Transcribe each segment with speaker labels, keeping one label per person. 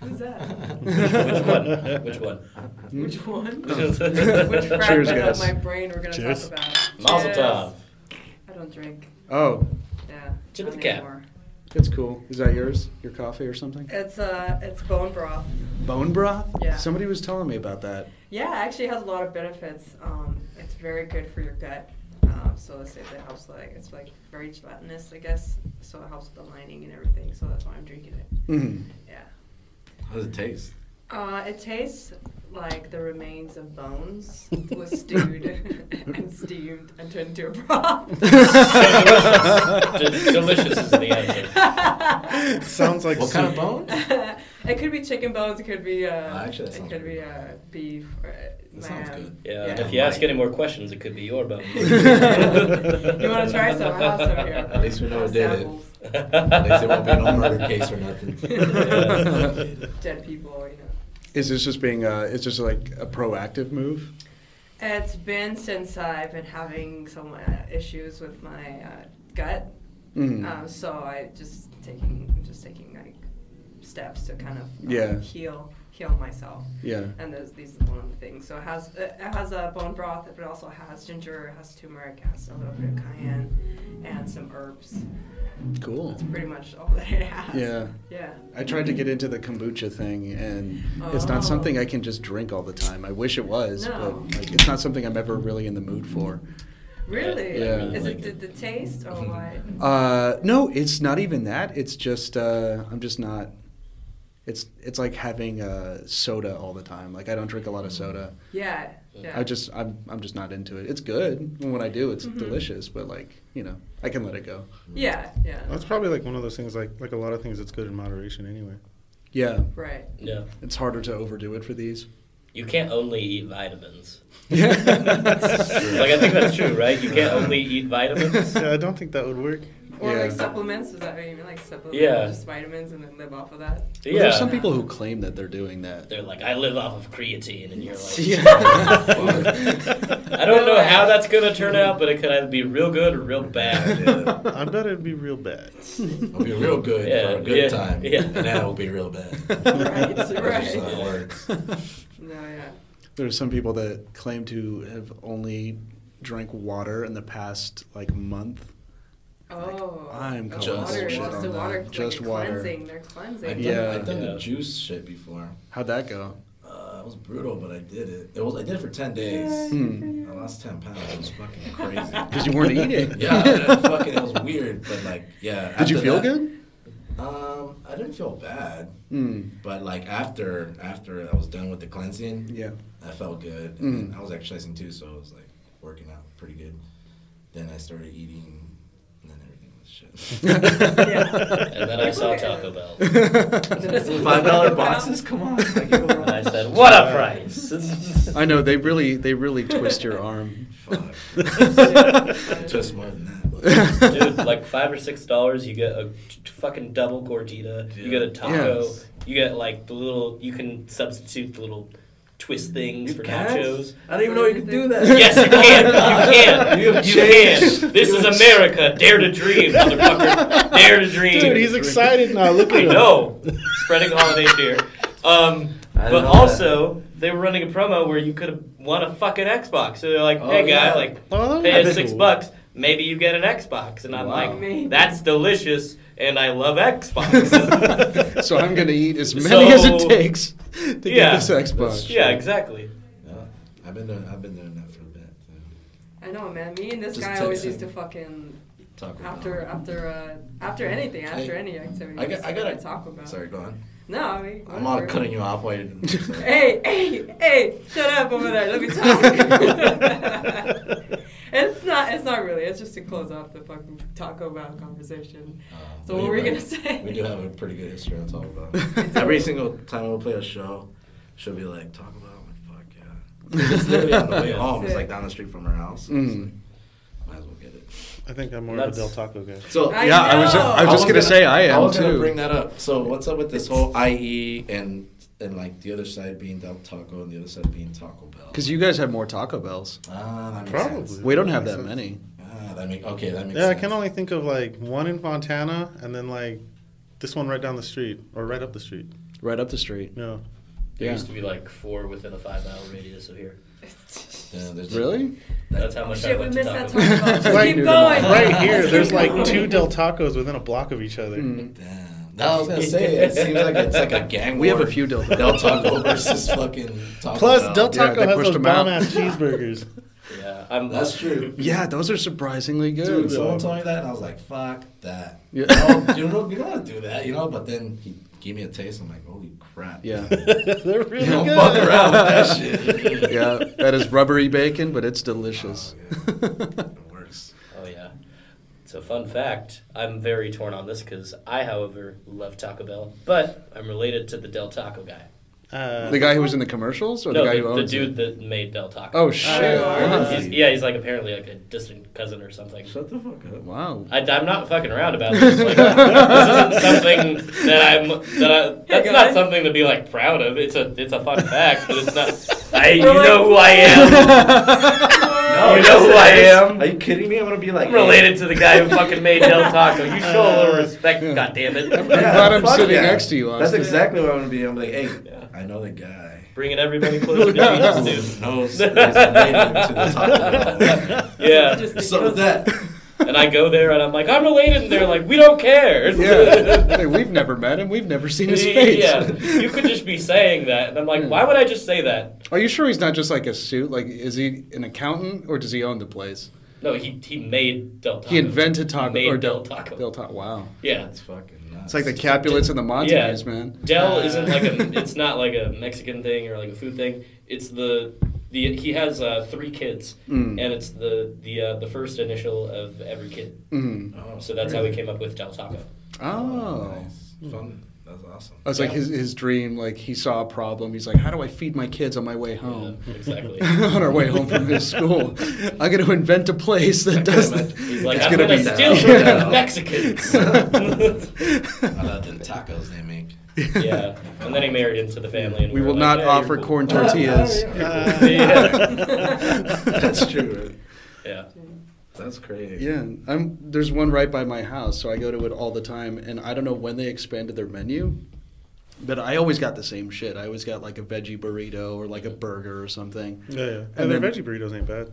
Speaker 1: one's that?
Speaker 2: Which one?
Speaker 1: Which one?
Speaker 2: Which
Speaker 1: Which
Speaker 2: one?
Speaker 1: fragment
Speaker 3: Cheers,
Speaker 1: of
Speaker 3: guys.
Speaker 1: my brain we're gonna
Speaker 3: Cheers.
Speaker 1: talk about?
Speaker 2: Mazel
Speaker 1: Cheers.
Speaker 2: tov.
Speaker 1: I don't drink.
Speaker 3: Oh,
Speaker 1: Yeah.
Speaker 2: Tip of
Speaker 1: not
Speaker 2: the cap.
Speaker 1: anymore.
Speaker 3: that's cool. Is that yours? Your coffee or something?
Speaker 1: It's uh, it's bone broth.
Speaker 3: Bone broth?
Speaker 1: Yeah.
Speaker 3: Somebody was telling me about that.
Speaker 1: Yeah, it actually has a lot of benefits. Um, it's very good for your gut. Um, so let's say that helps like it's like very gelatinous, I guess. So it helps with the lining and everything. So that's why I'm drinking it.
Speaker 3: Mm.
Speaker 1: Yeah.
Speaker 4: How does it taste?
Speaker 1: Uh, it tastes like the remains of bones was stewed and steamed and turned into a broth.
Speaker 2: Delicious. Delicious is the
Speaker 1: answer.
Speaker 3: Sounds like
Speaker 4: What kind of
Speaker 3: soup.
Speaker 4: bone?
Speaker 1: it could be chicken bones. It could be uh,
Speaker 4: Ah, actually, that
Speaker 1: it
Speaker 4: sounds
Speaker 1: could be
Speaker 4: pretty
Speaker 1: uh,
Speaker 4: good.
Speaker 1: beef. Or, uh,
Speaker 4: That sounds
Speaker 1: lamb.
Speaker 4: good.
Speaker 2: Yeah,
Speaker 1: yeah.
Speaker 2: if you ask any more questions, it could be your bone.
Speaker 1: you want to try some? I have some here.
Speaker 4: At least we know it did it.
Speaker 1: Samples.
Speaker 4: At least it won't be no murder case or nothing.
Speaker 2: Yeah.
Speaker 1: Dead people, you know.
Speaker 3: Is this just being? Uh, is this like a proactive move?
Speaker 1: It's been since I've been having some uh, issues with my uh, gut,
Speaker 3: Mm.
Speaker 1: um, so I just taking just taking like steps to kind of um,
Speaker 3: Yeah.
Speaker 1: heal heal myself.
Speaker 3: yeah.
Speaker 1: And there's these is one of the things. So it has it has a bone broth, but it also has ginger, it has turmeric, it has a little bit of cayenne, and some herbs.
Speaker 3: Cool.
Speaker 1: That's pretty much all that it has.
Speaker 3: Yeah.
Speaker 1: Yeah.
Speaker 3: I tried to get into the kombucha thing, and it's not
Speaker 1: Oh.
Speaker 3: something I can just drink all the time. I wish it was,
Speaker 1: No.
Speaker 3: but like, it's not something I'm ever really in the mood for.
Speaker 1: Really?
Speaker 3: Yeah.
Speaker 1: Is
Speaker 2: Like
Speaker 1: it the,
Speaker 2: it. Mm-hmm.
Speaker 1: the taste or what?
Speaker 3: Uh, no, it's not even that. It's just uh, I'm just not. It's it's like having uh, soda all the time. Like I don't drink a lot of soda.
Speaker 1: Yeah. Yeah.
Speaker 3: I just I'm I'm just not into it. It's good and when I do. It's
Speaker 1: Mhm.
Speaker 3: delicious, but like you know, I can let it go.
Speaker 1: Yeah. Yeah.
Speaker 5: That's probably like one of those things, like like a lot of things. It's good in moderation, anyway.
Speaker 3: Yeah,
Speaker 1: right.
Speaker 2: Yeah.
Speaker 3: it's harder to overdo it for these.
Speaker 2: You can't only eat vitamins.
Speaker 3: Yeah.
Speaker 2: Like, I think that's true, right? You can't only eat vitamins.
Speaker 5: yeah, I don't think that would work.
Speaker 1: Or
Speaker 3: Yeah.
Speaker 1: like supplements? Is that what you mean? Like supplements?
Speaker 2: Yeah.
Speaker 1: Just vitamins and then live off of that?
Speaker 3: Well, There's some
Speaker 2: Yeah.
Speaker 3: people who claim that they're doing that.
Speaker 2: They're like, I live off of creatine, and you're like,
Speaker 3: Yeah.
Speaker 2: I don't know how that's going to turn out, but it could either be real good or real bad.
Speaker 4: Yeah.
Speaker 5: I bet it'd be real bad.
Speaker 4: It'll be real good
Speaker 2: Yeah,
Speaker 4: for a good
Speaker 2: yeah,
Speaker 4: time,
Speaker 2: yeah.
Speaker 4: and then it'll be real bad.
Speaker 1: Right,
Speaker 4: That's just how it
Speaker 1: right.
Speaker 4: works.
Speaker 1: No, yeah.
Speaker 3: There are some people that claim to have only drank water in the past like month.
Speaker 1: Oh.
Speaker 3: I'm
Speaker 1: the
Speaker 4: calling
Speaker 1: water,
Speaker 4: bullshit
Speaker 1: just
Speaker 4: on
Speaker 1: the
Speaker 3: that.
Speaker 1: water,
Speaker 3: Just
Speaker 1: like a
Speaker 3: water.
Speaker 1: cleansing. They're
Speaker 4: I've
Speaker 1: cleansing.
Speaker 4: done,
Speaker 3: Yeah.
Speaker 4: I've done
Speaker 2: Yeah.
Speaker 4: the juice shit before.
Speaker 3: How'd that go?
Speaker 4: Uh, it was brutal, but I did it. It was I did it for ten days. I lost ten pounds. It was fucking crazy.
Speaker 3: Hmm. Because you weren't eating.
Speaker 4: yeah, that fucking it was weird, but like yeah.
Speaker 3: Did you
Speaker 4: after
Speaker 3: feel
Speaker 4: that-
Speaker 3: good?
Speaker 4: Um, I didn't feel bad,
Speaker 3: Mm.
Speaker 4: but like after after I was done with the cleansing,
Speaker 3: Yeah.
Speaker 4: I felt good.
Speaker 3: Mm.
Speaker 4: And I was exercising too, so I was like working out pretty good. Then I started eating, and then everything was shit.
Speaker 2: And then I saw Taco Bell.
Speaker 4: Five dollar boxes, come on! Like, you
Speaker 2: And I said, what a price!
Speaker 3: I know they really they really twist your arm.
Speaker 4: Fuck. Just more than that. but-
Speaker 2: Dude, like five or six dollars, you get a t- t- fucking double gordita. You get a taco.
Speaker 3: Yes.
Speaker 2: You get like the little. You can substitute the little twist things for
Speaker 4: can?
Speaker 2: nachos.
Speaker 4: I don't even know you could do that.
Speaker 2: Yes, you can. You can.
Speaker 4: You have
Speaker 2: you
Speaker 4: changed.
Speaker 2: can. This
Speaker 4: You
Speaker 2: is
Speaker 4: have
Speaker 2: America. Dare to dream, motherfucker. Dare to dream.
Speaker 5: Dude, he's excited now. Look at
Speaker 2: I
Speaker 5: him.
Speaker 2: know. Spreading holiday cheer. Um,
Speaker 4: I
Speaker 2: but
Speaker 4: know
Speaker 2: also, they were running a promo where you could have won a fucking Xbox. So they're like,
Speaker 4: Oh,
Speaker 2: hey, guy,
Speaker 4: yeah.
Speaker 2: like,
Speaker 5: Oh,
Speaker 2: pay us
Speaker 5: that's
Speaker 2: six
Speaker 5: cool.
Speaker 2: bucks. Maybe you get an Xbox. And I'm
Speaker 4: Wow.
Speaker 2: like,
Speaker 1: Maybe.
Speaker 2: that's delicious, and I love Xbox.
Speaker 3: so I'm gonna eat as many
Speaker 2: So-
Speaker 3: as it takes to
Speaker 2: Yeah.
Speaker 3: get this Xbox.
Speaker 2: yeah, exactly.
Speaker 4: Yeah, I've been doing. I've been doing that for a bit. So.
Speaker 1: I know, man. Me and this
Speaker 4: Just
Speaker 1: guy
Speaker 4: take
Speaker 1: always
Speaker 4: some.
Speaker 1: used to fucking
Speaker 4: Taco Bell.
Speaker 1: after after uh, after anything, after any activity.
Speaker 4: I got. I got
Speaker 1: to talk about.
Speaker 4: Sorry, go on.
Speaker 1: No, I mean.
Speaker 4: I'm all
Speaker 1: whatever.
Speaker 4: cutting you off while you're.
Speaker 1: Hey, hey, hey! Shut up over there. Let me talk. it's not. It's not really. It's just to close off the fucking Taco Bell conversation.
Speaker 4: Uh,
Speaker 1: So
Speaker 4: but
Speaker 1: what
Speaker 4: you're
Speaker 1: were you
Speaker 4: right.
Speaker 1: gonna say?
Speaker 4: We do have a pretty good history on Taco Bell.
Speaker 3: It's
Speaker 4: Every
Speaker 1: a-
Speaker 4: single time we'll play a show, she'll be like, Taco Bell? I'm like, fuck yeah. It's literally on the way
Speaker 2: Yeah.
Speaker 4: home. It's
Speaker 1: Yeah.
Speaker 4: like down the street from her house. so
Speaker 3: Mm.
Speaker 4: it's like, might as well get it.
Speaker 5: I think I'm more
Speaker 2: That's-
Speaker 5: of a Del Taco guy.
Speaker 4: So
Speaker 1: I
Speaker 3: Yeah, I was
Speaker 1: know.
Speaker 3: I was just gonna, say I am
Speaker 4: I was
Speaker 3: too.
Speaker 4: gonna bring that up. So what's up with this whole IE and and like the other side being Del Taco and the other side being Taco Bell?
Speaker 3: Because you guys have more Taco Bells.
Speaker 4: ah, that makes
Speaker 5: Probably.
Speaker 4: sense.
Speaker 3: We don't have
Speaker 5: Makes
Speaker 3: that
Speaker 5: sense.
Speaker 3: many.
Speaker 4: Ah, that make, okay, that makes
Speaker 5: Yeah, I
Speaker 4: sense.
Speaker 5: can only think of like one in Fontana, and then like this one right down the street or right up the street.
Speaker 3: right up the street.
Speaker 5: Yeah.
Speaker 2: There
Speaker 3: Yeah.
Speaker 2: used to be like four within a five mile radius of here.
Speaker 6: Yeah, there's
Speaker 3: Really?
Speaker 2: That's how much I
Speaker 1: Shit, we
Speaker 2: went
Speaker 1: missed
Speaker 2: to
Speaker 1: that
Speaker 2: Taco
Speaker 1: Taco Bell.
Speaker 2: Bell.
Speaker 1: Just
Speaker 5: Right-
Speaker 1: keep going.
Speaker 5: Right here,
Speaker 1: Just
Speaker 5: there's
Speaker 1: keep
Speaker 5: like
Speaker 1: going.
Speaker 5: two Del Tacos within a block of each other.
Speaker 3: Mm.
Speaker 6: Damn. No, I was gonna say it seems like it's like a gang.
Speaker 3: We have
Speaker 6: war.
Speaker 3: a few Del Tacos.
Speaker 6: Del Taco versus fucking Taco
Speaker 5: Plus,
Speaker 6: Bell.
Speaker 5: Del
Speaker 3: Yeah,
Speaker 5: Taco
Speaker 3: they
Speaker 5: has
Speaker 3: pushed
Speaker 5: those
Speaker 3: them out.
Speaker 5: bomb ass cheeseburgers.
Speaker 2: Yeah, I'm,
Speaker 6: That's true.
Speaker 3: Yeah, those are surprisingly good.
Speaker 6: Dude, someone told me that, and I was like, "Fuck that."
Speaker 3: Yeah.
Speaker 6: No, you don't, you don't want to do that, you know. But then he gave me a taste. I'm like, "Holy crap!" Oh,
Speaker 3: yeah.
Speaker 5: They're really
Speaker 6: don't
Speaker 5: good.
Speaker 6: fuck around with that shit.
Speaker 3: yeah, that is rubbery bacon, but it's delicious.
Speaker 6: It works.
Speaker 2: Oh yeah. So fun fact, I'm very torn on this because I, however, love Taco Bell, but I'm related to the Del Taco guy.
Speaker 5: Uh,
Speaker 3: the guy who was in the commercials, or
Speaker 2: no,
Speaker 3: Oh, the guy
Speaker 2: the,
Speaker 3: who
Speaker 2: the
Speaker 3: owns
Speaker 2: dude
Speaker 3: it?
Speaker 2: that made Del Taco.
Speaker 3: Oh shit!
Speaker 5: Uh,
Speaker 2: He's- yeah, he's like apparently like a distant cousin or something.
Speaker 6: Shut the fuck up.
Speaker 3: wow.
Speaker 2: I, am not fucking around about this. Like, this isn't something that I'm that I, that's not
Speaker 1: guys.
Speaker 2: something to be like proud of. It's a it's a fun fact, but it's not. I you
Speaker 1: We're like-
Speaker 2: know who I am.
Speaker 6: No,
Speaker 2: You know who I am?
Speaker 6: Are you kidding me? I want to be like
Speaker 2: I'm related to the guy who fucking made Del Taco. You show a little respect,
Speaker 3: Uh, Yeah.
Speaker 2: goddammit.
Speaker 3: I'm glad I'm
Speaker 6: fuck
Speaker 3: sitting
Speaker 6: yeah.
Speaker 3: next to you,
Speaker 6: That's
Speaker 3: honestly.
Speaker 6: exactly what I want to be. I'm like, hey,
Speaker 2: Yeah.
Speaker 6: I know the guy.
Speaker 2: Bringing everybody closer to Jesus, dude.
Speaker 6: knows that he's related to the Taco Bell.
Speaker 2: Yeah.
Speaker 1: Just-
Speaker 6: So with that,
Speaker 2: And I go there and I'm like, I'm related, and they're like, we don't care.
Speaker 3: yeah, Hey, we've never met him. We've never seen his face.
Speaker 2: Yeah. You could just be saying that. And I'm like, why would I just say that?
Speaker 3: Are you sure he's not just like a suit? Like, is he an accountant or does he own the place?
Speaker 2: No, he, he made Del Taco.
Speaker 3: He invented taco
Speaker 2: Made
Speaker 3: or
Speaker 2: Del Taco.
Speaker 3: Del Taco. Wow,
Speaker 2: Yeah.
Speaker 6: that's fucking nuts.
Speaker 3: it's like the Capulets and the Montagues,
Speaker 2: Yeah.
Speaker 3: man.
Speaker 2: Del isn't like a. It's not like a Mexican thing or like a food thing. It's the the he has uh, three kids,
Speaker 3: Mm.
Speaker 2: and it's the the uh, the first initial of every kid.
Speaker 3: Mm.
Speaker 6: Oh,
Speaker 2: So that's how we came up with Del Taco.
Speaker 3: Oh,
Speaker 6: nice. fun. That's awesome.
Speaker 3: that's like
Speaker 2: Yeah.
Speaker 3: his his dream. Like he saw a problem. He's like, how do I feed my kids on my way home?
Speaker 2: Yeah, exactly.
Speaker 3: on our way home from his school. I'm going to invent a place that does that.
Speaker 2: He's like,
Speaker 3: It's
Speaker 2: I'm
Speaker 3: gonna
Speaker 2: gonna,
Speaker 3: be-
Speaker 2: steal from the Mexicans.
Speaker 6: I love the tacos they make.
Speaker 2: yeah, and then he married into the family. And
Speaker 3: We
Speaker 2: were
Speaker 3: will
Speaker 2: like,
Speaker 3: not
Speaker 2: "Yeah, you're
Speaker 3: offer
Speaker 2: cool."
Speaker 3: corn tortillas.
Speaker 6: Oh,
Speaker 5: Uh,
Speaker 2: Yeah.
Speaker 6: That's true. right?
Speaker 2: Yeah.
Speaker 6: That's crazy.
Speaker 3: Yeah, I'm. There's one right by my house, so I go to it all the time. And I don't know when they expanded their menu, but I always got the same shit. I always got like a veggie burrito or like a burger or something.
Speaker 5: yeah, yeah. And,
Speaker 3: And
Speaker 5: their
Speaker 3: then-
Speaker 5: veggie burritos ain't bad.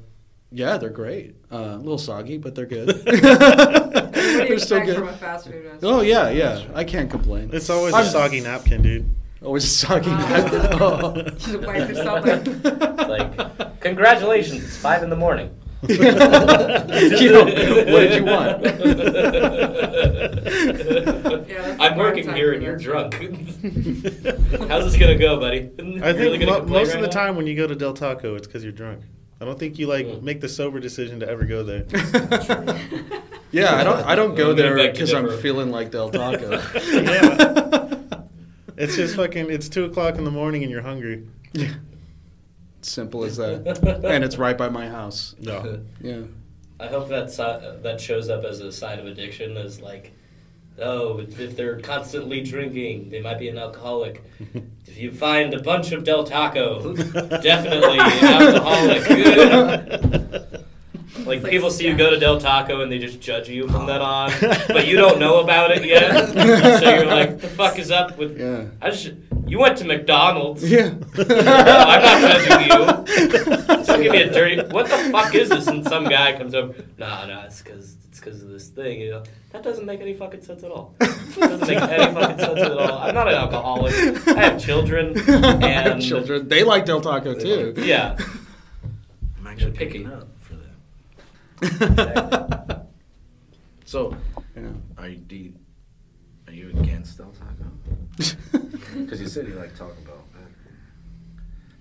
Speaker 3: Yeah, they're great. Uh, a little soggy, but they're good.
Speaker 1: What do you
Speaker 3: they're still
Speaker 1: expect from a
Speaker 3: good.
Speaker 1: fast food restaurant?
Speaker 3: Oh yeah, yeah. I can't complain.
Speaker 5: It's always
Speaker 3: I'm-
Speaker 5: a soggy napkin, dude.
Speaker 3: Always soggy.
Speaker 1: Ah.
Speaker 3: Oh.
Speaker 1: Just wipe yourself like,
Speaker 2: Like, congratulations, it's five in the morning.
Speaker 3: You know, what did you want?
Speaker 1: Yeah, that's the
Speaker 2: I'm working
Speaker 1: part time
Speaker 2: here and you're
Speaker 1: for
Speaker 2: drunk. How's this gonna go, buddy?
Speaker 5: I
Speaker 2: Really
Speaker 5: think
Speaker 2: gonna
Speaker 5: mo-
Speaker 2: complain
Speaker 5: most
Speaker 2: right
Speaker 5: of the
Speaker 2: now?
Speaker 5: time when you go to Del Taco, it's because you're drunk. I don't think you like
Speaker 2: Mm.
Speaker 5: make the sober decision to ever go there.
Speaker 3: yeah, I don't. I don't go
Speaker 2: I'm gonna
Speaker 3: there
Speaker 2: beg to
Speaker 3: because I'm
Speaker 2: differ.
Speaker 3: feeling like Del Taco.
Speaker 5: Yeah. It's just fucking. It's two o'clock in the morning and you're hungry.
Speaker 3: Yeah. Simple as that. and it's right by my house.
Speaker 5: No.
Speaker 3: Yeah.
Speaker 2: I hope that so- that shows up as a sign of addiction as like, oh, if they're constantly drinking, they might be an alcoholic. If you find a bunch of Del Taco, definitely an alcoholic. like
Speaker 1: like
Speaker 2: people see you go to Del Taco and they just judge you from that on, but you don't know about it yet. so you're like, the fuck is up with?
Speaker 3: Yeah.
Speaker 2: I just you went to McDonald's.
Speaker 3: Yeah.
Speaker 2: I'm not judging Don't give me a dirty. What the fuck is this? And some guy comes over. Nah, nah, it's because it's because of this thing. You know that doesn't make any fucking sense at all. It doesn't make any fucking sense at all. I'm not an alcoholic. I have children and
Speaker 3: I have children. They like Del Taco too.
Speaker 2: Yeah,
Speaker 6: I'm actually
Speaker 2: Picky.
Speaker 6: picking up for them.
Speaker 3: Yeah.
Speaker 6: So, are you, do you, are you against Del Taco? Because you said you like Taco Bell. man.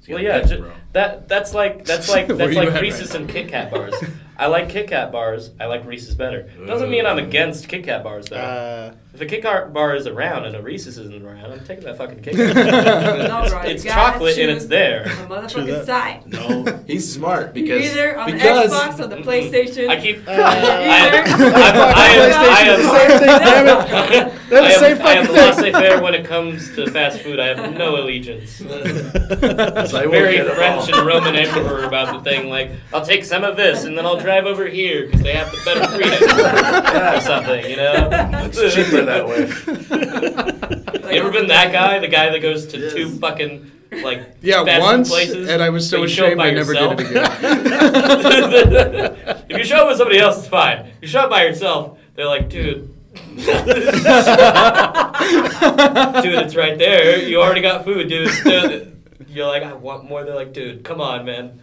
Speaker 6: So you
Speaker 2: well,
Speaker 6: gotta
Speaker 2: yeah.
Speaker 6: pick,
Speaker 2: ju- that that's like that's like
Speaker 3: Where
Speaker 2: that's
Speaker 3: you at
Speaker 2: like
Speaker 3: right
Speaker 2: Reese's
Speaker 3: now?
Speaker 2: and Kit Kat bars. I like Kit Kat bars. I like Reese's better. Doesn't mean I'm
Speaker 6: Ooh.
Speaker 2: against Kit Kat bars though.
Speaker 5: Uh,
Speaker 2: If a Kit Kat bar is around and a Reese's isn't around, I'm taking that fucking Kit Kat. bar.
Speaker 1: no,
Speaker 2: it's
Speaker 1: bro, you
Speaker 2: it's
Speaker 1: gotta
Speaker 2: chocolate and
Speaker 1: choose
Speaker 2: it's there.
Speaker 1: The
Speaker 5: True
Speaker 1: motherfucking
Speaker 5: that.
Speaker 1: side.
Speaker 6: No, he's smart
Speaker 1: You're
Speaker 6: because
Speaker 1: either on
Speaker 6: because
Speaker 1: the Xbox or the
Speaker 2: Mm-mm.
Speaker 1: PlayStation.
Speaker 2: Mm-hmm. I keep.
Speaker 5: Uh,
Speaker 2: I, am-
Speaker 1: Either.
Speaker 2: I'm- I am- I
Speaker 1: PlayStation
Speaker 2: am-
Speaker 1: is the same thing, damn it.
Speaker 5: They're the
Speaker 2: I am-
Speaker 5: same
Speaker 2: I am
Speaker 5: fucking thing.
Speaker 2: laissez-faire when it comes to fast food. I have no allegiance.
Speaker 6: So I won't
Speaker 2: Very
Speaker 6: get it
Speaker 2: French
Speaker 6: all.
Speaker 2: and Roman emperor about the thing. Like, I'll take some of this and then I'll drive over here because they have the better freedom or something. You know,
Speaker 6: It's cheaper that way.
Speaker 1: like,
Speaker 2: you ever been that guy? The guy that goes to
Speaker 4: Yes.
Speaker 2: two fucking like
Speaker 3: Yeah,
Speaker 2: fast food
Speaker 3: once,
Speaker 2: places,
Speaker 3: and I was so
Speaker 2: but you show
Speaker 3: ashamed
Speaker 2: up by
Speaker 3: I never did it
Speaker 2: yourself?
Speaker 3: again.
Speaker 2: if you show up with somebody else, it's fine. You show up by yourself, they're like, dude. dude, it's right there. You already got food, dude. You're like, I want more. They're like, dude, come on, man.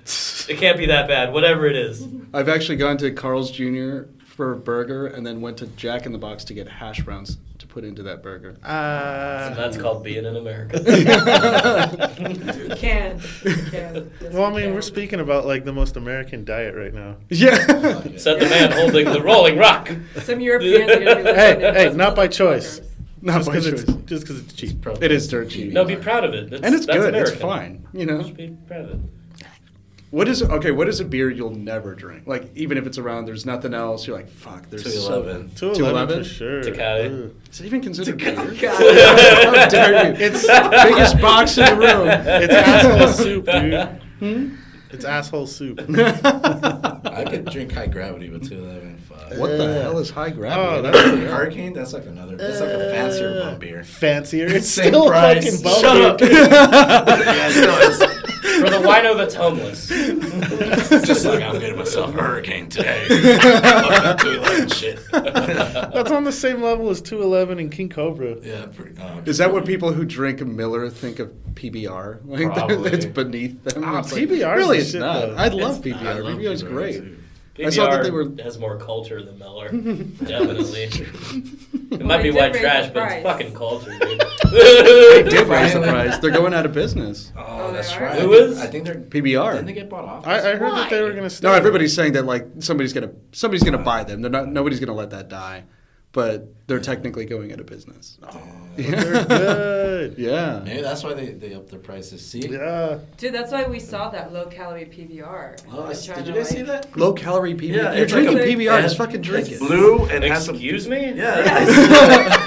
Speaker 2: It can't be that bad. Whatever it is.
Speaker 3: I've actually gone to Carl's Jr. for a burger and then went to Jack in the Box to get hash browns to put into that burger.
Speaker 5: Uh,
Speaker 2: So that's called being in America.
Speaker 1: You can. You can. Yes,
Speaker 5: Well, I
Speaker 1: you
Speaker 5: mean,
Speaker 1: can.
Speaker 5: we're speaking about like the most American diet right now.
Speaker 6: Oh,
Speaker 3: Yeah.
Speaker 2: Said the man holding the rolling rock.
Speaker 1: Some Europeans are going to be
Speaker 5: Hey,
Speaker 1: listening to
Speaker 5: hey,
Speaker 1: us
Speaker 5: not by
Speaker 1: motherfuckers.
Speaker 5: choice.
Speaker 3: Not
Speaker 5: just
Speaker 3: by
Speaker 5: 'cause
Speaker 3: choice.
Speaker 5: it's just because it's cheap.
Speaker 3: It is dirt cheap.
Speaker 2: No, be proud of it. That's,
Speaker 3: and it's
Speaker 2: that's
Speaker 3: good.
Speaker 2: American.
Speaker 3: It's fine. You know.
Speaker 2: Just be proud of it.
Speaker 3: What is okay? What is a beer you'll never drink? Like even if it's around, there's nothing else. You're like, fuck. There's so-
Speaker 4: 211.
Speaker 5: Two
Speaker 3: 211?
Speaker 5: eleven for sure.
Speaker 2: Tecate.
Speaker 5: Ooh.
Speaker 3: Is it even considered beer?
Speaker 1: God.
Speaker 3: How dare you?
Speaker 5: It's-
Speaker 3: It's biggest box in the room.
Speaker 5: It's asshole soup, dude.
Speaker 3: Hmm?
Speaker 5: It's asshole soup.
Speaker 4: I could drink high gravity, but 211, fuck.
Speaker 3: What the
Speaker 5: Uh,
Speaker 3: hell is high
Speaker 5: oh,
Speaker 3: gravity?
Speaker 5: that's-
Speaker 4: Hurricane? That's like another. That's like a fancier
Speaker 5: Uh,
Speaker 4: bum beer.
Speaker 5: Fancier. It's
Speaker 4: Same
Speaker 5: still
Speaker 4: price.
Speaker 5: fucking bum
Speaker 4: Shut
Speaker 5: beer,
Speaker 4: up.
Speaker 5: dude.
Speaker 4: yeah, no, it's
Speaker 2: For the wino that's homeless.
Speaker 4: just like I'm getting myself a hurricane today. Fuck that 211 shit.
Speaker 5: That's on the same level as 211 and King Cobra.
Speaker 4: yeah, pretty, uh,
Speaker 3: Is that what people who drink Miller think of PBR? Like
Speaker 4: Probably.
Speaker 3: it's beneath them.
Speaker 5: Ah,
Speaker 3: It's
Speaker 5: PBR is
Speaker 3: really,
Speaker 5: the
Speaker 3: it's
Speaker 5: shit,
Speaker 3: not.
Speaker 5: though.
Speaker 3: I love
Speaker 4: It's-
Speaker 3: PBR.
Speaker 4: I love
Speaker 3: PBR is
Speaker 4: PBR
Speaker 3: great.
Speaker 4: too.
Speaker 3: I saw that
Speaker 2: PBR
Speaker 3: they were-
Speaker 2: has more culture than Miller. Definitely. it
Speaker 1: they
Speaker 2: might be
Speaker 1: did
Speaker 2: white
Speaker 1: raise
Speaker 2: trash,
Speaker 1: the
Speaker 2: but
Speaker 1: price.
Speaker 2: it's fucking culture, dude.
Speaker 3: They did raise the
Speaker 4: Right.
Speaker 3: price. They're going out of business.
Speaker 4: Oh,
Speaker 1: Oh,
Speaker 4: that's
Speaker 1: they are?
Speaker 4: right.
Speaker 2: Who
Speaker 4: I think-
Speaker 2: is?
Speaker 4: I think they're.
Speaker 3: PBR.
Speaker 4: Didn't they get bought off?
Speaker 5: I, I heard
Speaker 1: Why?
Speaker 5: that they were gonna. Stay.
Speaker 3: No, everybody's saying that like somebody's gonna somebody's gonna buy them. They're not. Nobody's gonna let that die. But they're technically going out of business. Oh.
Speaker 4: Damn.
Speaker 5: They're good.
Speaker 3: Yeah.
Speaker 4: Maybe that's why they, they upped their prices. See?
Speaker 5: Yeah.
Speaker 1: Dude, that's why we saw that low calorie PBR.
Speaker 4: Oh,
Speaker 1: They're
Speaker 4: I-
Speaker 1: trying
Speaker 4: did you
Speaker 1: to,
Speaker 4: guys see
Speaker 1: like-
Speaker 4: that?
Speaker 3: Low calorie PBR.
Speaker 4: Yeah,
Speaker 3: You're
Speaker 4: it's like
Speaker 3: drinking
Speaker 1: a-
Speaker 3: PBR. Just
Speaker 4: it's-
Speaker 3: fucking drink it.
Speaker 4: Blue and has some.
Speaker 2: Excuse me?
Speaker 4: Yeah.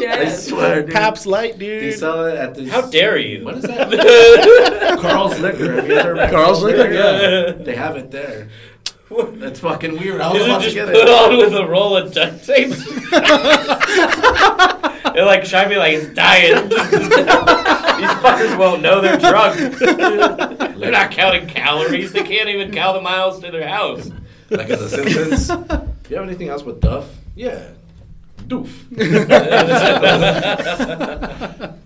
Speaker 4: I
Speaker 1: Yes.
Speaker 4: swear, dude.
Speaker 5: Paps Light,
Speaker 4: They
Speaker 5: dude.
Speaker 4: sell it at this.
Speaker 2: How dare you?
Speaker 4: What is that? Carl's Liquor. Have you ever been to
Speaker 3: Carl's Liquor,
Speaker 2: yeah.
Speaker 4: They have it there.
Speaker 2: What-
Speaker 4: That's fucking weird. I was
Speaker 2: Is
Speaker 4: about
Speaker 2: it
Speaker 4: to
Speaker 2: just
Speaker 4: get
Speaker 2: put
Speaker 4: it.
Speaker 2: on with a roll of duct tape? They're like, shine me like it's dying. These fuckers won't know they're drunk. they're not counting calories. They can't even count the miles to their house.
Speaker 4: Like in The Simpsons. you have anything else with Duff? Yeah. Doof.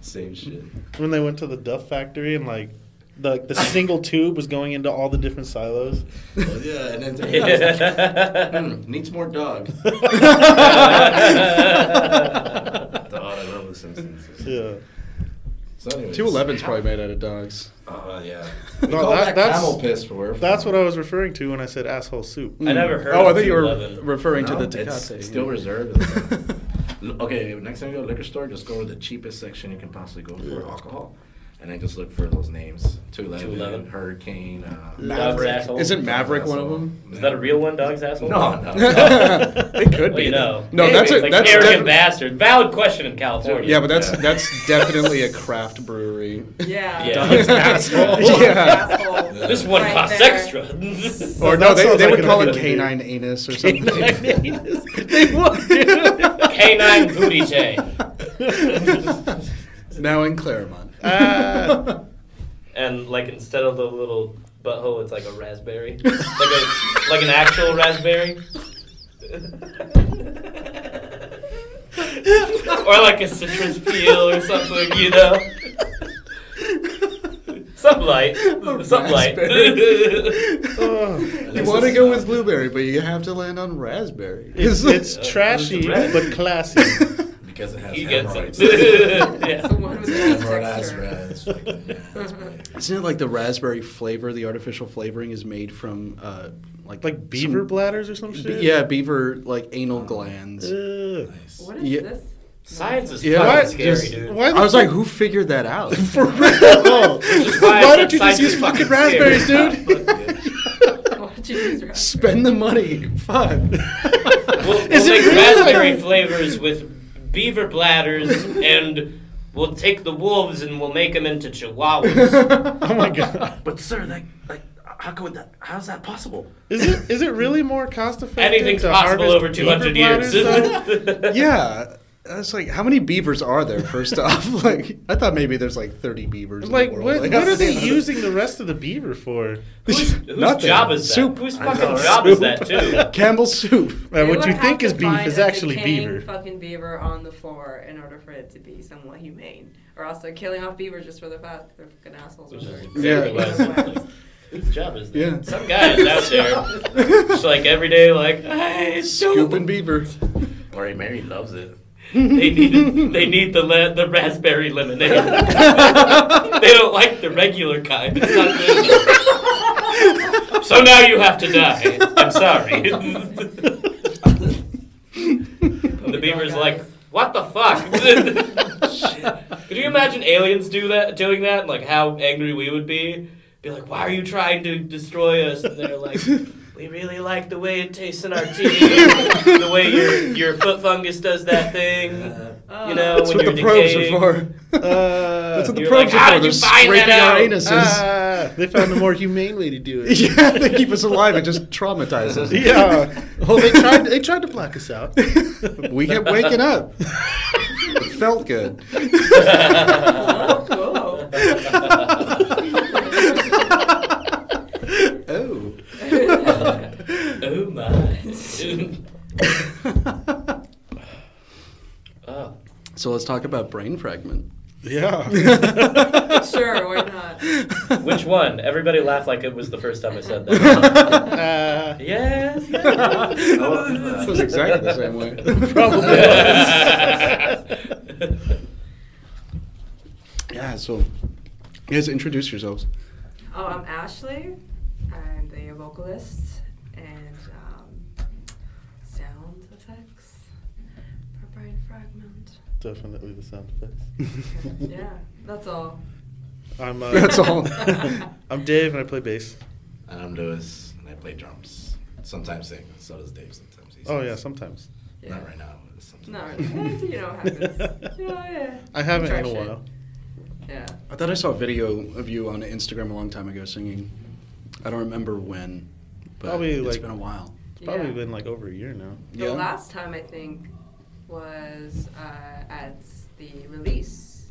Speaker 4: Same shit.
Speaker 5: when they went to the Duff Factory and like. The, the single tube was going into all the different silos.
Speaker 4: Well, yeah, and then Hmm, needs more dog. God, I love The Simpsons.
Speaker 5: Yeah.
Speaker 4: So anyways,
Speaker 3: 211's probably made out of dogs.
Speaker 4: Oh yeah. We
Speaker 5: No,
Speaker 4: call
Speaker 5: that-
Speaker 4: that,
Speaker 5: that's-
Speaker 4: camel piss for.
Speaker 5: That's what I was referring to when I said asshole soup.
Speaker 2: I never heard
Speaker 3: Oh, I
Speaker 2: of
Speaker 3: think you were
Speaker 2: 211.
Speaker 3: referring
Speaker 4: No,
Speaker 3: to the
Speaker 4: it's
Speaker 3: Tecate.
Speaker 4: still reserved. L- okay, next time you go to the liquor store, just go to the cheapest section you can possibly go for alcohol, and then just look for those names: two eleven,
Speaker 2: 211.
Speaker 4: Hurricane, uh,
Speaker 2: Dog's asshole.
Speaker 3: Isn't Maverick one of
Speaker 4: Asshole.
Speaker 3: them?
Speaker 2: Is that a real one, dog's asshole?
Speaker 4: No, no.
Speaker 3: it could
Speaker 2: Well,
Speaker 3: be.
Speaker 2: you know.
Speaker 3: No, that's a,
Speaker 2: Like
Speaker 3: that's
Speaker 2: arrogant
Speaker 3: defi-
Speaker 2: bastard. Valid question in California.
Speaker 3: Yeah, but that's
Speaker 4: Yeah.
Speaker 3: that's definitely a craft brewery.
Speaker 1: Yeah.
Speaker 2: Yeah. Dog's asshole.
Speaker 3: Yeah.
Speaker 1: Asshole.
Speaker 2: this one
Speaker 1: Right
Speaker 2: costs
Speaker 1: there.
Speaker 2: extra.
Speaker 3: Or
Speaker 5: That
Speaker 3: no, they,
Speaker 5: sounds
Speaker 3: they
Speaker 5: like
Speaker 3: would
Speaker 5: an
Speaker 3: call it
Speaker 5: idea.
Speaker 3: canine anus or something.
Speaker 5: they
Speaker 2: Canine booty J.
Speaker 3: now in Claremont.
Speaker 5: Ah.
Speaker 2: Uh, And like instead of the little butthole, it's like a raspberry, like a like an actual raspberry, or like a citrus peel or something, you know, something light, something light.
Speaker 3: raspberry.
Speaker 5: Oh.
Speaker 3: you want to go
Speaker 4: uh,
Speaker 3: with blueberry, but you have to land on raspberry.
Speaker 5: It's, it's
Speaker 2: it's
Speaker 5: trashy
Speaker 2: red.
Speaker 5: but classy.
Speaker 4: because it has
Speaker 2: he gets
Speaker 4: hemorrhoids.
Speaker 2: it. yeah.
Speaker 1: The one with the
Speaker 4: Hemorrhoid ass
Speaker 1: texture.
Speaker 4: rats, fucking raspberry.
Speaker 3: Isn't it like the raspberry flavor, the artificial flavoring is made from uh, like
Speaker 5: Like beaver
Speaker 3: some-
Speaker 5: bladders or some
Speaker 3: be-
Speaker 5: shit?
Speaker 3: yeah, beaver like anal glands.
Speaker 5: Uh, Ugh.
Speaker 4: Nice.
Speaker 1: What is
Speaker 3: Yeah.
Speaker 1: this?
Speaker 2: Science is
Speaker 3: Yeah.
Speaker 2: fucking
Speaker 3: Why-
Speaker 2: scary,
Speaker 3: just-
Speaker 2: dude.
Speaker 5: Why the
Speaker 3: I was
Speaker 5: fuck-
Speaker 3: like, who figured that out?
Speaker 5: for real? why
Speaker 2: I
Speaker 5: don't
Speaker 2: said
Speaker 5: you
Speaker 2: science
Speaker 5: just use
Speaker 2: is
Speaker 5: fucking
Speaker 2: fucking
Speaker 5: raspberries,
Speaker 2: scary.
Speaker 5: dude?
Speaker 1: Why did you use raspberry?
Speaker 3: Spend the money. Fuck.
Speaker 2: We'll, we'll
Speaker 5: Is it
Speaker 2: make
Speaker 5: really?
Speaker 2: raspberry flavors with beaver bladders, and we'll take the wolves and we'll make them into chihuahuas.
Speaker 5: oh my god.
Speaker 4: But sir, like, like, how could that? How's that possible?
Speaker 5: Is it is it really more cost effective?
Speaker 2: Anything's
Speaker 5: to
Speaker 2: possible
Speaker 5: harvest
Speaker 2: over 200
Speaker 5: beaver
Speaker 2: years.
Speaker 5: bladders, though?
Speaker 3: yeah. I was like, how many beavers are there? First off, like I thought maybe there's like 30 beavers.
Speaker 5: Like,
Speaker 3: in the
Speaker 5: what,
Speaker 3: world.
Speaker 5: what are they using the rest of the beaver for?
Speaker 2: Whose, whose
Speaker 3: Nothing.
Speaker 2: job is that?
Speaker 3: Soup.
Speaker 2: Whose
Speaker 6: I know,
Speaker 2: fucking
Speaker 6: right?
Speaker 2: job is that too?
Speaker 3: Campbell's soup.
Speaker 5: Uh,
Speaker 1: They
Speaker 5: what
Speaker 1: would
Speaker 5: you
Speaker 1: have
Speaker 5: think
Speaker 1: to
Speaker 5: is beef
Speaker 1: find
Speaker 5: is
Speaker 1: a
Speaker 5: actually
Speaker 1: decaying
Speaker 5: beaver.
Speaker 1: Fucking beaver on the floor in order for it to be somewhat humane, or else they're killing off beavers just for the fact they're fucking assholes.
Speaker 2: Which is
Speaker 1: with
Speaker 2: exactly
Speaker 1: their-
Speaker 3: Yeah.
Speaker 2: what I was thinking. Whose job is that?
Speaker 3: Yeah.
Speaker 2: Some guy is out there, just like every day, like, hey, soup.
Speaker 3: Scooping beaver.
Speaker 6: Mary Mary loves it.
Speaker 2: They need they need the la- the raspberry lemonade. they don't like the regular kind. It's not good. so now you have to die. I'm sorry. And the beaver's like, what the fuck? Could you imagine aliens do that, doing that, and like how angry we would be? Be like, why are you trying to destroy us? And they're like, we really like the way it tastes in our teeth, the way your your foot fungus does that thing. you know,
Speaker 3: Uh, That's
Speaker 2: when
Speaker 3: what
Speaker 2: you're
Speaker 3: the probes
Speaker 2: decaying.
Speaker 3: are for.
Speaker 5: Uh,
Speaker 3: That's what the
Speaker 2: You're
Speaker 3: probes
Speaker 2: like, "How
Speaker 3: are for.
Speaker 2: did
Speaker 3: They're
Speaker 2: you find
Speaker 3: scraping
Speaker 2: that
Speaker 3: our
Speaker 2: out?"
Speaker 3: anuses.
Speaker 5: ah, they found a more humane way to do it.
Speaker 3: yeah, they keep us alive. It just traumatizes Oh, us.
Speaker 5: Yeah. Well, they tried. They tried to black us out.
Speaker 3: we kept waking up. it felt good.
Speaker 1: Oh, cool.
Speaker 3: Oh.
Speaker 2: oh my. oh.
Speaker 3: So let's talk about brain fragment.
Speaker 5: Yeah.
Speaker 1: sure, why not?
Speaker 2: Which one? Everybody laughed like it was the first time I said that.
Speaker 5: Uh,
Speaker 2: yes. yes.
Speaker 3: it was exactly the same way. Yeah, so you guys introduce yourselves.
Speaker 1: Oh, I'm Ashley. I'm the vocalist and um, sound effects for Brain Fragment.
Speaker 5: definitely the sound effects.
Speaker 1: Yeah, that's all.
Speaker 5: I'm. Uh,
Speaker 3: That's all.
Speaker 5: I'm Dave, and I play bass.
Speaker 6: And I'm Lewis, and I play drums. Sometimes sing. So does Dave. Sometimes. He
Speaker 5: Oh
Speaker 6: sings.
Speaker 5: yeah, sometimes.
Speaker 1: Yeah.
Speaker 6: Not right now. but Sometimes.
Speaker 1: Not really. Eh, you know, it happens. You know, yeah.
Speaker 5: I haven't in a
Speaker 1: Try shit.
Speaker 5: while.
Speaker 1: Yeah.
Speaker 3: I thought I saw a video of you on Instagram a long time ago singing. I don't remember when, but
Speaker 5: Probably,
Speaker 3: it's
Speaker 5: like-
Speaker 3: been a while.
Speaker 5: Probably
Speaker 1: yeah.
Speaker 5: been like over a year now.
Speaker 1: The
Speaker 3: Yeah.
Speaker 1: last time I think was uh, at the release.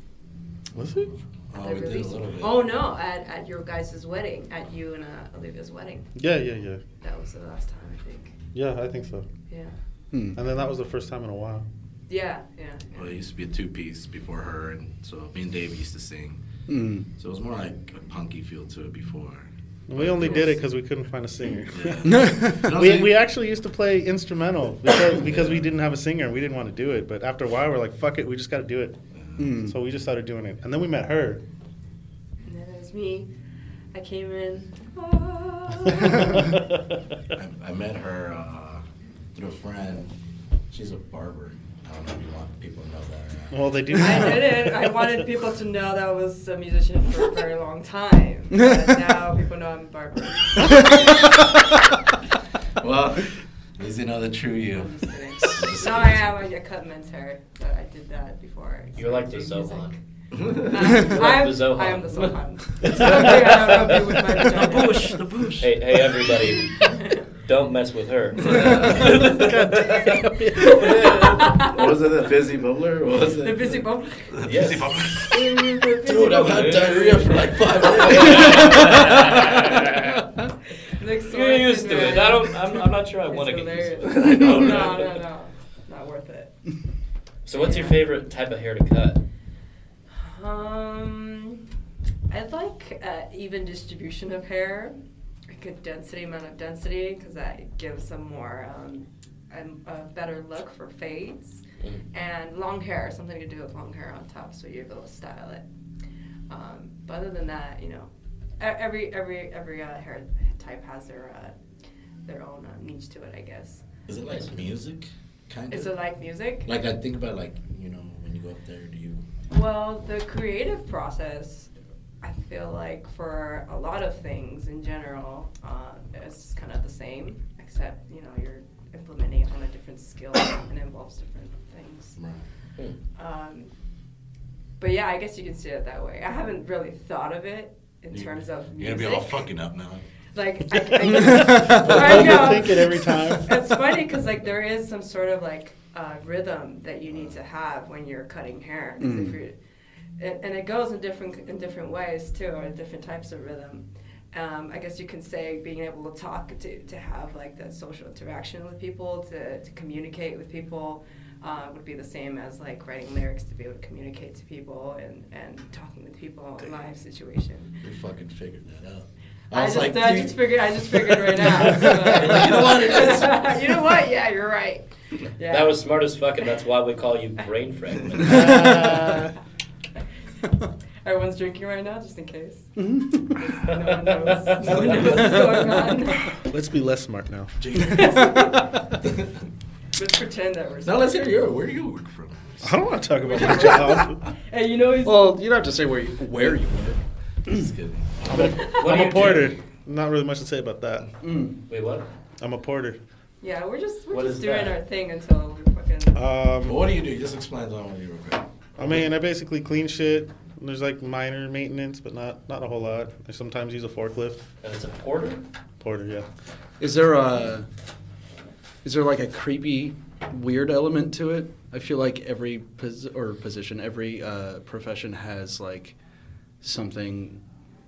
Speaker 5: Was it?
Speaker 1: At
Speaker 6: Oh,
Speaker 1: the
Speaker 6: we did a
Speaker 1: release.
Speaker 6: little bit.
Speaker 1: Oh no, at, at your guys' wedding, at you and uh, Olivia's wedding.
Speaker 5: Yeah, yeah, yeah.
Speaker 1: That was the last time I think.
Speaker 5: Yeah, I think so.
Speaker 1: Yeah.
Speaker 3: Hmm.
Speaker 5: And then that was the first time in a while.
Speaker 1: Yeah. Yeah.
Speaker 6: Well, it used to be a two piece before her, and so me and Dave used to sing.
Speaker 3: Hmm.
Speaker 6: So it was more like a punky feel to it before.
Speaker 5: We only did it because we couldn't find a singer.
Speaker 6: You know what I'm
Speaker 5: we,
Speaker 6: saying?
Speaker 5: we actually used to play instrumental because, because we didn't have a singer and we didn't want to do it. But after a while, we're like, fuck it, we just got to do it.
Speaker 3: Hmm.
Speaker 5: So we just started doing it. And then we met her.
Speaker 1: And then it was me. I came in. Ah.
Speaker 6: I, I met her uh, through a friend. She's a barber. I don't know if you want people to know that. Or not.
Speaker 5: well, they do.
Speaker 1: I
Speaker 5: now.
Speaker 1: didn't. I wanted people to know that I was a musician for a very long time. But now people know I'm a barber.
Speaker 5: Hmm. Oh.
Speaker 6: Well, at least they know the true you.
Speaker 1: I'm just kidding. no, I am. I, I cut men's hair, but I did that before. I
Speaker 2: You're like the
Speaker 1: started doing
Speaker 2: Zohan.
Speaker 1: music.
Speaker 3: You're
Speaker 1: I'm,
Speaker 2: like the
Speaker 1: I am the
Speaker 2: Zohan.
Speaker 1: Zohan. It's okay, I don't know if you would mind
Speaker 6: The
Speaker 1: joining.
Speaker 6: bush, the bush.
Speaker 2: Hey, hey, everybody! Don't mess with her.
Speaker 6: What was it the fizzy bubbler? What was it?
Speaker 1: The busy bump.
Speaker 6: The
Speaker 2: Yes.
Speaker 6: fizzy bubbler.
Speaker 1: Dude,
Speaker 6: Dude, I've had diarrhea for like five
Speaker 2: You're
Speaker 6: hours.
Speaker 1: Next door
Speaker 2: You're
Speaker 1: is
Speaker 2: used to it.
Speaker 1: Cinderella.
Speaker 2: I don't. I'm, I'm not sure I
Speaker 1: It's
Speaker 2: want to get used to
Speaker 1: hilarious.
Speaker 2: it. I
Speaker 1: no,
Speaker 2: don't
Speaker 1: no,
Speaker 2: know.
Speaker 1: no. Not worth it.
Speaker 2: So, what's your favorite type of hair to cut?
Speaker 1: Um, I like uh, even distribution of hair, a good density amount of density, because that gives a more um, a, a better look for fades,
Speaker 2: Mm.
Speaker 1: and long hair, something to do with long hair on top, so you're able to style it. Um, but other than that, you know, e- every every every uh, hair type has their uh, their own uh, niche to it, I guess.
Speaker 6: Is it like music? Kind
Speaker 1: Is
Speaker 6: of.
Speaker 1: it like music?
Speaker 6: Like I think about like you know when you go up there, do you?
Speaker 1: Well, the creative process, I feel like for a lot of things in general, uh, it's kind of the same, except you know you're implementing it on a different skill and it involves different things.
Speaker 6: Right.
Speaker 1: Um, but yeah, I guess you can see it that way. I haven't really thought of it in terms of
Speaker 6: You're
Speaker 1: music.
Speaker 6: gonna be all fucking up now.
Speaker 1: Like I, I, I know.
Speaker 5: Overthink it every time.
Speaker 1: It's funny because like there is some sort of like uh, rhythm that you need to have when you're cutting hair. 'Cause if you're, and, and it goes in different in different ways too, or different types of rhythm. Um, I guess you can say being able to talk to, to have like that social interaction with people, to, to communicate with people, uh, would be the same as like writing lyrics to be able to communicate to people and, and talking with people in live situation.
Speaker 4: We fucking figured that out.
Speaker 1: I,
Speaker 4: was
Speaker 1: just,
Speaker 4: like,
Speaker 1: I
Speaker 4: dude.
Speaker 1: just figured, I just figured right now. so-
Speaker 4: you know what it is.
Speaker 1: you know what? Yeah, you're right. Yeah.
Speaker 2: That was smart as fuck, and that's why we call you brain fragment.
Speaker 5: Uh,
Speaker 1: Everyone's drinking right now, just in case.
Speaker 3: Mhm.
Speaker 1: No one knows. No one knows what's going on.
Speaker 5: Let's be less smart now.
Speaker 1: Let's pretend that we're.
Speaker 4: Now let's hear your. Where do you?
Speaker 6: Work from.
Speaker 5: I don't want to talk about my job.
Speaker 1: Hey, you know he's.
Speaker 3: well, you don't have to say where you, where you were.
Speaker 6: Just kidding.
Speaker 2: What
Speaker 5: I'm
Speaker 2: do
Speaker 5: a
Speaker 2: you
Speaker 5: porter.
Speaker 2: do?
Speaker 5: Not really much to say about that.
Speaker 2: Wait, what?
Speaker 5: I'm a porter.
Speaker 1: yeah, we're just
Speaker 2: What
Speaker 1: we're
Speaker 2: is
Speaker 1: just doing
Speaker 2: that?
Speaker 1: our thing until we fucking.
Speaker 5: Um,
Speaker 4: What do you do? Just explain that one to me real quick.
Speaker 5: I mean, I basically clean shit. There's like minor maintenance, but not not a whole lot. I sometimes use a forklift.
Speaker 2: And it's a porter?
Speaker 5: Porter, yeah.
Speaker 3: Is there a is there like a creepy weird element to it? I feel like every pos- or position, every uh, profession has like something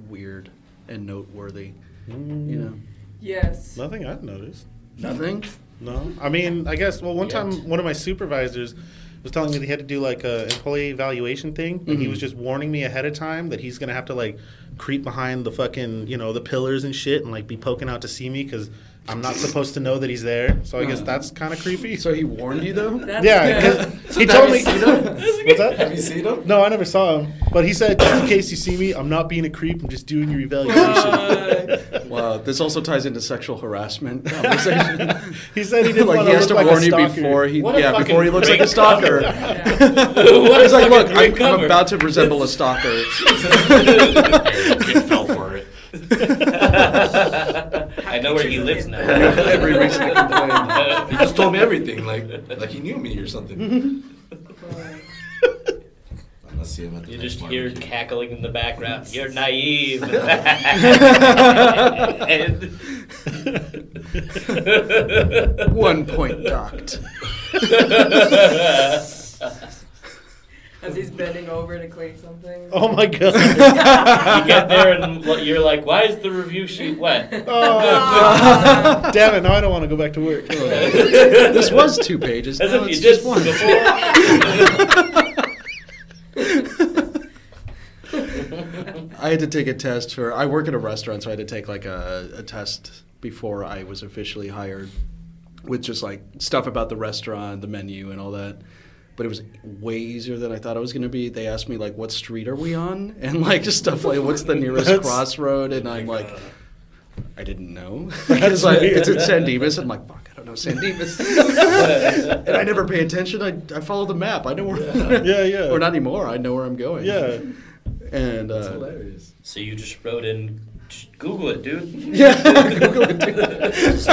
Speaker 3: weird and noteworthy. You know,
Speaker 1: yes.
Speaker 5: Nothing I've noticed.
Speaker 3: Mm. nothing.
Speaker 5: No, I mean, I guess. Well, one time,
Speaker 2: Yet.
Speaker 5: one of my supervisors was telling me that he had to do like a employee evaluation thing, and he was just warning me ahead of time that he's gonna have to like creep behind the fucking you know the pillars and shit, and like be poking out to see me because I'm not supposed to know that he's there. So I guess that's kind of creepy.
Speaker 3: So he warned you though.
Speaker 1: That's
Speaker 5: yeah,
Speaker 1: good.
Speaker 5: 'cause he told me. What's
Speaker 4: Have you
Speaker 5: that?
Speaker 4: seen him?
Speaker 5: No, I never saw him. But he said, just in case you see me, I'm not being a creep. I'm just doing your evaluation.
Speaker 3: Wow, this also ties into sexual harassment conversation.
Speaker 5: he said he didn't
Speaker 3: like
Speaker 5: want
Speaker 3: he has to
Speaker 5: look like
Speaker 3: warn
Speaker 5: a
Speaker 3: you
Speaker 5: stalker.
Speaker 3: before he
Speaker 2: What a
Speaker 3: yeah
Speaker 2: fucking
Speaker 3: before he looks like a
Speaker 2: great
Speaker 3: stalker.
Speaker 2: What a
Speaker 3: He's like,
Speaker 2: fucking
Speaker 3: look,
Speaker 2: great
Speaker 3: I'm, I'm
Speaker 2: cover."
Speaker 3: about to resemble a stalker.
Speaker 4: He fell for it.
Speaker 2: I know where he lives now.
Speaker 3: Every reason to complain.
Speaker 4: He just told me everything, like like he knew me or
Speaker 5: Mm-hmm.
Speaker 4: something. I'm gonna see him at the
Speaker 2: You
Speaker 4: next
Speaker 2: just hear
Speaker 4: barbecue.
Speaker 2: cackling in the background. You're naive.
Speaker 3: One point docked.
Speaker 1: As he's bending over to clean something.
Speaker 5: Oh my god.
Speaker 2: You get there and l- you're like, why is the review sheet wet?
Speaker 5: Oh, damn it! Now I don't want to go back to work.
Speaker 3: Oh, this was two pages.
Speaker 2: As
Speaker 3: now
Speaker 2: if
Speaker 3: it's
Speaker 2: you
Speaker 3: just
Speaker 2: did
Speaker 3: one. I had to take a test for. I work at a restaurant, so I had to take like a, a test before I was officially hired, with just like stuff about the restaurant, the menu, and all that. But it was way easier than I thought it was going to be. They asked me like, "What street are we on?" and like just stuff like, "What's the nearest
Speaker 5: That's-
Speaker 3: crossroad?" And I'm like,
Speaker 4: uh,
Speaker 3: I didn't know. it's like
Speaker 5: weird.
Speaker 3: it's at San Dimas. I'm like, fuck, I don't know San Dimas. and I never pay attention. I, I follow the map. I know where.
Speaker 5: Yeah, yeah.
Speaker 3: Or not anymore. I know where I'm going.
Speaker 5: Yeah.
Speaker 3: And
Speaker 4: That's
Speaker 3: uh,
Speaker 4: hilarious.
Speaker 2: So you just wrote in, "Just Google it, dude.
Speaker 3: yeah, Google it, dude. I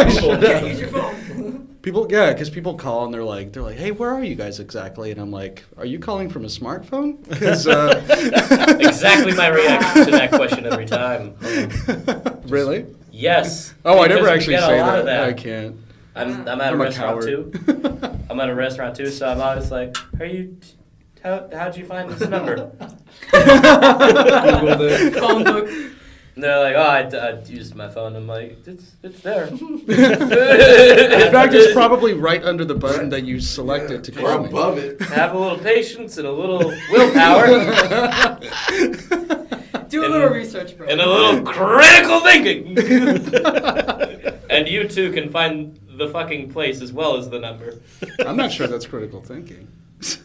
Speaker 3: should
Speaker 1: Yeah,
Speaker 3: have.
Speaker 1: use your phone.
Speaker 3: People, yeah, because people call and they're like, they're like, hey, where are you guys exactly? And I'm like, are you calling from a smartphone? 'Cause, uh,
Speaker 2: Exactly my reaction to that question every time.
Speaker 3: really?
Speaker 2: Yes.
Speaker 3: Oh, I
Speaker 2: because
Speaker 3: never
Speaker 2: we
Speaker 3: actually
Speaker 2: get a
Speaker 3: say
Speaker 2: lot
Speaker 3: that.
Speaker 2: of that.
Speaker 3: I can't.
Speaker 2: I'm, I'm at
Speaker 3: I'm
Speaker 2: a
Speaker 3: a
Speaker 2: restaurant
Speaker 3: coward.
Speaker 2: too. I'm at a restaurant too, so I'm always like, "Are you? How how'd you find this number?"
Speaker 4: Google it.
Speaker 1: phone book.
Speaker 2: And they're like, "Oh, I, d- I used my phone." I'm like, "It's it's there."
Speaker 3: In fact, it's probably right under the button that you selected to
Speaker 4: We're
Speaker 3: call me.
Speaker 4: above it.
Speaker 2: have a little patience and a little willpower and
Speaker 1: Do a
Speaker 2: And-
Speaker 1: little research, bro.
Speaker 2: a little critical thinking, and you too can find the fucking place as well as the number.
Speaker 3: I'm not sure that's critical thinking. it's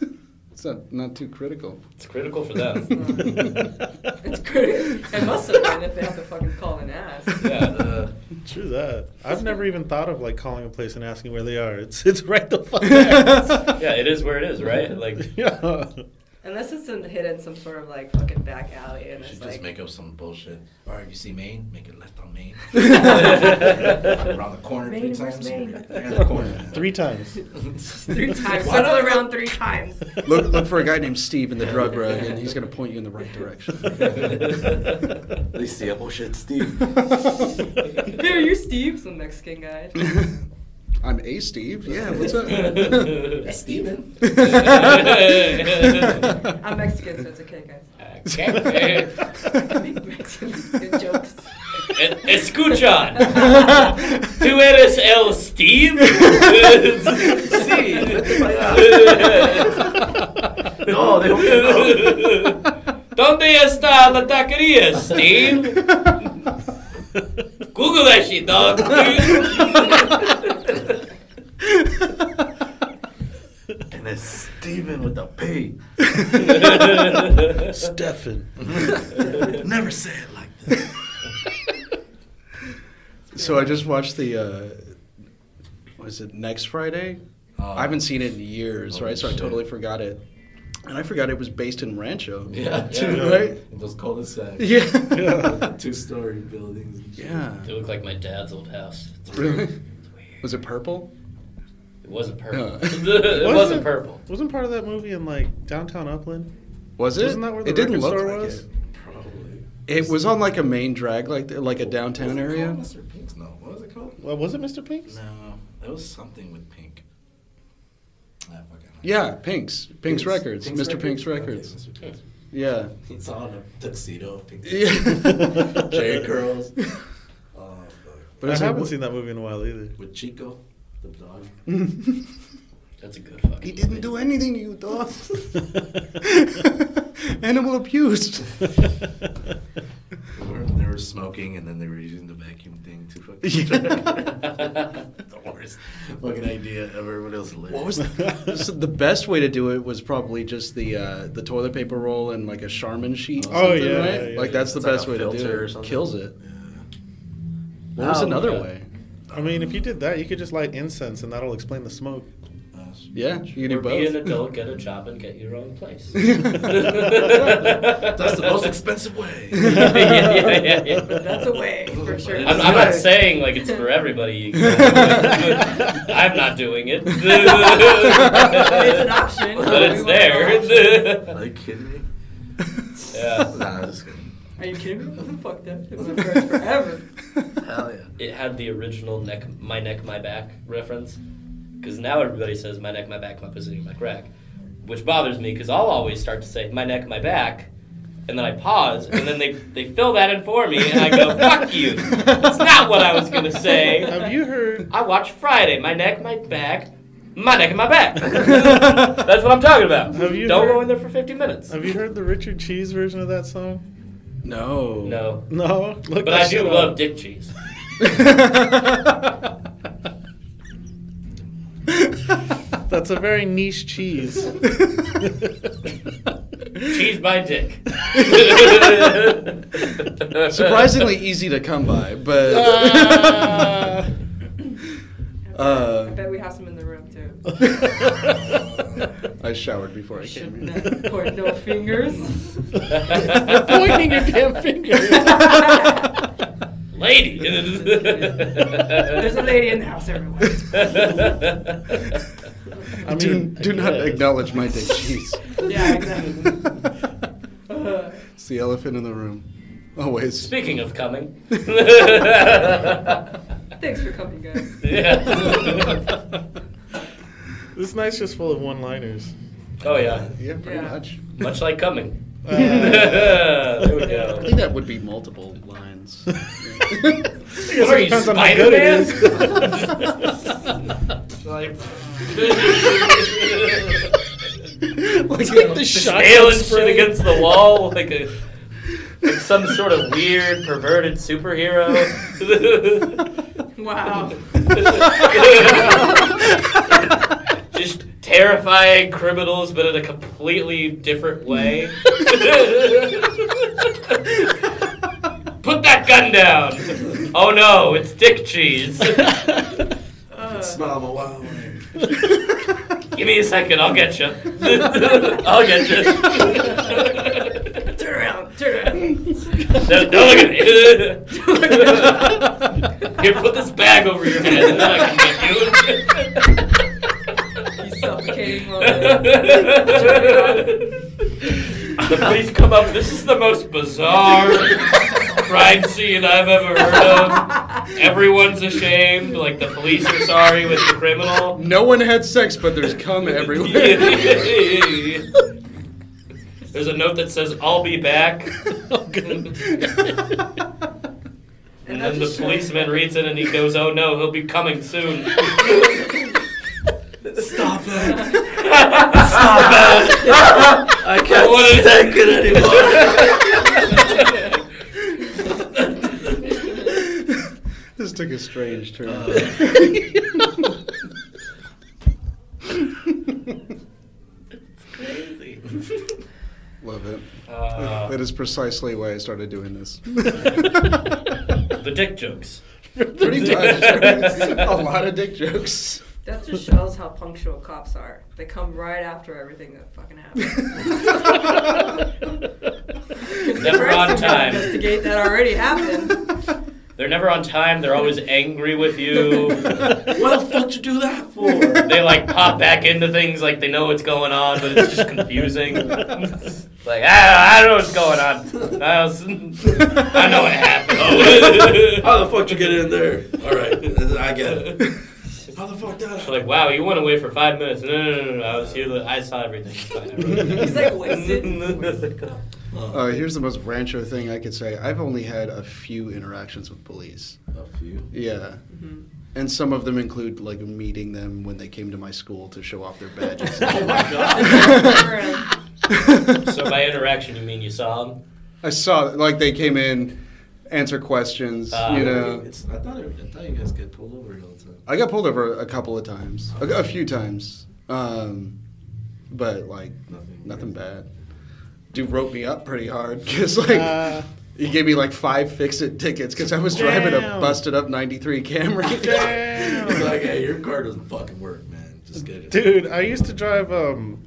Speaker 3: not, not too critical.
Speaker 2: It's critical for them.
Speaker 1: It's good. It must have been if they have to fucking call and ask.
Speaker 2: Yeah. Uh,
Speaker 5: True that. I've never even thought of like calling a place and asking where they are. It's it's right the fuck there.
Speaker 2: yeah, it is where it is, right? Like,
Speaker 5: yeah.
Speaker 1: Unless it's in, hidden some sort of like fucking back alley and
Speaker 4: Should
Speaker 1: it's
Speaker 4: just
Speaker 1: like.
Speaker 4: make up some bullshit. All right, you see Maine, make it left on Maine. around the corner
Speaker 1: Maine,
Speaker 4: three
Speaker 1: where's
Speaker 4: times.
Speaker 1: Maine?
Speaker 4: Around the corner.
Speaker 5: Three times.
Speaker 1: Three times.
Speaker 4: Why
Speaker 1: Circle
Speaker 4: not?
Speaker 1: around three times.
Speaker 3: Look, look for a guy named Steve in the drug rug, and he's going to point you in the right
Speaker 4: They see a bullshit, Steve.
Speaker 1: Here, you Steve, some Mexican guy.
Speaker 3: direction. I'm a Steve. Yeah, what's up?
Speaker 2: That's Steven. okay.
Speaker 1: I'm Mexican, so it's okay, guys. Big Mexicans, good jokes.
Speaker 2: E- Escuchan. Tú eres el Steve? sí.
Speaker 6: No, they don't get
Speaker 2: ¿Dónde está la taquería, Steve? Google that shit, dog.
Speaker 6: And it's Steven with the P.
Speaker 5: Stefan.
Speaker 6: Mm-hmm. Never say it like that.
Speaker 3: So I just watched the. Uh, was it next Friday? I haven't seen it in years,
Speaker 4: holy
Speaker 3: right? So I
Speaker 4: shit.
Speaker 3: totally forgot it, and I forgot it was based in Rancho.
Speaker 4: Yeah,
Speaker 3: too,
Speaker 4: yeah.
Speaker 3: right?
Speaker 4: Those cul-de-sacs.
Speaker 3: Yeah.
Speaker 4: Two story buildings. and shit.
Speaker 3: yeah.
Speaker 2: They look like my dad's old house. It's
Speaker 3: Really?
Speaker 2: weird.
Speaker 3: Was it purple?
Speaker 2: It wasn't purple.
Speaker 3: No.
Speaker 2: it wasn't purple.
Speaker 5: Wasn't part of that movie in like downtown Upland?
Speaker 3: Was it?
Speaker 5: Wasn't that where the
Speaker 3: it didn't
Speaker 5: record
Speaker 3: look
Speaker 5: store
Speaker 3: like
Speaker 5: was?
Speaker 3: it.
Speaker 4: Probably.
Speaker 3: It was on like a main drag, like like a
Speaker 4: Was
Speaker 3: downtown
Speaker 4: it
Speaker 3: area.
Speaker 4: called Mr. Pink's? No. What was it called?
Speaker 5: Well, was it Mr. Pink's?
Speaker 4: No. There was something with Pink. Ah, fuck it.
Speaker 3: Yeah, Pink's, Pink's, Records, Mr. Pink's
Speaker 4: Okay,
Speaker 3: Records.
Speaker 4: Mr. Pink's.
Speaker 3: Yeah.
Speaker 4: He's all in a tuxedo. Pink
Speaker 3: Yeah.
Speaker 4: J girls. Oh, fuck.
Speaker 3: But
Speaker 5: I
Speaker 3: it's like,
Speaker 5: haven't
Speaker 3: what-
Speaker 5: seen that movie in a while either.
Speaker 4: With Chico, the dog.
Speaker 2: That's a good fucking.
Speaker 3: He didn't do anything to you, dog.
Speaker 5: it.
Speaker 3: Animal abuse.
Speaker 4: They were, they were smoking and then they were using the vacuum thing to fucking.
Speaker 3: Yeah.
Speaker 4: the worst fucking idea ever. What else?
Speaker 3: What was the, so the best way to do it was probably just the uh, the toilet paper roll and like a Charmin sheet. Or
Speaker 5: Oh,
Speaker 3: something,
Speaker 5: yeah,
Speaker 3: right?
Speaker 5: yeah, yeah.
Speaker 3: like that's the
Speaker 6: It's like
Speaker 3: best
Speaker 6: a
Speaker 3: way to
Speaker 6: filter or
Speaker 3: do it.
Speaker 6: something.
Speaker 3: Kills it.
Speaker 4: Yeah.
Speaker 3: What was
Speaker 2: Oh,
Speaker 3: another
Speaker 2: yeah.
Speaker 3: way?
Speaker 5: I mean, if you did that, you could just light incense and that'll explain the smoke.
Speaker 4: Uh, sh-
Speaker 3: Yeah, you can
Speaker 2: Or
Speaker 3: do
Speaker 2: be an
Speaker 3: both.
Speaker 2: adult, get a job, and get your own place.
Speaker 4: That's the most expensive way.
Speaker 2: yeah, yeah, yeah, yeah.
Speaker 1: That's a way, for sure.
Speaker 2: I'm, I'm not saying like it's for everybody. I'm not doing it.
Speaker 1: it's an option.
Speaker 2: but it's there.
Speaker 4: Are you kidding me?
Speaker 2: yeah.
Speaker 4: Nah, just kidding.
Speaker 1: Are you kidding me? Fuck that. It was a friend forever.
Speaker 4: Hell yeah.
Speaker 2: It had the original neck, my neck, my back reference. Because now everybody says my neck, my back, my position, my crack. Which bothers me because I'll always start to say my neck, my back. And then I pause, and then they, they fill that in for me, and I go, fuck you. That's not what I was going to say.
Speaker 5: Have you heard?
Speaker 2: I watch Friday. My neck, my back, my neck, and my back. That's what I'm talking about.
Speaker 5: Have you
Speaker 2: Don't go
Speaker 5: heard-
Speaker 2: in there for 50 minutes.
Speaker 5: Have you heard the Richard Cheese version of that song?
Speaker 3: no.
Speaker 2: No.
Speaker 5: No. Look
Speaker 2: But
Speaker 5: that
Speaker 2: I do
Speaker 5: shit up.
Speaker 2: love dick cheese.
Speaker 5: That's a very niche cheese.
Speaker 2: Cheese by dick.
Speaker 3: Surprisingly e- easy to come by, but
Speaker 5: Ah.
Speaker 1: I
Speaker 3: uh,
Speaker 1: bet we have some in the room too.
Speaker 3: Uh, I showered before I
Speaker 1: Should
Speaker 3: came here.
Speaker 1: not point no fingers.
Speaker 5: Pointing your damn finger.
Speaker 2: Lady.
Speaker 1: There's a lady in the house, everyone.
Speaker 5: I
Speaker 3: do
Speaker 5: mean,
Speaker 3: do not
Speaker 2: guess.
Speaker 3: acknowledge my dick cheese.
Speaker 1: Yeah, exactly. Uh,
Speaker 3: It's the elephant in the room. Always.
Speaker 2: Speaking of coming.
Speaker 1: thanks for coming, guys.
Speaker 2: Yeah.
Speaker 5: this night's just full of one-liners.
Speaker 2: Oh, yeah.
Speaker 3: yeah, pretty
Speaker 1: Yeah.
Speaker 3: much.
Speaker 2: Much like coming.
Speaker 5: Uh,
Speaker 2: there we
Speaker 3: I
Speaker 2: go.
Speaker 3: think that would be multiple lines.
Speaker 2: What are you,
Speaker 5: depends on how good it
Speaker 2: Spider-Man?
Speaker 4: Like,
Speaker 5: It's like the shotgun
Speaker 2: Nailing shit
Speaker 5: spray.
Speaker 2: against the wall like a like some sort of weird perverted superhero.
Speaker 1: Wow.
Speaker 2: Just terrifying criminals, but in a completely different way. Put that gun down. Oh no, it's dick cheese.
Speaker 1: Uh,
Speaker 4: smile a wild way.
Speaker 2: Give me a second, I'll get you. I'll get you.
Speaker 1: turn around, turn around.
Speaker 2: No, don't look at me. Here, put this bag over your head, and then I can get you.
Speaker 1: You suffocating mother.
Speaker 2: the police come up. This is the most bizarre crime scene I've ever heard of. Everyone's ashamed. Like the police are sorry with the criminal.
Speaker 3: No one had sex, but there's cum everywhere.
Speaker 2: There's a note that says, "I'll be back," and
Speaker 1: that
Speaker 2: then the
Speaker 1: just shows-
Speaker 2: policeman reads it and he goes, "Oh no, he'll be coming soon."
Speaker 4: Stop it.
Speaker 6: I can't
Speaker 2: What is-
Speaker 6: take it
Speaker 3: this took a strange turn. Love it.
Speaker 2: Uh,
Speaker 3: That is precisely why I started doing this.
Speaker 2: the dick jokes.
Speaker 3: Pretty much. a lot of dick jokes.
Speaker 1: That just shows how punctual cops are. They come right after everything that fucking happens.
Speaker 2: Never on
Speaker 1: First, they
Speaker 2: time.
Speaker 1: Investigate that already happened.
Speaker 2: They're never on time. They're always angry with you.
Speaker 6: What the fuck you do that for?
Speaker 2: They like pop back into things like they know what's going on, but it's just confusing. like I, I don't know what's going on. I, was, I know what happened.
Speaker 6: How the fuck you get in there? All right, I get it.
Speaker 4: How the fuck that
Speaker 2: Like, wow, you went away for five minutes. No, no, no, no, no. I was here. I saw everything. It's fine, I wrote it.
Speaker 1: He's like wasted. wasted cop.
Speaker 4: Oh.
Speaker 3: Uh, here's the most rancho thing I could say. I've only had a few interactions with police.
Speaker 4: A few.
Speaker 3: Yeah. And some of them include like meeting them when they came to my school to show off their badges.
Speaker 4: Oh my
Speaker 1: God.
Speaker 2: So by interaction, you mean you saw him?
Speaker 3: I saw like they came in, answer questions.
Speaker 2: Uh,
Speaker 3: you know,
Speaker 4: It's, I, thought it, I thought you guys get pulled over all the time.
Speaker 3: I got pulled over a couple of times, a, a few times, um, but like
Speaker 4: Nothing.
Speaker 3: nothing bad. Dude wrote me up pretty hard because like
Speaker 5: Uh,
Speaker 3: he gave me like five fix-it tickets because I was driving a
Speaker 5: Damn.
Speaker 3: busted up '93 Camry.
Speaker 4: It's
Speaker 5: damn.
Speaker 4: like, hey, your car doesn't fucking work, man. Just get it.
Speaker 5: Dude, I used to drive um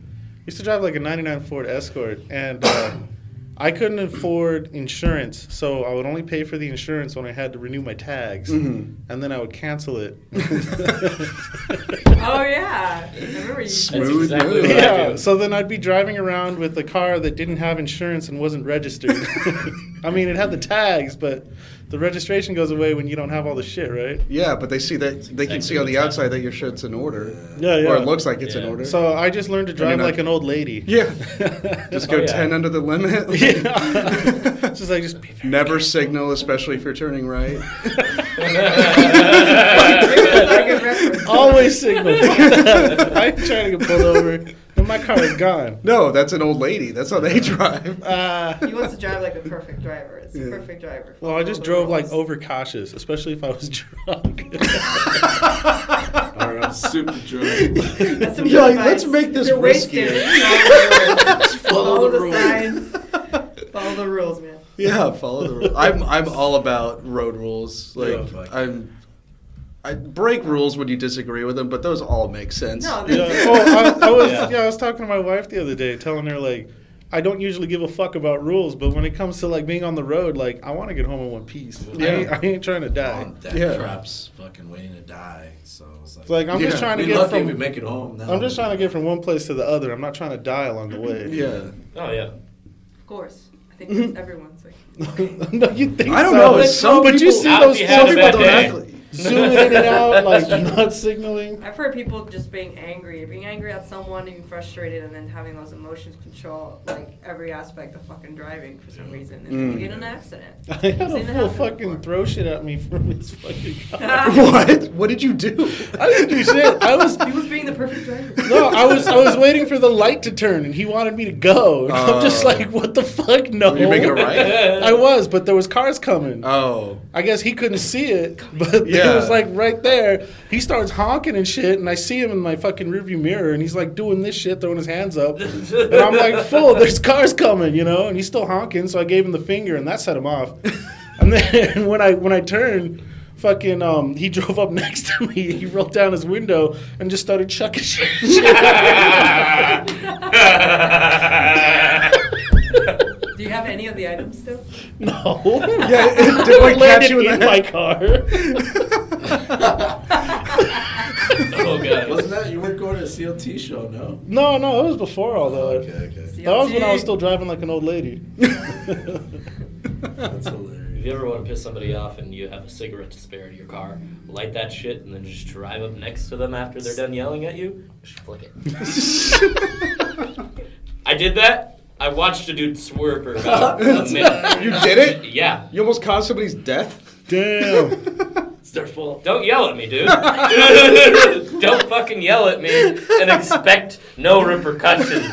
Speaker 5: used to drive like a 99 Ford Escort and uh, I couldn't afford insurance, so I would only pay for the insurance when I had to renew my tags
Speaker 2: Mm-hmm.
Speaker 5: and then I would cancel it.
Speaker 1: Oh yeah. I remember you.
Speaker 2: That's
Speaker 3: Smooth
Speaker 2: exactly
Speaker 3: move.
Speaker 2: what I
Speaker 5: yeah,
Speaker 2: do.
Speaker 5: so then I'd be driving around with a car that didn't have insurance and wasn't registered. I mean, it had the tags, but the registration goes away when you don't have all the shit, right?
Speaker 3: Yeah, but they see that they can
Speaker 2: exactly
Speaker 3: see on the
Speaker 2: what's
Speaker 3: outside that your shirt's in order,
Speaker 5: Yeah, yeah.
Speaker 3: or it looks like it's in
Speaker 2: Yeah.
Speaker 3: order.
Speaker 5: so I just learned to drive
Speaker 3: not-
Speaker 5: like an old lady.
Speaker 3: yeah, just go
Speaker 2: Oh, yeah.
Speaker 3: ten under the limit.
Speaker 5: Yeah. It's just like just be very
Speaker 3: Never signal, especially if you're turning right.
Speaker 5: Always signal. I ain't trying to get pulled over, and my car is gone.
Speaker 3: No, that's an old lady. That's how they drive.
Speaker 5: Uh,
Speaker 1: He wants to drive like a perfect driver. It's
Speaker 3: Yeah.
Speaker 1: a perfect driver.
Speaker 5: well, I just
Speaker 1: All the
Speaker 5: drove like
Speaker 1: rules.
Speaker 5: overcautious, especially if I was drunk.
Speaker 4: All right, I'm super drunk.
Speaker 1: That's some
Speaker 3: You're
Speaker 1: good
Speaker 3: like, let's
Speaker 1: advice.
Speaker 3: make this
Speaker 1: You're wasted.
Speaker 3: riskier.
Speaker 1: You know,
Speaker 4: Just follow
Speaker 1: Follow
Speaker 4: the
Speaker 1: the
Speaker 4: rules.
Speaker 1: signs. Follow the rules, man.
Speaker 3: Yeah, follow the rules. I'm I'm all about road rules. Like
Speaker 4: Yeah, fuck.
Speaker 3: I'm, I break rules when you disagree with them, but those all make sense.
Speaker 1: No,
Speaker 5: Yeah.
Speaker 1: that's-
Speaker 5: Oh, I, I was
Speaker 2: Yeah.
Speaker 5: yeah. I was talking to my wife the other day, telling her like, I don't usually give a fuck about rules, but when it comes to like being on the road, like I want to get home in one piece. I, ain't, I ain't trying to die.
Speaker 4: On deck
Speaker 3: Yeah.
Speaker 4: traps, fucking waiting to die. So it's like,
Speaker 5: It's like I'm
Speaker 3: Yeah.
Speaker 5: just trying to
Speaker 4: we
Speaker 5: get
Speaker 4: lucky we
Speaker 5: from
Speaker 4: make it home. Now.
Speaker 5: I'm just trying to get from one place to the other. I'm not trying to die along the way.
Speaker 3: yeah.
Speaker 2: Oh yeah.
Speaker 1: Of course. I think that's everyone's like.
Speaker 5: no, you think
Speaker 3: I don't
Speaker 5: so.
Speaker 3: know.
Speaker 5: But-
Speaker 3: some
Speaker 5: but you
Speaker 3: people-
Speaker 5: see
Speaker 2: Alfie
Speaker 5: those
Speaker 2: had a
Speaker 5: some people
Speaker 2: bad
Speaker 5: don't
Speaker 2: day.
Speaker 5: act- zooming in and out, like not signaling.
Speaker 1: I've heard people just being angry, being angry at someone, being frustrated, and then having those emotions control like every aspect of fucking driving for some reason, and then you get in an accident.
Speaker 5: I had
Speaker 1: Seen it
Speaker 5: a fool
Speaker 1: happen
Speaker 5: fucking
Speaker 1: before.
Speaker 5: throw shit at me from his fucking car.
Speaker 3: What? What did you do?
Speaker 5: I didn't do shit. I was
Speaker 1: he was being the perfect driver.
Speaker 5: no, I was I was waiting for the light to turn, and he wanted me to go. And I'm just
Speaker 3: Oh.
Speaker 5: like, what the fuck? No,
Speaker 3: Were you making a right?
Speaker 2: Oh,
Speaker 5: I was, but there was cars coming.
Speaker 3: Oh,
Speaker 5: I guess he couldn't see it, but
Speaker 3: Yeah.
Speaker 5: it was like right there. He starts honking and shit, and I see him in my fucking rearview mirror, and he's like doing this shit, throwing his hands up, and I'm like, "Fool, there's cars coming," you know. And he's still honking, so I gave him the finger, and that set him off. and then when I when I turned, fucking, um, he drove up next to me. He rolled down his window and just started chucking shit.
Speaker 1: Do you have any of the items still?
Speaker 5: no,
Speaker 3: yeah. It, did
Speaker 5: It
Speaker 3: like catch
Speaker 5: landed
Speaker 3: you in
Speaker 5: in
Speaker 3: the
Speaker 5: my
Speaker 3: head?
Speaker 5: car.
Speaker 2: Oh god.
Speaker 4: Wasn't that you weren't going to a CLT show? No.
Speaker 5: No, no, it was before all that.
Speaker 4: Okay, okay.
Speaker 5: That was when I was still driving like an old lady.
Speaker 4: That's hilarious.
Speaker 2: If you ever want to piss somebody off and you have a cigarette to spare in your car, light that shit and then just drive up next to them after they're done yelling at you. Just flick it. I did that. I watched a dude swerve for about a minute.
Speaker 3: You did it?
Speaker 2: Yeah.
Speaker 3: You almost caused somebody's death?
Speaker 5: Damn.
Speaker 2: It's their fault. Don't yell at me, dude. Don't fucking yell at me and expect no repercussions.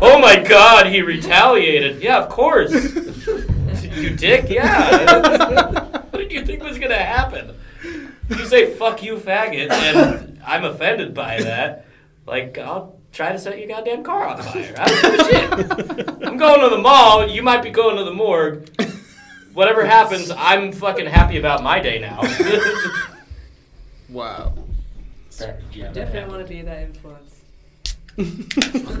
Speaker 2: oh my god, he retaliated. Yeah, of course. you dick, yeah. what did you think was gonna happen? You say fuck you faggot and I'm offended by that. Like, I'll try to set your goddamn car on fire. I don't give a shit. I'm going to the mall, you might be going to the morgue whatever happens, I'm fucking happy about my day now.
Speaker 3: Wow.
Speaker 1: Definitely want to be that influence.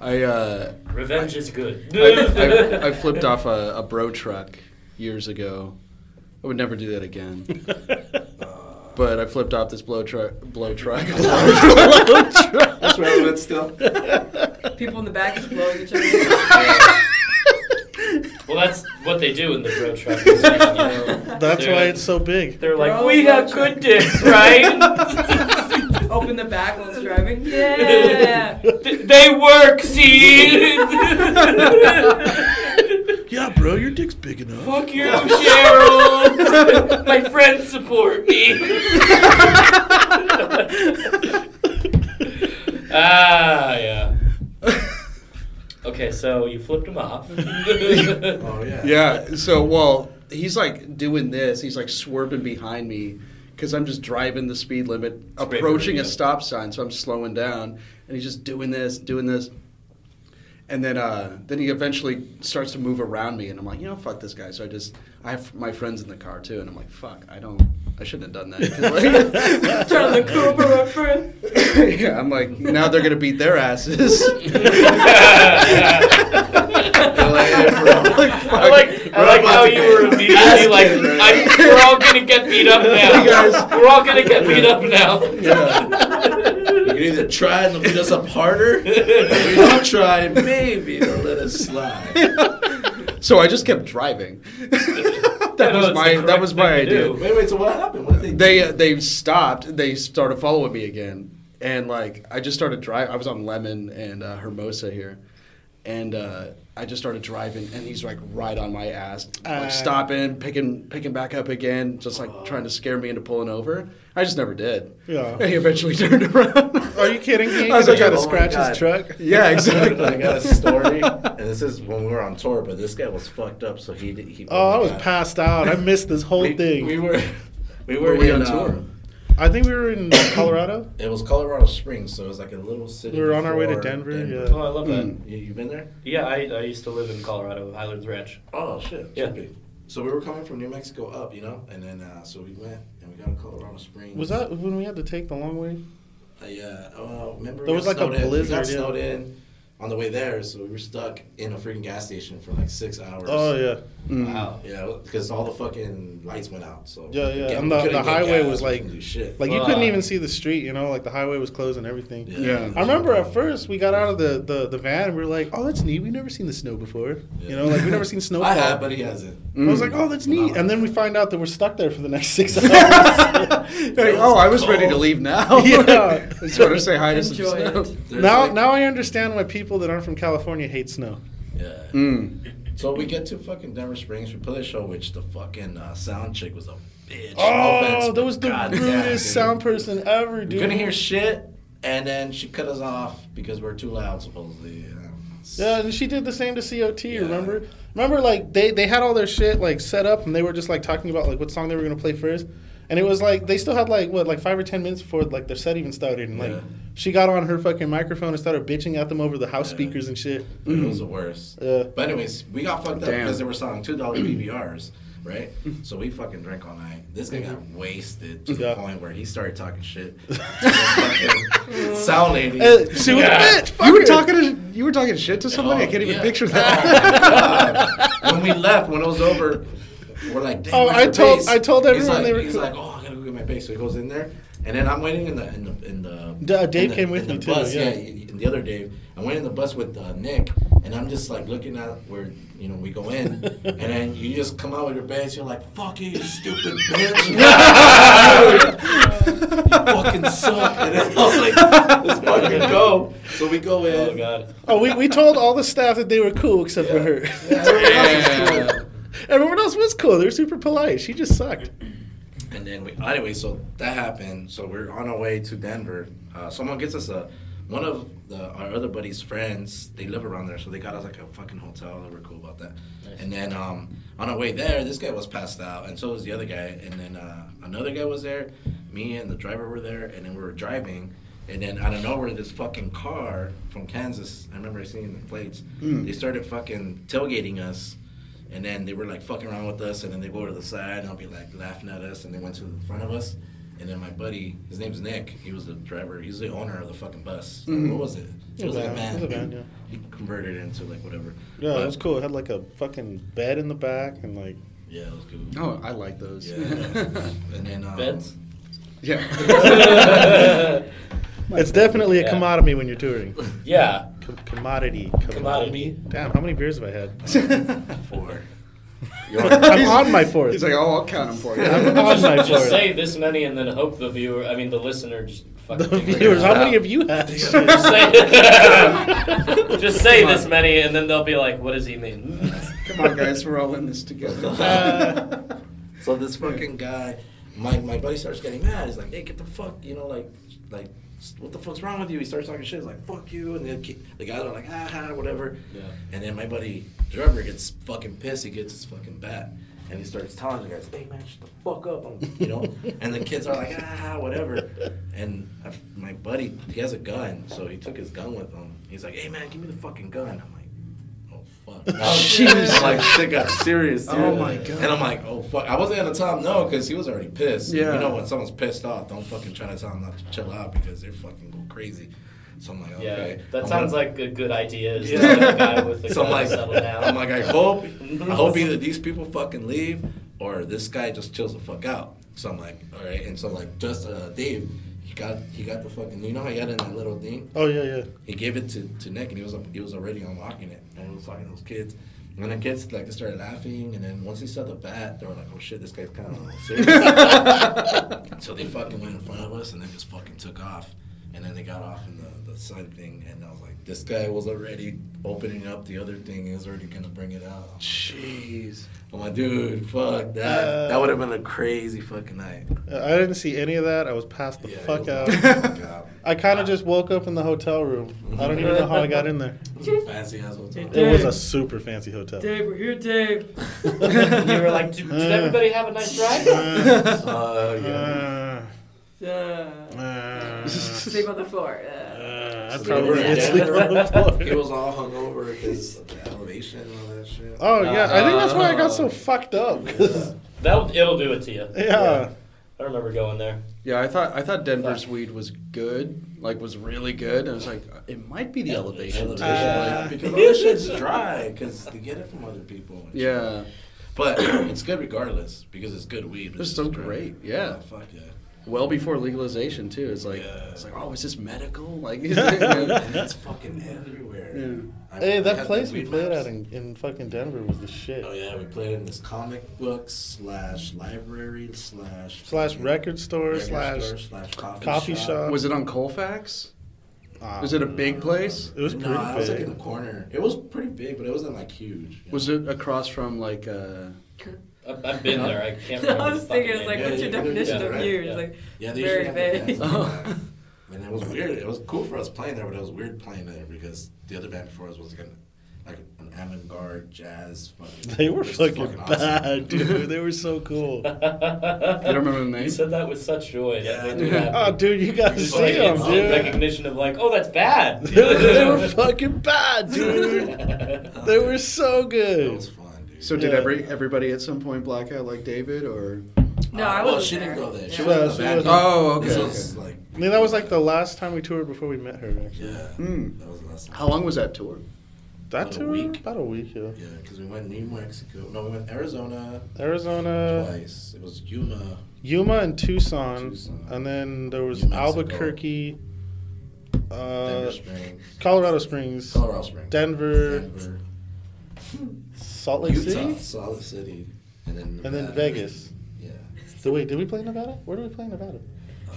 Speaker 3: I, uh,
Speaker 2: Revenge is good.
Speaker 3: I, I, I flipped off a, a bro truck years ago. I would never do that again. but I flipped off this blow truck. Blow truck.
Speaker 4: That's relevant still.
Speaker 1: People in the back just blowing each other.
Speaker 2: well, that's what they do in the road truck. is like, you know,
Speaker 5: That's
Speaker 2: they're-
Speaker 5: why it's so big.
Speaker 2: They're like,
Speaker 1: Bro,
Speaker 2: we
Speaker 1: bro
Speaker 2: have
Speaker 1: truck."
Speaker 2: good dicks, right?
Speaker 1: Open the back while it's driving. Yeah.
Speaker 2: Th- they work, see?
Speaker 5: Yeah, bro, your dick's big enough.
Speaker 2: Fuck you, Cheryl. My friends support me. ah, yeah. Okay, so you flipped him off.
Speaker 4: Oh yeah.
Speaker 3: yeah. So, well, he's like doing this. He's like swerving behind me because I'm just driving the speed limit,
Speaker 2: great for
Speaker 3: approaching a
Speaker 2: radio.
Speaker 3: stop sign. So I'm slowing down, and he's just doing this, doing this. And then, uh, then he eventually starts to move around me, and I'm like, you know, fuck this guy. So I just, I have my friends in the car too, and I'm like, fuck, I don't, I shouldn't have done that. 'Cause, like,
Speaker 1: Trying to look cool for my friends.
Speaker 3: yeah, I'm like, now they're gonna beat their asses. Like, fuck.
Speaker 2: I like, I like how you were immediately like, I, we're all gonna get beat up
Speaker 3: You guys-
Speaker 2: now. We're all gonna get beat up now.
Speaker 3: Yeah.
Speaker 4: You can either try and they'll beat us up harder, or we don't try and maybe they'll let us slide.
Speaker 3: So I just kept driving. that
Speaker 2: Yeah, no,
Speaker 3: was
Speaker 2: it's
Speaker 3: my
Speaker 2: the
Speaker 3: that was
Speaker 2: correct
Speaker 3: my
Speaker 2: thing to
Speaker 3: idea.
Speaker 2: do.
Speaker 4: Wait, wait. So what happened? What did
Speaker 3: They uh, they stopped. They started following me again, and like I just started driving. I was on Lemon and uh, Hermosa here, and uh, I just started driving, and he's like right on my ass,
Speaker 5: Uh.
Speaker 3: like stopping, picking picking back up again, just like trying to scare me into pulling over. I just never did.
Speaker 5: Yeah.
Speaker 3: And he eventually turned around.
Speaker 5: Are you kidding me?
Speaker 3: I was like,
Speaker 5: Gonna try to
Speaker 3: oh my
Speaker 5: scratch
Speaker 4: God.
Speaker 5: his truck.
Speaker 3: yeah,
Speaker 4: I
Speaker 3: exactly.
Speaker 4: got a story, and this is when we were on tour, but this guy was fucked up, so he did. He
Speaker 5: Oh, I was
Speaker 4: got-
Speaker 5: passed out. I missed this whole
Speaker 4: we,
Speaker 5: thing.
Speaker 4: We were, we were,
Speaker 3: Were we
Speaker 4: in,
Speaker 3: on tour?
Speaker 4: um,
Speaker 5: I think we were in Colorado.
Speaker 4: It was Colorado Springs, so it was like a little city.
Speaker 5: We were on our way to
Speaker 4: before
Speaker 5: Denver.
Speaker 2: Oh,
Speaker 5: Yeah.
Speaker 2: I love that.
Speaker 4: You, you been there?
Speaker 2: Yeah, I, I used to live in Colorado, Highlands Ranch.
Speaker 4: Oh shit.
Speaker 2: Yeah.
Speaker 4: should be. So we were coming from New Mexico up, you know, and then uh, so we went and we got to Colorado Springs.
Speaker 5: Was that when we had to take the long way?
Speaker 4: Uh, yeah. Oh, remember?
Speaker 5: There
Speaker 4: we
Speaker 5: was
Speaker 4: got
Speaker 5: like a
Speaker 4: snowed in.
Speaker 5: blizzard,
Speaker 4: We got
Speaker 5: yeah.
Speaker 4: snowed in on the way there, so we were stuck in a freaking gas station for like six hours.
Speaker 5: Oh yeah,
Speaker 3: Hmm. Mm.
Speaker 2: Wow.
Speaker 4: Yeah, because all the fucking lights went out. So
Speaker 5: Yeah, yeah,
Speaker 4: Again,
Speaker 5: and
Speaker 4: we
Speaker 5: the-
Speaker 4: couldn't
Speaker 5: the
Speaker 4: get
Speaker 5: highway was,
Speaker 4: we
Speaker 5: like-
Speaker 4: couldn't do shit.
Speaker 5: like you couldn't
Speaker 2: Fuck.
Speaker 5: even see the street. You know, like the highway was closed and everything.
Speaker 3: Yeah.
Speaker 5: I remember at first we got out of the, the, the van and we were like, oh, that's neat. We've never seen the snow before. You
Speaker 4: Yeah.
Speaker 5: know, like we've never seen snowfall.
Speaker 4: I have, but he hasn't.
Speaker 5: I was like, oh, that's neat. And then we find out that we're stuck there for the next six hours.
Speaker 3: Like, oh, I was ready to leave now.
Speaker 5: Yeah.
Speaker 3: I just wanted to say hi to some
Speaker 1: Enjoy
Speaker 3: snow.
Speaker 1: it.
Speaker 4: There's,
Speaker 5: now,
Speaker 4: like-
Speaker 5: now I understand why people that aren't from California hate snow.
Speaker 4: Yeah.
Speaker 3: Mm.
Speaker 4: So we get to fucking Denver Springs. We play a show, which the fucking uh, sound chick was a bitch. No offense,
Speaker 5: Oh,
Speaker 4: but
Speaker 5: that was the
Speaker 4: goddamn,
Speaker 5: rudest
Speaker 4: dude.
Speaker 5: sound person ever,
Speaker 4: We
Speaker 5: dude.
Speaker 4: couldn't hear shit, and then she cut us off because we were too loud, supposedly.
Speaker 5: Yeah, and she did the same to COT. Remember? Remember? Like they they had all their shit like set up, and they were just like talking about like what song they were gonna play first. And it was like they still had like what like five or ten minutes before like their set even started, and like
Speaker 4: Yeah.
Speaker 5: she got on her fucking microphone and started bitching at them over the house speakers and shit.
Speaker 4: It was the worst.
Speaker 5: Yeah.
Speaker 4: But anyways, we got fucked up
Speaker 3: Damn.
Speaker 4: because they were selling two dollar PBRs, right? So we fucking drank all night. This guy got wasted to
Speaker 5: Mm-hmm. Yeah.
Speaker 4: the point where he started talking shit. to the fucking sound lady.
Speaker 5: Uh, she was a bitch.
Speaker 3: You were
Speaker 5: fucker.
Speaker 3: talking to you were talking shit to somebody. I
Speaker 4: Oh,
Speaker 3: can't even
Speaker 4: yeah. Oh,
Speaker 3: picture that.
Speaker 4: when we left, when it was over, we're like, Damn,
Speaker 5: Oh,
Speaker 4: where's
Speaker 5: I
Speaker 4: your
Speaker 5: told-
Speaker 4: bass?
Speaker 5: I told
Speaker 4: He's
Speaker 5: everyone
Speaker 4: like-
Speaker 5: they were
Speaker 4: He's
Speaker 5: cool.
Speaker 4: like, oh, I gotta go get my bass. So he goes in there, and then I'm waiting in the in the in the.
Speaker 5: D- uh, Dave
Speaker 4: in the-
Speaker 5: came with
Speaker 4: in the
Speaker 5: me, too,
Speaker 4: bus,
Speaker 5: yeah.
Speaker 4: y- y- the other Dave. I went in the bus with uh, Nick, and I'm just like looking at where you know, we go in, and then you just come out with your bags. You're like, "Fuck you, you stupid bitch! you fucking suck!" And then I was like, "Let's fucking go." So we go in.
Speaker 2: Oh god.
Speaker 5: Oh, we, we told all the staff that they were cool except for her.
Speaker 4: Yeah.
Speaker 5: Everyone else was cool. They were super polite. She just sucked.
Speaker 4: And then we, anyway, so that happened. So we're on our way to Denver. Uh, someone gets us a, one of the, our other buddies' friends. They live around there, so they got us like a fucking hotel. They were cool about that. And then um, on our way there, this guy was passed out, and so was the other guy. And then uh, another guy was there. Me and the driver were there, and then we were driving. And then out of nowhere, this fucking car from Kansas. I remember seeing the plates. They started fucking tailgating us. And then they were like fucking around with us, and then they go to the side, and I'll be like laughing at us, and they went to the front of us. And then my buddy, his name's Nick, he was the driver, he's the owner of the fucking bus. What was it? It was like a van.
Speaker 5: It Mm-hmm. was a van, yeah.
Speaker 4: He converted it into like whatever.
Speaker 5: Yeah,
Speaker 4: But,
Speaker 5: it was cool. It had like a fucking bed in the back and like
Speaker 4: Yeah, it was cool.
Speaker 3: Oh, I like those.
Speaker 4: Yeah. and then um,
Speaker 2: Beds?
Speaker 3: yeah.
Speaker 5: it's definitely a
Speaker 2: Yeah.
Speaker 5: commodity when you're touring.
Speaker 2: yeah.
Speaker 5: Com- commodity,
Speaker 2: Commodity.
Speaker 5: Damn, how many beers have I had?
Speaker 4: four.
Speaker 5: I'm on my fourth.
Speaker 3: He's like, oh, I'll count them for you.
Speaker 5: I'm on my
Speaker 2: Just
Speaker 5: fourth.
Speaker 2: say this many and then hope the viewer, I mean the listener, just fucking.
Speaker 5: The
Speaker 2: figures it
Speaker 5: viewers, how
Speaker 2: out.
Speaker 5: many of you had?
Speaker 2: Just say, just say this many and then they'll be like, what does he mean?
Speaker 3: Come on, guys, we're all in this together.
Speaker 4: So this fucking guy, my, my buddy starts getting mad. He's like, hey, get the fuck, you know, like, like, what the fuck's wrong with you? He starts talking shit. He's like, fuck you. And the, ki- the guys are like, ah, ha, whatever.
Speaker 2: Yeah.
Speaker 4: And then my buddy, Trevor, gets fucking pissed. He gets his fucking bat. And he starts telling the guys, hey, man, shut the fuck up. I'm, you know? and the kids are like, ah, ha, whatever. And I, my buddy, he has a gun. So he took his gun with him. He's like, hey, man, give me the fucking gun. I'm like, oh fuck. I'm like, shit got serious. Dude.
Speaker 3: Oh, my God.
Speaker 4: And I'm like, oh fuck. I wasn't gonna tell him no because he was already pissed.
Speaker 3: Yeah.
Speaker 4: You know when someone's pissed off, don't fucking try to tell them not to chill out because they're fucking go crazy. So I'm like,
Speaker 2: Yeah,
Speaker 4: okay.
Speaker 2: that
Speaker 4: I'm
Speaker 2: sounds
Speaker 4: gonna-
Speaker 2: like a good idea. Is
Speaker 4: Yeah.
Speaker 2: yeah. the guy with the
Speaker 4: So I'm
Speaker 2: gun
Speaker 4: like,
Speaker 2: settle down.
Speaker 4: I'm like, I hope, I hope either these people fucking leave or this guy just chills the fuck out. So I'm like, all right. And so like, just uh, Dave, he got he got the fucking, you know, how he got in that little thing.
Speaker 5: Oh yeah, yeah.
Speaker 4: He gave it to, to Nick, and he was he was already unlocking it, and he was talking to those kids. And the kids like they started laughing, and then once he saw the bat, they were like, "Oh shit, this guy's kind of serious." so they fucking went in front of us, and then just fucking took off. And then they got off in the, the side thing, and I was like, "This guy was already opening up the other thing. He was already gonna bring it out."
Speaker 3: Jeez.
Speaker 4: I'm like, "Dude, fuck that! that would have been a crazy fucking night."
Speaker 5: Uh, I didn't see any of that. I was passed the
Speaker 4: Yeah,
Speaker 5: fuck
Speaker 4: it
Speaker 5: out.
Speaker 4: was- fuck out.
Speaker 5: I kind of just woke up in the hotel room. I don't even know how I got in there.
Speaker 4: Fancy ass hotel.
Speaker 5: It was a super fancy hotel.
Speaker 1: Dave, we're here, Dave.
Speaker 2: And you were like, did, did everybody have a nice drive?
Speaker 4: Uh, yeah.
Speaker 5: Uh,
Speaker 1: Uh,
Speaker 5: uh,
Speaker 1: sleep on the floor. Uh,
Speaker 5: uh, I
Speaker 4: Sleep
Speaker 5: probably
Speaker 4: on
Speaker 5: did
Speaker 4: the
Speaker 5: sleep on the
Speaker 4: He
Speaker 5: floor.
Speaker 4: was all hungover because of the elevation and all that shit.
Speaker 5: Oh yeah, I think that's why I got so fucked up. 'cause-
Speaker 2: That'll it'll do it to you.
Speaker 5: yeah.
Speaker 2: I remember going there.
Speaker 3: Yeah, I thought I thought Denver's weed was good, like was really good. And I was like, it might be the elevation.
Speaker 4: Elevation,
Speaker 5: Uh,
Speaker 4: like, because all that shit's dry because they get it from other people. and shit.
Speaker 3: yeah,
Speaker 4: but it's good regardless because it's good weed. but
Speaker 3: It's
Speaker 4: it's
Speaker 3: so
Speaker 4: just dry.
Speaker 3: great, yeah.
Speaker 4: Oh, fuck yeah.
Speaker 3: well before legalization too. It's like
Speaker 4: Yeah.
Speaker 3: it's like, oh, is this medical? Like, is
Speaker 4: And
Speaker 3: it,
Speaker 4: it's fucking everywhere.
Speaker 3: Yeah.
Speaker 4: I-
Speaker 5: Hey,
Speaker 4: they
Speaker 5: that
Speaker 4: have
Speaker 5: place
Speaker 4: the
Speaker 5: we
Speaker 4: weed
Speaker 5: played
Speaker 4: maps.
Speaker 5: at in, in fucking Denver was the shit.
Speaker 4: Oh yeah, we played in this comic book slash library slash
Speaker 5: Slash
Speaker 4: fucking
Speaker 5: record store,
Speaker 4: record
Speaker 5: slash
Speaker 4: store slash coffee,
Speaker 5: coffee shop.
Speaker 3: was it on Colfax?
Speaker 5: Ah,
Speaker 3: Was it a big place?
Speaker 5: It was
Speaker 4: no,
Speaker 5: pretty
Speaker 4: I was like
Speaker 5: big.
Speaker 4: in the corner. It was pretty big, but it wasn't like huge. you
Speaker 3: Was it across from like? Uh,
Speaker 2: I've, I've been there. I can't remember.
Speaker 1: I was
Speaker 2: the fucking
Speaker 1: thinking, it's like,
Speaker 2: name.
Speaker 1: what's your
Speaker 4: Yeah, yeah,
Speaker 1: definition
Speaker 2: yeah,
Speaker 1: of
Speaker 2: right,
Speaker 1: huge?
Speaker 2: yeah.
Speaker 1: Like,
Speaker 4: Yeah, they
Speaker 1: very
Speaker 4: usually have
Speaker 1: vague.
Speaker 4: the bands in there. And it was weird. It was cool for us playing there, but it was weird playing there because the other band before us was like, an like an avant-garde jazz. Fucking,
Speaker 5: They were
Speaker 4: which is
Speaker 5: fucking,
Speaker 4: awesome.
Speaker 5: bad, dude. They were so cool.
Speaker 3: you don't remember the name?
Speaker 2: You said that with such joy. that
Speaker 4: Yeah.
Speaker 2: they do
Speaker 5: oh,
Speaker 2: that.
Speaker 5: dude, you gotta
Speaker 2: It's
Speaker 5: see
Speaker 2: like
Speaker 5: them,
Speaker 2: instant
Speaker 5: dude.
Speaker 2: recognition of like, oh, that's bad.
Speaker 5: They were, they were fucking bad, dude. They were so
Speaker 4: It
Speaker 5: good.
Speaker 4: was fun, dude.
Speaker 3: So did
Speaker 5: Yeah.
Speaker 3: every everybody at some point black out like David or?
Speaker 1: No, I
Speaker 4: well,
Speaker 1: wasn't
Speaker 4: she
Speaker 1: there.
Speaker 4: didn't go there. She
Speaker 1: Yeah.
Speaker 5: No,
Speaker 4: was
Speaker 5: she
Speaker 4: in the back.
Speaker 5: wasn't.
Speaker 3: Oh, okay,
Speaker 4: This
Speaker 3: okay.
Speaker 4: was like,
Speaker 5: I mean, that was like the last time we toured before we met her. Actually.
Speaker 4: yeah,
Speaker 3: Mm.
Speaker 4: that was the last.
Speaker 3: How long was that tour?
Speaker 5: That
Speaker 4: About a
Speaker 5: tour,
Speaker 4: week.
Speaker 5: about a week, yeah.
Speaker 4: Yeah, because we went New Mexico. No, we went Arizona
Speaker 5: Arizona,
Speaker 4: twice. It was Yuma.
Speaker 5: Yuma, and Tucson,
Speaker 4: Tucson.
Speaker 5: and then there was
Speaker 4: New Mexico.
Speaker 5: Albuquerque, uh,
Speaker 4: Denver Springs,
Speaker 5: Colorado Springs,
Speaker 4: Colorado Springs,
Speaker 5: Denver.
Speaker 4: Denver.
Speaker 5: Salt Lake
Speaker 4: Utah,
Speaker 5: City,
Speaker 4: Salt Lake City, and then
Speaker 5: and then
Speaker 4: Nevada.
Speaker 5: Vegas.
Speaker 4: Yeah.
Speaker 5: So wait, did we play Nevada? Where did we play Nevada?
Speaker 4: Uh,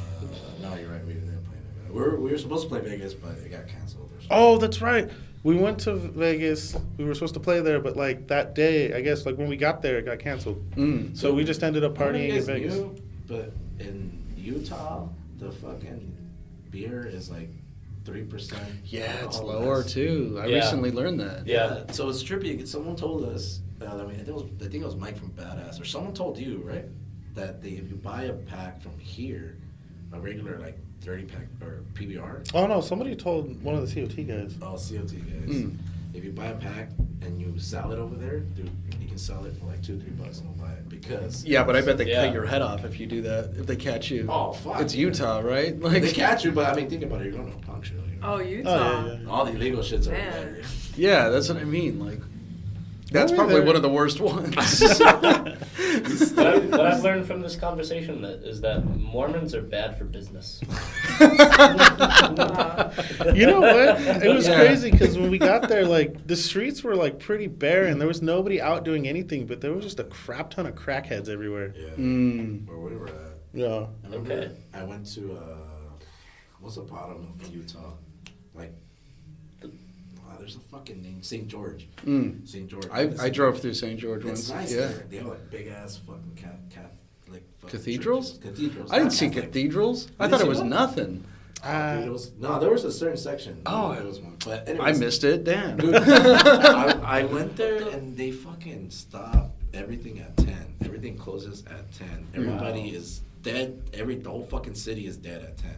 Speaker 4: no, you're right. We didn't play Nevada. We were, we were supposed to play Vegas, but it got canceled. Or something.
Speaker 5: Oh, that's right. We went to Vegas. We were supposed to play there, but like that day, I guess like when we got there, it got canceled.
Speaker 3: Mm.
Speaker 5: So we just ended up
Speaker 4: I don't know if
Speaker 5: partying
Speaker 4: you
Speaker 5: in
Speaker 4: guys
Speaker 5: Vegas.
Speaker 4: knew, but in Utah, the fucking beer is like three percent.
Speaker 3: Yeah,
Speaker 4: oh,
Speaker 3: it's lower too. I
Speaker 2: Yeah.
Speaker 3: recently learned that.
Speaker 2: Yeah.
Speaker 4: So it's trippy. Someone told us. Uh, I mean, I think, it was, I think it was Mike from Badass, or someone told you right that they, if you buy a pack from here, a regular like thirty pack or PBR,
Speaker 5: Oh no, somebody told one of the COT guys.
Speaker 3: Oh,
Speaker 4: all COT guys.
Speaker 3: Mm.
Speaker 4: If you buy a pack and you sell it over there, dude, you can sell it for like two, three bucks and we'll buy it because
Speaker 3: Yeah, but I bet they
Speaker 2: Yeah.
Speaker 3: cut your head off if you do that. If they catch you.
Speaker 4: Oh, fuck,
Speaker 3: It's
Speaker 4: yeah.
Speaker 3: Utah, right? Like
Speaker 4: they catch you. But I mean, think about it. You're going to a punk show. You know?
Speaker 1: Oh, Utah.
Speaker 5: Oh yeah, yeah.
Speaker 4: All the illegal shits are
Speaker 1: Man.
Speaker 4: there.
Speaker 3: Yeah, that's what I mean. Like, that's
Speaker 5: were
Speaker 3: probably
Speaker 5: there-
Speaker 3: one of the worst ones.
Speaker 2: what, I, what I've learned from this conversation that is that Mormons are bad for business.
Speaker 1: Uh,
Speaker 5: You know what? It was
Speaker 3: Yeah.
Speaker 5: crazy because when we got there, like the streets were like pretty barren. There was nobody out doing anything, but there was just a crap ton of crackheads everywhere.
Speaker 4: Yeah.
Speaker 3: Mm.
Speaker 4: Where we were at.
Speaker 5: Yeah.
Speaker 4: I remember
Speaker 2: Okay.
Speaker 4: I went to uh, what's the bottom of Utah? Like, wow, there's a fucking name, St. George.
Speaker 3: Mm.
Speaker 4: St. George.
Speaker 3: I, I drove through St. George
Speaker 4: It's
Speaker 3: once.
Speaker 4: nice
Speaker 3: yeah.
Speaker 4: there. They have like big ass fucking cat, Catholic fucking
Speaker 3: Cathedrals?
Speaker 4: churches. Cathedrals.
Speaker 3: I didn't
Speaker 4: not
Speaker 3: see
Speaker 4: Catholic.
Speaker 3: cathedrals. I
Speaker 4: You
Speaker 3: thought it
Speaker 4: see
Speaker 3: was
Speaker 4: what?
Speaker 3: nothing.
Speaker 5: Uh,
Speaker 4: Cathedrals. No, there was a certain section.
Speaker 3: Oh,
Speaker 4: there was one. But
Speaker 3: I
Speaker 4: anyways,
Speaker 3: missed it. Damn.
Speaker 4: Dude, I, I went there and they fucking stop everything at ten. Everything closes at ten. Everybody is dead. Every the whole fucking city is dead at ten.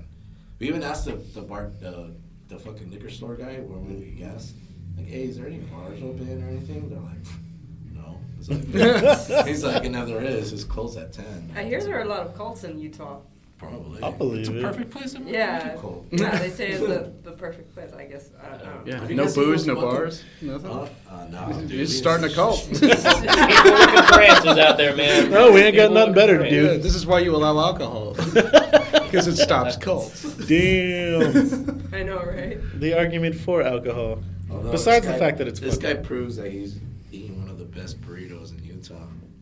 Speaker 4: We even asked the the bar the the fucking liquor store guy where we could guess. Like, hey, is there any bars open or anything? They're like, no. It's like- he's like, and now there is. It's closed at ten.
Speaker 1: I hear there are a lot of cults in Utah.
Speaker 4: Probably.
Speaker 5: I believe
Speaker 4: it's a
Speaker 5: it.
Speaker 4: perfect place. to
Speaker 1: Yeah.
Speaker 4: cult.
Speaker 1: yeah, they say it's the, the perfect place, I guess. I don't know.
Speaker 3: yeah.
Speaker 4: Have you
Speaker 3: No
Speaker 4: guys seen
Speaker 3: booze,
Speaker 4: those
Speaker 3: no
Speaker 4: fucking-
Speaker 3: bars, nothing.
Speaker 4: Uh, uh, no, dude,
Speaker 3: You're just
Speaker 4: we-
Speaker 3: starting a cult.
Speaker 2: People looking for answers out there, man.
Speaker 5: No, we ain't got
Speaker 2: People
Speaker 5: nothing
Speaker 2: looking
Speaker 5: better
Speaker 2: for
Speaker 5: to
Speaker 2: answers.
Speaker 5: do.
Speaker 3: Yeah, this is why you allow alcohol because it stops cults.
Speaker 5: damn.
Speaker 1: I know, right?
Speaker 5: the argument for alcohol.
Speaker 4: Although
Speaker 5: Besides
Speaker 4: this
Speaker 5: the
Speaker 4: guy-
Speaker 5: fact that it's
Speaker 4: this guy
Speaker 5: fucking-
Speaker 4: proves that he's eating one of the best burritos in Utah.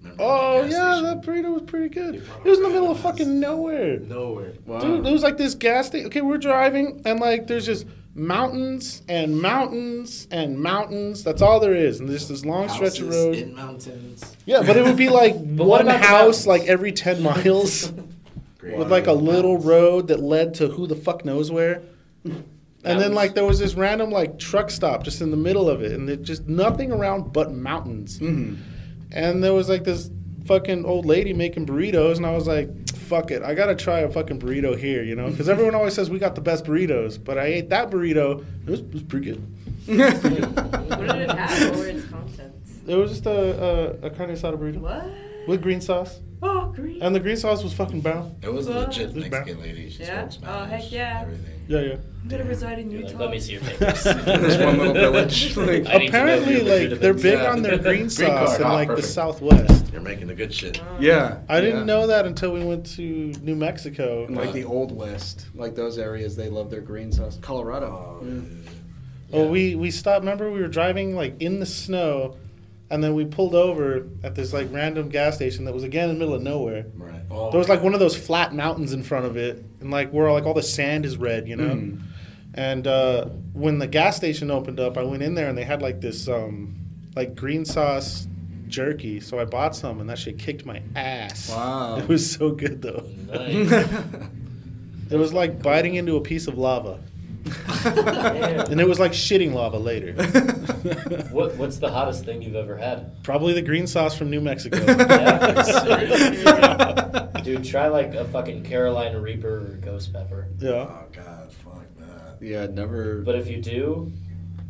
Speaker 4: Remember
Speaker 5: Oh
Speaker 4: that gas
Speaker 5: yeah,
Speaker 4: station?
Speaker 5: that burrito was pretty good.
Speaker 4: You brought
Speaker 5: It was in the
Speaker 4: up
Speaker 5: middle of
Speaker 4: bananas.
Speaker 5: fucking nowhere.
Speaker 4: nowhere.
Speaker 5: Dude, it was like this gas station. Okay, we're driving, and like there's just mountains and mountains and mountains. That's all there is, and there's this long
Speaker 4: Houses
Speaker 5: stretch of road.
Speaker 4: in mountains.
Speaker 5: yeah, but it would be like
Speaker 2: what
Speaker 5: one
Speaker 2: about the
Speaker 5: house
Speaker 2: mountains?
Speaker 5: like every ten miles
Speaker 4: Great.
Speaker 5: with like a little road that led to who the fuck knows where. And then
Speaker 2: Mountains.
Speaker 5: like there was this random like truck stop just in the middle of it, and there just nothing around but mountains.
Speaker 3: Mm-hmm.
Speaker 5: And there was like this fucking old lady making burritos, and I was like, fuck it, I gotta try a fucking burrito here, you know? Because everyone always says we got the best burritos, but I ate that burrito. It was, it was pretty good.
Speaker 1: What did it have? What were its contents?
Speaker 5: It was just a a, a carne asada burrito
Speaker 1: What?
Speaker 5: with green sauce,
Speaker 1: Oh, green.
Speaker 5: and the green sauce was fucking brown.
Speaker 4: It was a legit
Speaker 5: Who's
Speaker 4: Mexican lady. She
Speaker 1: Yeah?
Speaker 4: spoke
Speaker 1: Oh,
Speaker 4: Spanish.
Speaker 1: heck yeah.
Speaker 4: Everything.
Speaker 5: Yeah, yeah.
Speaker 1: I'm gonna reside in
Speaker 2: You're like,
Speaker 1: Utah.
Speaker 2: Let me see your papers.
Speaker 3: This one little village. Like,
Speaker 2: I need to know
Speaker 5: Apparently,
Speaker 2: your
Speaker 5: like they're
Speaker 2: legitimate-
Speaker 5: big
Speaker 4: Yeah.
Speaker 5: on their green
Speaker 4: Green
Speaker 5: sauce
Speaker 4: card.
Speaker 5: in
Speaker 4: Ah,
Speaker 5: like the
Speaker 4: perfect.
Speaker 5: Southwest.
Speaker 4: They're making the good shit.
Speaker 1: Oh.
Speaker 3: yeah,
Speaker 5: I didn't
Speaker 3: yeah.
Speaker 5: know that until we went to New Mexico.
Speaker 3: In, Like the old west, like those areas, they love their green sauce. Colorado.
Speaker 4: Oh,
Speaker 3: Yeah.
Speaker 5: Well, we we stopped. Remember, we were driving like in the snow, and then we pulled over at this like random gas station that was again in the middle of nowhere.
Speaker 4: Right. Oh,
Speaker 5: There was like one of those flat mountains in front of it, and like where like all the sand is red, you know.
Speaker 3: Mm.
Speaker 5: And uh, when the gas station opened up, I went in there and they had like this um, like green sauce jerky. So I bought some, and that shit kicked my ass.
Speaker 3: Wow.
Speaker 5: it was so good though.
Speaker 2: Nice.
Speaker 5: It was like biting into a piece of lava,
Speaker 2: Yeah.
Speaker 5: and it was like shitting lava later.
Speaker 2: What, what's the hottest thing you've ever had?
Speaker 5: Probably the green sauce from New Mexico.
Speaker 2: Dude, try like a fucking Carolina Reaper or Ghost Pepper.
Speaker 5: yeah.
Speaker 4: Oh god, fuck that.
Speaker 3: yeah, never.
Speaker 2: But if you do,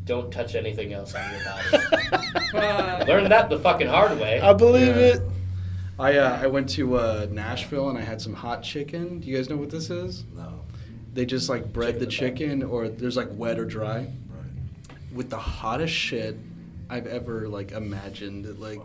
Speaker 2: don't touch anything else on your body.
Speaker 1: Uh,
Speaker 2: Learn that the fucking hard way.
Speaker 5: I
Speaker 3: Yeah.
Speaker 5: believe it.
Speaker 3: I uh, I went to uh, Nashville and I had some hot chicken. Do you guys know what this is?
Speaker 4: No.
Speaker 3: They just like bread the chicken, or there's like wet or dry,
Speaker 4: Right.
Speaker 3: with the hottest shit I've ever like imagined. It,
Speaker 4: Uh,
Speaker 3: Like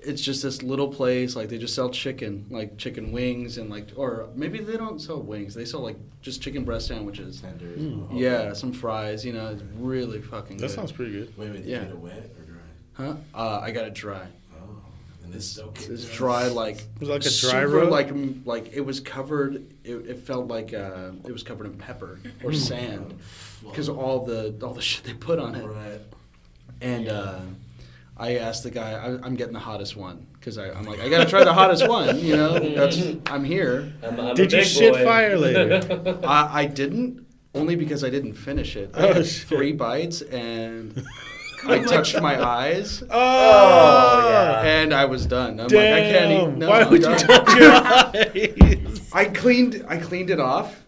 Speaker 3: it's just this little place. Like they just sell chicken, like chicken wings and like, or maybe they don't sell wings. They sell like just chicken breast sandwiches.
Speaker 4: Tenders.
Speaker 5: Mm.
Speaker 4: Oh, okay.
Speaker 3: Yeah, some fries. You know, it's really fucking.
Speaker 5: That
Speaker 3: good.
Speaker 5: sounds pretty good.
Speaker 4: Wait, wait. Did
Speaker 3: Yeah.
Speaker 4: you get it wet or dry?
Speaker 3: Huh? Uh, I got it dry.
Speaker 4: Oh, and this is okay.
Speaker 3: It's dry like it
Speaker 5: was like a dry road?
Speaker 3: like mm, like it was covered. It, it felt like uh, it was covered in pepper
Speaker 5: Hmm.
Speaker 3: or sand because all the all the shit they put on it.
Speaker 4: Right.
Speaker 3: And uh, I asked the guy, I, I'm getting the hottest one because I'm like, I gotta try the hottest one. You know, that's I'm here.
Speaker 2: I'm, I'm a
Speaker 5: Did you
Speaker 2: big
Speaker 5: shit
Speaker 2: boy.
Speaker 5: fire later?
Speaker 3: I, I didn't only because I didn't finish it. I
Speaker 5: Oh,
Speaker 3: had
Speaker 5: shit.
Speaker 3: three bites and I touched my eyes
Speaker 5: oh,
Speaker 3: and I was done. I'm like, I can't
Speaker 5: damn!
Speaker 3: eat. No,
Speaker 5: Why
Speaker 3: I'm
Speaker 5: would you
Speaker 3: done.
Speaker 5: touch your eyes?
Speaker 3: I cleaned I cleaned it off.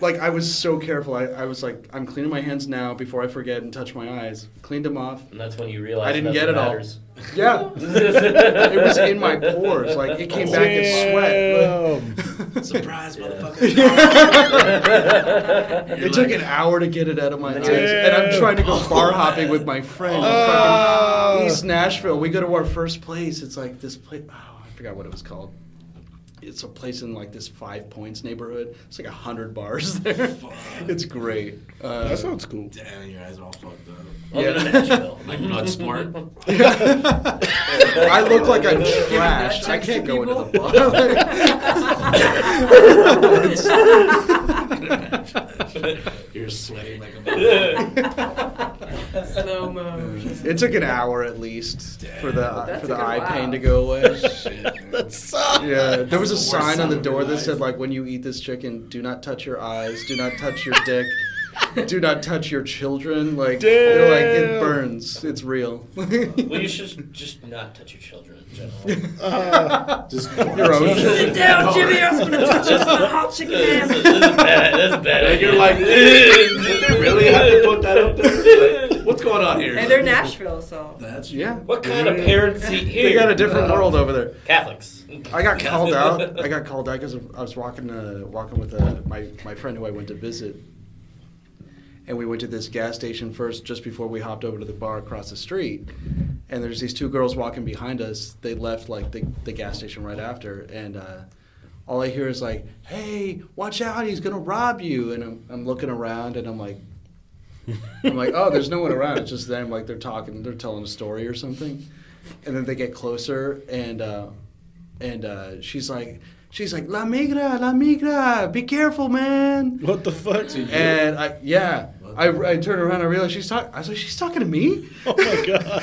Speaker 3: Like I was so careful. I, I was like, I'm cleaning my hands now before I forget and touch my eyes. Cleaned them off.
Speaker 2: And that's when you realize
Speaker 3: I didn't
Speaker 2: nothing
Speaker 3: get it all.
Speaker 2: matters.
Speaker 3: Yeah. it was in my pores. Like it came back in
Speaker 5: Damn.
Speaker 3: sweat.
Speaker 4: Surprise,
Speaker 2: Yeah.
Speaker 3: it took an hour to get it out of my eyes, and I'm
Speaker 5: Damn.
Speaker 3: trying to go bar hopping with my friend.
Speaker 5: Oh.
Speaker 3: Fucking East Nashville. We go to our first place. It's like this place. Oh, I forgot what it was called. It's a place in like this Five Points neighborhood. It's like a hundred bars there. It's great. Uh,
Speaker 5: That sounds cool.
Speaker 4: Damn, your eyes are all fucked up.
Speaker 2: Welcome
Speaker 3: Yeah.
Speaker 2: to Nashville.
Speaker 6: Like blood sport.
Speaker 3: I look like I'm trashed. I
Speaker 1: Giving that
Speaker 3: can't
Speaker 1: text
Speaker 3: go
Speaker 1: to
Speaker 3: into the
Speaker 1: people?
Speaker 3: bar.
Speaker 4: You're sweating like a motherfucker.
Speaker 1: Slow motion.
Speaker 3: It took an hour at least for the
Speaker 1: That
Speaker 3: for the
Speaker 1: took a
Speaker 3: eye pain
Speaker 1: while.
Speaker 3: to go away.
Speaker 4: Shit, man.
Speaker 3: yeah, there was a
Speaker 4: That's the worst
Speaker 3: sign on
Speaker 4: time
Speaker 3: the
Speaker 4: of your
Speaker 3: door that said
Speaker 4: life.
Speaker 3: like, "When you eat this chicken, do not touch your eyes, do not touch your dick, do not touch your children." Like, they're like it
Speaker 5: Damn.
Speaker 3: burns. It's real.
Speaker 2: Well, you should just not touch your children in general.
Speaker 4: Just
Speaker 3: Your own
Speaker 1: Sit
Speaker 3: children.
Speaker 1: down, Jimmy. I'm gonna touch this hot chicken.
Speaker 2: this, is-
Speaker 1: hand.
Speaker 2: this is bad. This is bad.
Speaker 4: And you're like, did they really have to put that up there? Like, what's going on here?
Speaker 1: And they're Nashville, so.
Speaker 4: That's
Speaker 3: Yeah,
Speaker 2: What kind of parents eat here?
Speaker 3: they got a different world over there.
Speaker 2: Catholics.
Speaker 3: I got called out. I got called out because I was walking uh, walking with uh, my my friend who I went to visit, and we went to this gas station first just before we hopped over to the bar across the street. And there's these two girls walking behind us. They left like the, the gas station right after, and uh, all I hear is like, "Hey, watch out! He's gonna rob you!" And I'm, I'm looking around, and I'm like. I'm like, oh, there's no one around. It's just them. Like they're talking, they're telling a story or something, and then they get closer, and uh, and uh, she's like, she's like, la migra, la migra, be careful, man.
Speaker 5: What the fuck?
Speaker 3: And I, yeah, I, I turn around, I realize she's talking. I was like, she's talking to me.
Speaker 5: Oh my god.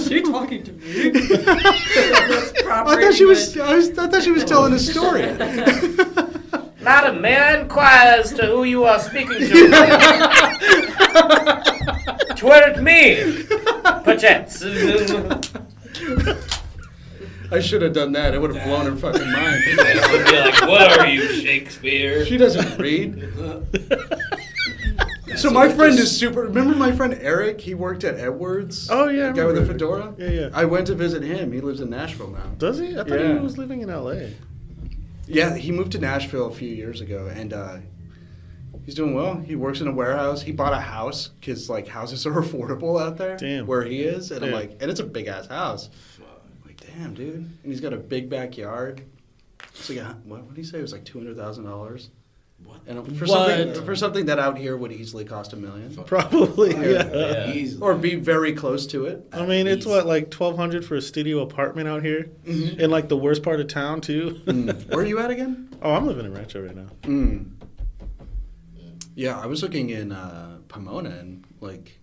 Speaker 1: She talking to me?
Speaker 3: I thought she was, I, was, I thought she was telling a story.
Speaker 2: Not a man inquires to who you are speaking to. Twert me, perchance. It
Speaker 3: I should have done that. It would have blown her fucking mind.
Speaker 2: would be like, what are you, Shakespeare?
Speaker 3: She doesn't read. So my friend is super. Remember my friend Eric? He worked at Edwards.
Speaker 5: Oh, yeah, I
Speaker 3: the guy with the
Speaker 5: remember
Speaker 3: fedora.
Speaker 5: Eric. Yeah, yeah.
Speaker 3: I went to visit him. He lives in Nashville now.
Speaker 5: Does he? I thought
Speaker 3: Yeah.
Speaker 5: he was living in LA.
Speaker 3: Yeah, he moved to Nashville a few years ago, and uh, he's doing well. He works in a warehouse. He bought a house because like houses are affordable out there
Speaker 5: Damn.
Speaker 3: where he is, and I'm
Speaker 5: Yeah.
Speaker 3: like, and it's a big ass house. I'm like, damn, dude, and he's got a big backyard. It's like a, what what did he say? It was like two hundred thousand dollars.
Speaker 4: What?
Speaker 3: And for
Speaker 5: What?
Speaker 3: something for something that out here would easily cost a million,
Speaker 5: Probably. Yeah.
Speaker 2: Yeah.
Speaker 4: He's-
Speaker 3: or be very close to it.
Speaker 5: I mean, it's what like twelve hundred for a studio apartment out here, in like the worst part of town too.
Speaker 3: Mm. Where are you at again?
Speaker 5: oh, I'm living in Rancho right now.
Speaker 3: Mm. Yeah, I was looking in uh, Pomona and like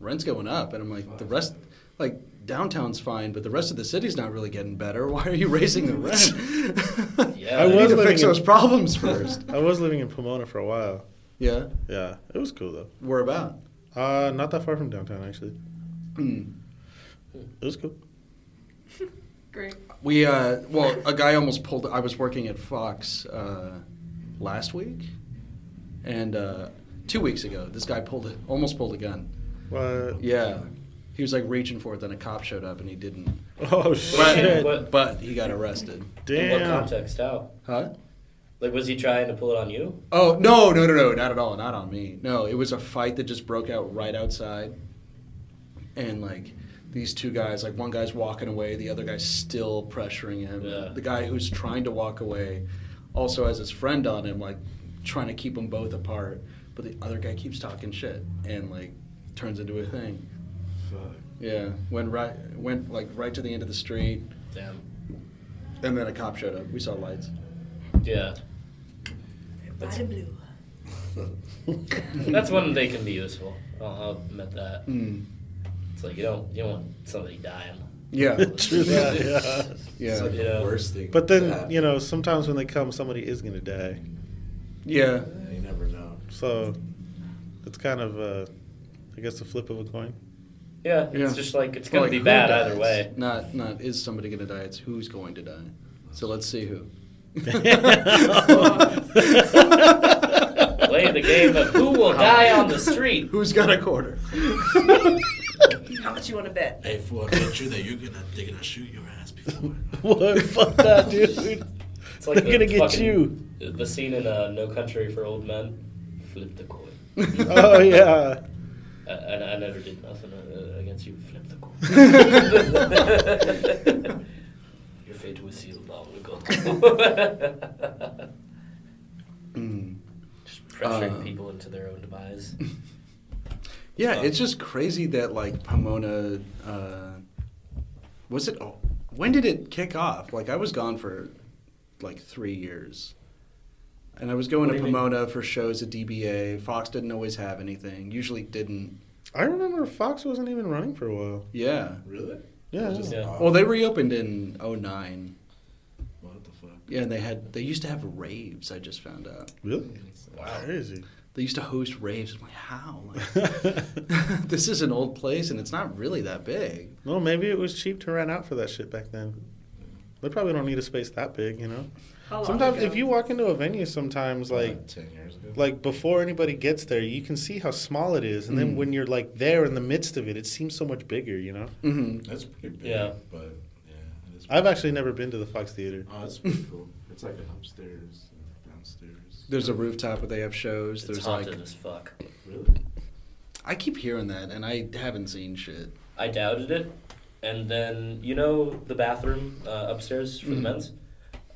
Speaker 3: rent's going up, and I'm like the rest, like downtown's fine, but the rest of the city's not really getting better. Why are you raising the rent?
Speaker 2: Yeah.
Speaker 5: I
Speaker 3: I
Speaker 5: was
Speaker 3: need to
Speaker 5: living
Speaker 3: fix
Speaker 5: in-
Speaker 3: those problems first.
Speaker 5: I was living in Pomona for a while.
Speaker 3: yeah,
Speaker 5: Yeah, it was cool though.
Speaker 3: we're about. Mm.
Speaker 5: Uh, not that far from downtown actually. It was cool.
Speaker 1: Great.
Speaker 3: We uh, well, a guy almost pulled. I was working at Fox uh, last week, and uh, two weeks ago, this guy pulled a, almost pulled a gun.
Speaker 5: What?
Speaker 3: Yeah. He was like reaching for it, then a cop showed up and he didn't.
Speaker 5: Oh shit!
Speaker 2: What,
Speaker 3: But he got arrested.
Speaker 2: in what
Speaker 5: Damn.
Speaker 2: context? How?
Speaker 3: Huh?
Speaker 2: Like, was he trying to pull it on you?
Speaker 3: Oh, no, no, no, no, not at all, not on me. No, it was a fight that just broke out right outside. And like these two guys, like one guy's walking away, the other guy's still pressuring him.
Speaker 2: Yeah.
Speaker 3: The guy who's trying to walk away also has his friend on him, like trying to keep them both apart. But the other guy keeps talking shit and like turns into a thing.
Speaker 4: Fuck.
Speaker 3: Yeah, went right, went like right to the end of the street,
Speaker 2: Damn.
Speaker 3: and then a cop showed up. We saw lights.
Speaker 2: Yeah.
Speaker 1: Bada blue.
Speaker 2: That's when they can be useful. I'll, I'll admit that.
Speaker 3: Mm.
Speaker 2: It's like you don't you don't want somebody dying.
Speaker 3: Yeah,
Speaker 5: True that, yeah.
Speaker 4: It's
Speaker 3: yeah,
Speaker 4: like
Speaker 2: Yeah.
Speaker 4: the worst thing.
Speaker 5: But then,
Speaker 4: that
Speaker 5: you know, sometimes when they come, somebody is going to die.
Speaker 3: yeah.
Speaker 4: happened. You never know.
Speaker 5: So it's kind of, uh, I guess, the flip of a coin.
Speaker 2: Yeah,
Speaker 3: Yeah.
Speaker 2: it's just like it's gonna
Speaker 3: Like,
Speaker 2: be
Speaker 3: who
Speaker 2: bad
Speaker 3: dies?
Speaker 2: either way.
Speaker 3: Not not is somebody gonna die? It's who's going to die. So let's see who.
Speaker 2: Play the game of who will die on the street.
Speaker 3: Who's got a quarter?
Speaker 1: How much you want to bet?
Speaker 4: Hey, fool, I bet you that you're gonna they're gonna shoot your ass before.
Speaker 5: what? Fuck that, dude.
Speaker 2: It's
Speaker 5: They're
Speaker 2: like the
Speaker 5: going to get
Speaker 2: fucking-
Speaker 5: you.
Speaker 2: The scene in uh, No Country for Old Men. Flip the coin.
Speaker 5: Oh, yeah.
Speaker 2: I, I, I never did nothing uh, against you. Flip the coin. Your fate was sealed long ago.
Speaker 3: Hmm.
Speaker 2: Just pressuring
Speaker 3: Uh,
Speaker 2: people into their own demise.
Speaker 3: Yeah,
Speaker 2: Um,
Speaker 3: it's just crazy that like Pomona, uh, was it? Oh, when did it kick off? Like I was gone for like three years, and I was going
Speaker 2: What
Speaker 3: to
Speaker 2: do you mean?
Speaker 3: Pomona for shows at DBA. Fox didn't always have anything. Usually didn't.
Speaker 5: I remember Fox wasn't even running for a while.
Speaker 3: Yeah.
Speaker 4: really?
Speaker 5: Yeah.
Speaker 4: Just-
Speaker 2: Yeah.
Speaker 3: Well, they reopened in 09.
Speaker 4: What the fuck?
Speaker 3: Yeah, and they had they used to have raves. I just found out
Speaker 5: Really? Crazy.
Speaker 3: they used to host raves. I'm like, how? Like, this is an old place, and it's not really that big.
Speaker 5: No, maybe it was cheap to rent out for that shit back then. They probably don't need a space that big, you know.
Speaker 1: How long
Speaker 5: Sometimes,
Speaker 1: ago?
Speaker 5: if you walk into a venue, sometimes like
Speaker 4: ten years ago.
Speaker 5: like before anybody gets there, you can see how small it is, and
Speaker 2: Mm.
Speaker 5: then when you're like there in the midst of it, it seems so much bigger, you know.
Speaker 3: hmm
Speaker 4: That's pretty big.
Speaker 2: Yeah.
Speaker 4: But yeah, it is
Speaker 5: I've actually never been to the Fox Theater.
Speaker 4: Oh, that's pretty cool. It's like an upstairs, and downstairs.
Speaker 3: There's a rooftop where they have shows.
Speaker 2: It's
Speaker 3: There's
Speaker 2: haunted
Speaker 3: like
Speaker 2: as fuck.
Speaker 4: Really?
Speaker 3: I keep hearing that, and I haven't seen shit.
Speaker 2: I doubted it, and then you know the bathroom uh, upstairs for the
Speaker 3: Mhm.
Speaker 2: men's.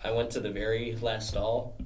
Speaker 2: I went to the very last stall.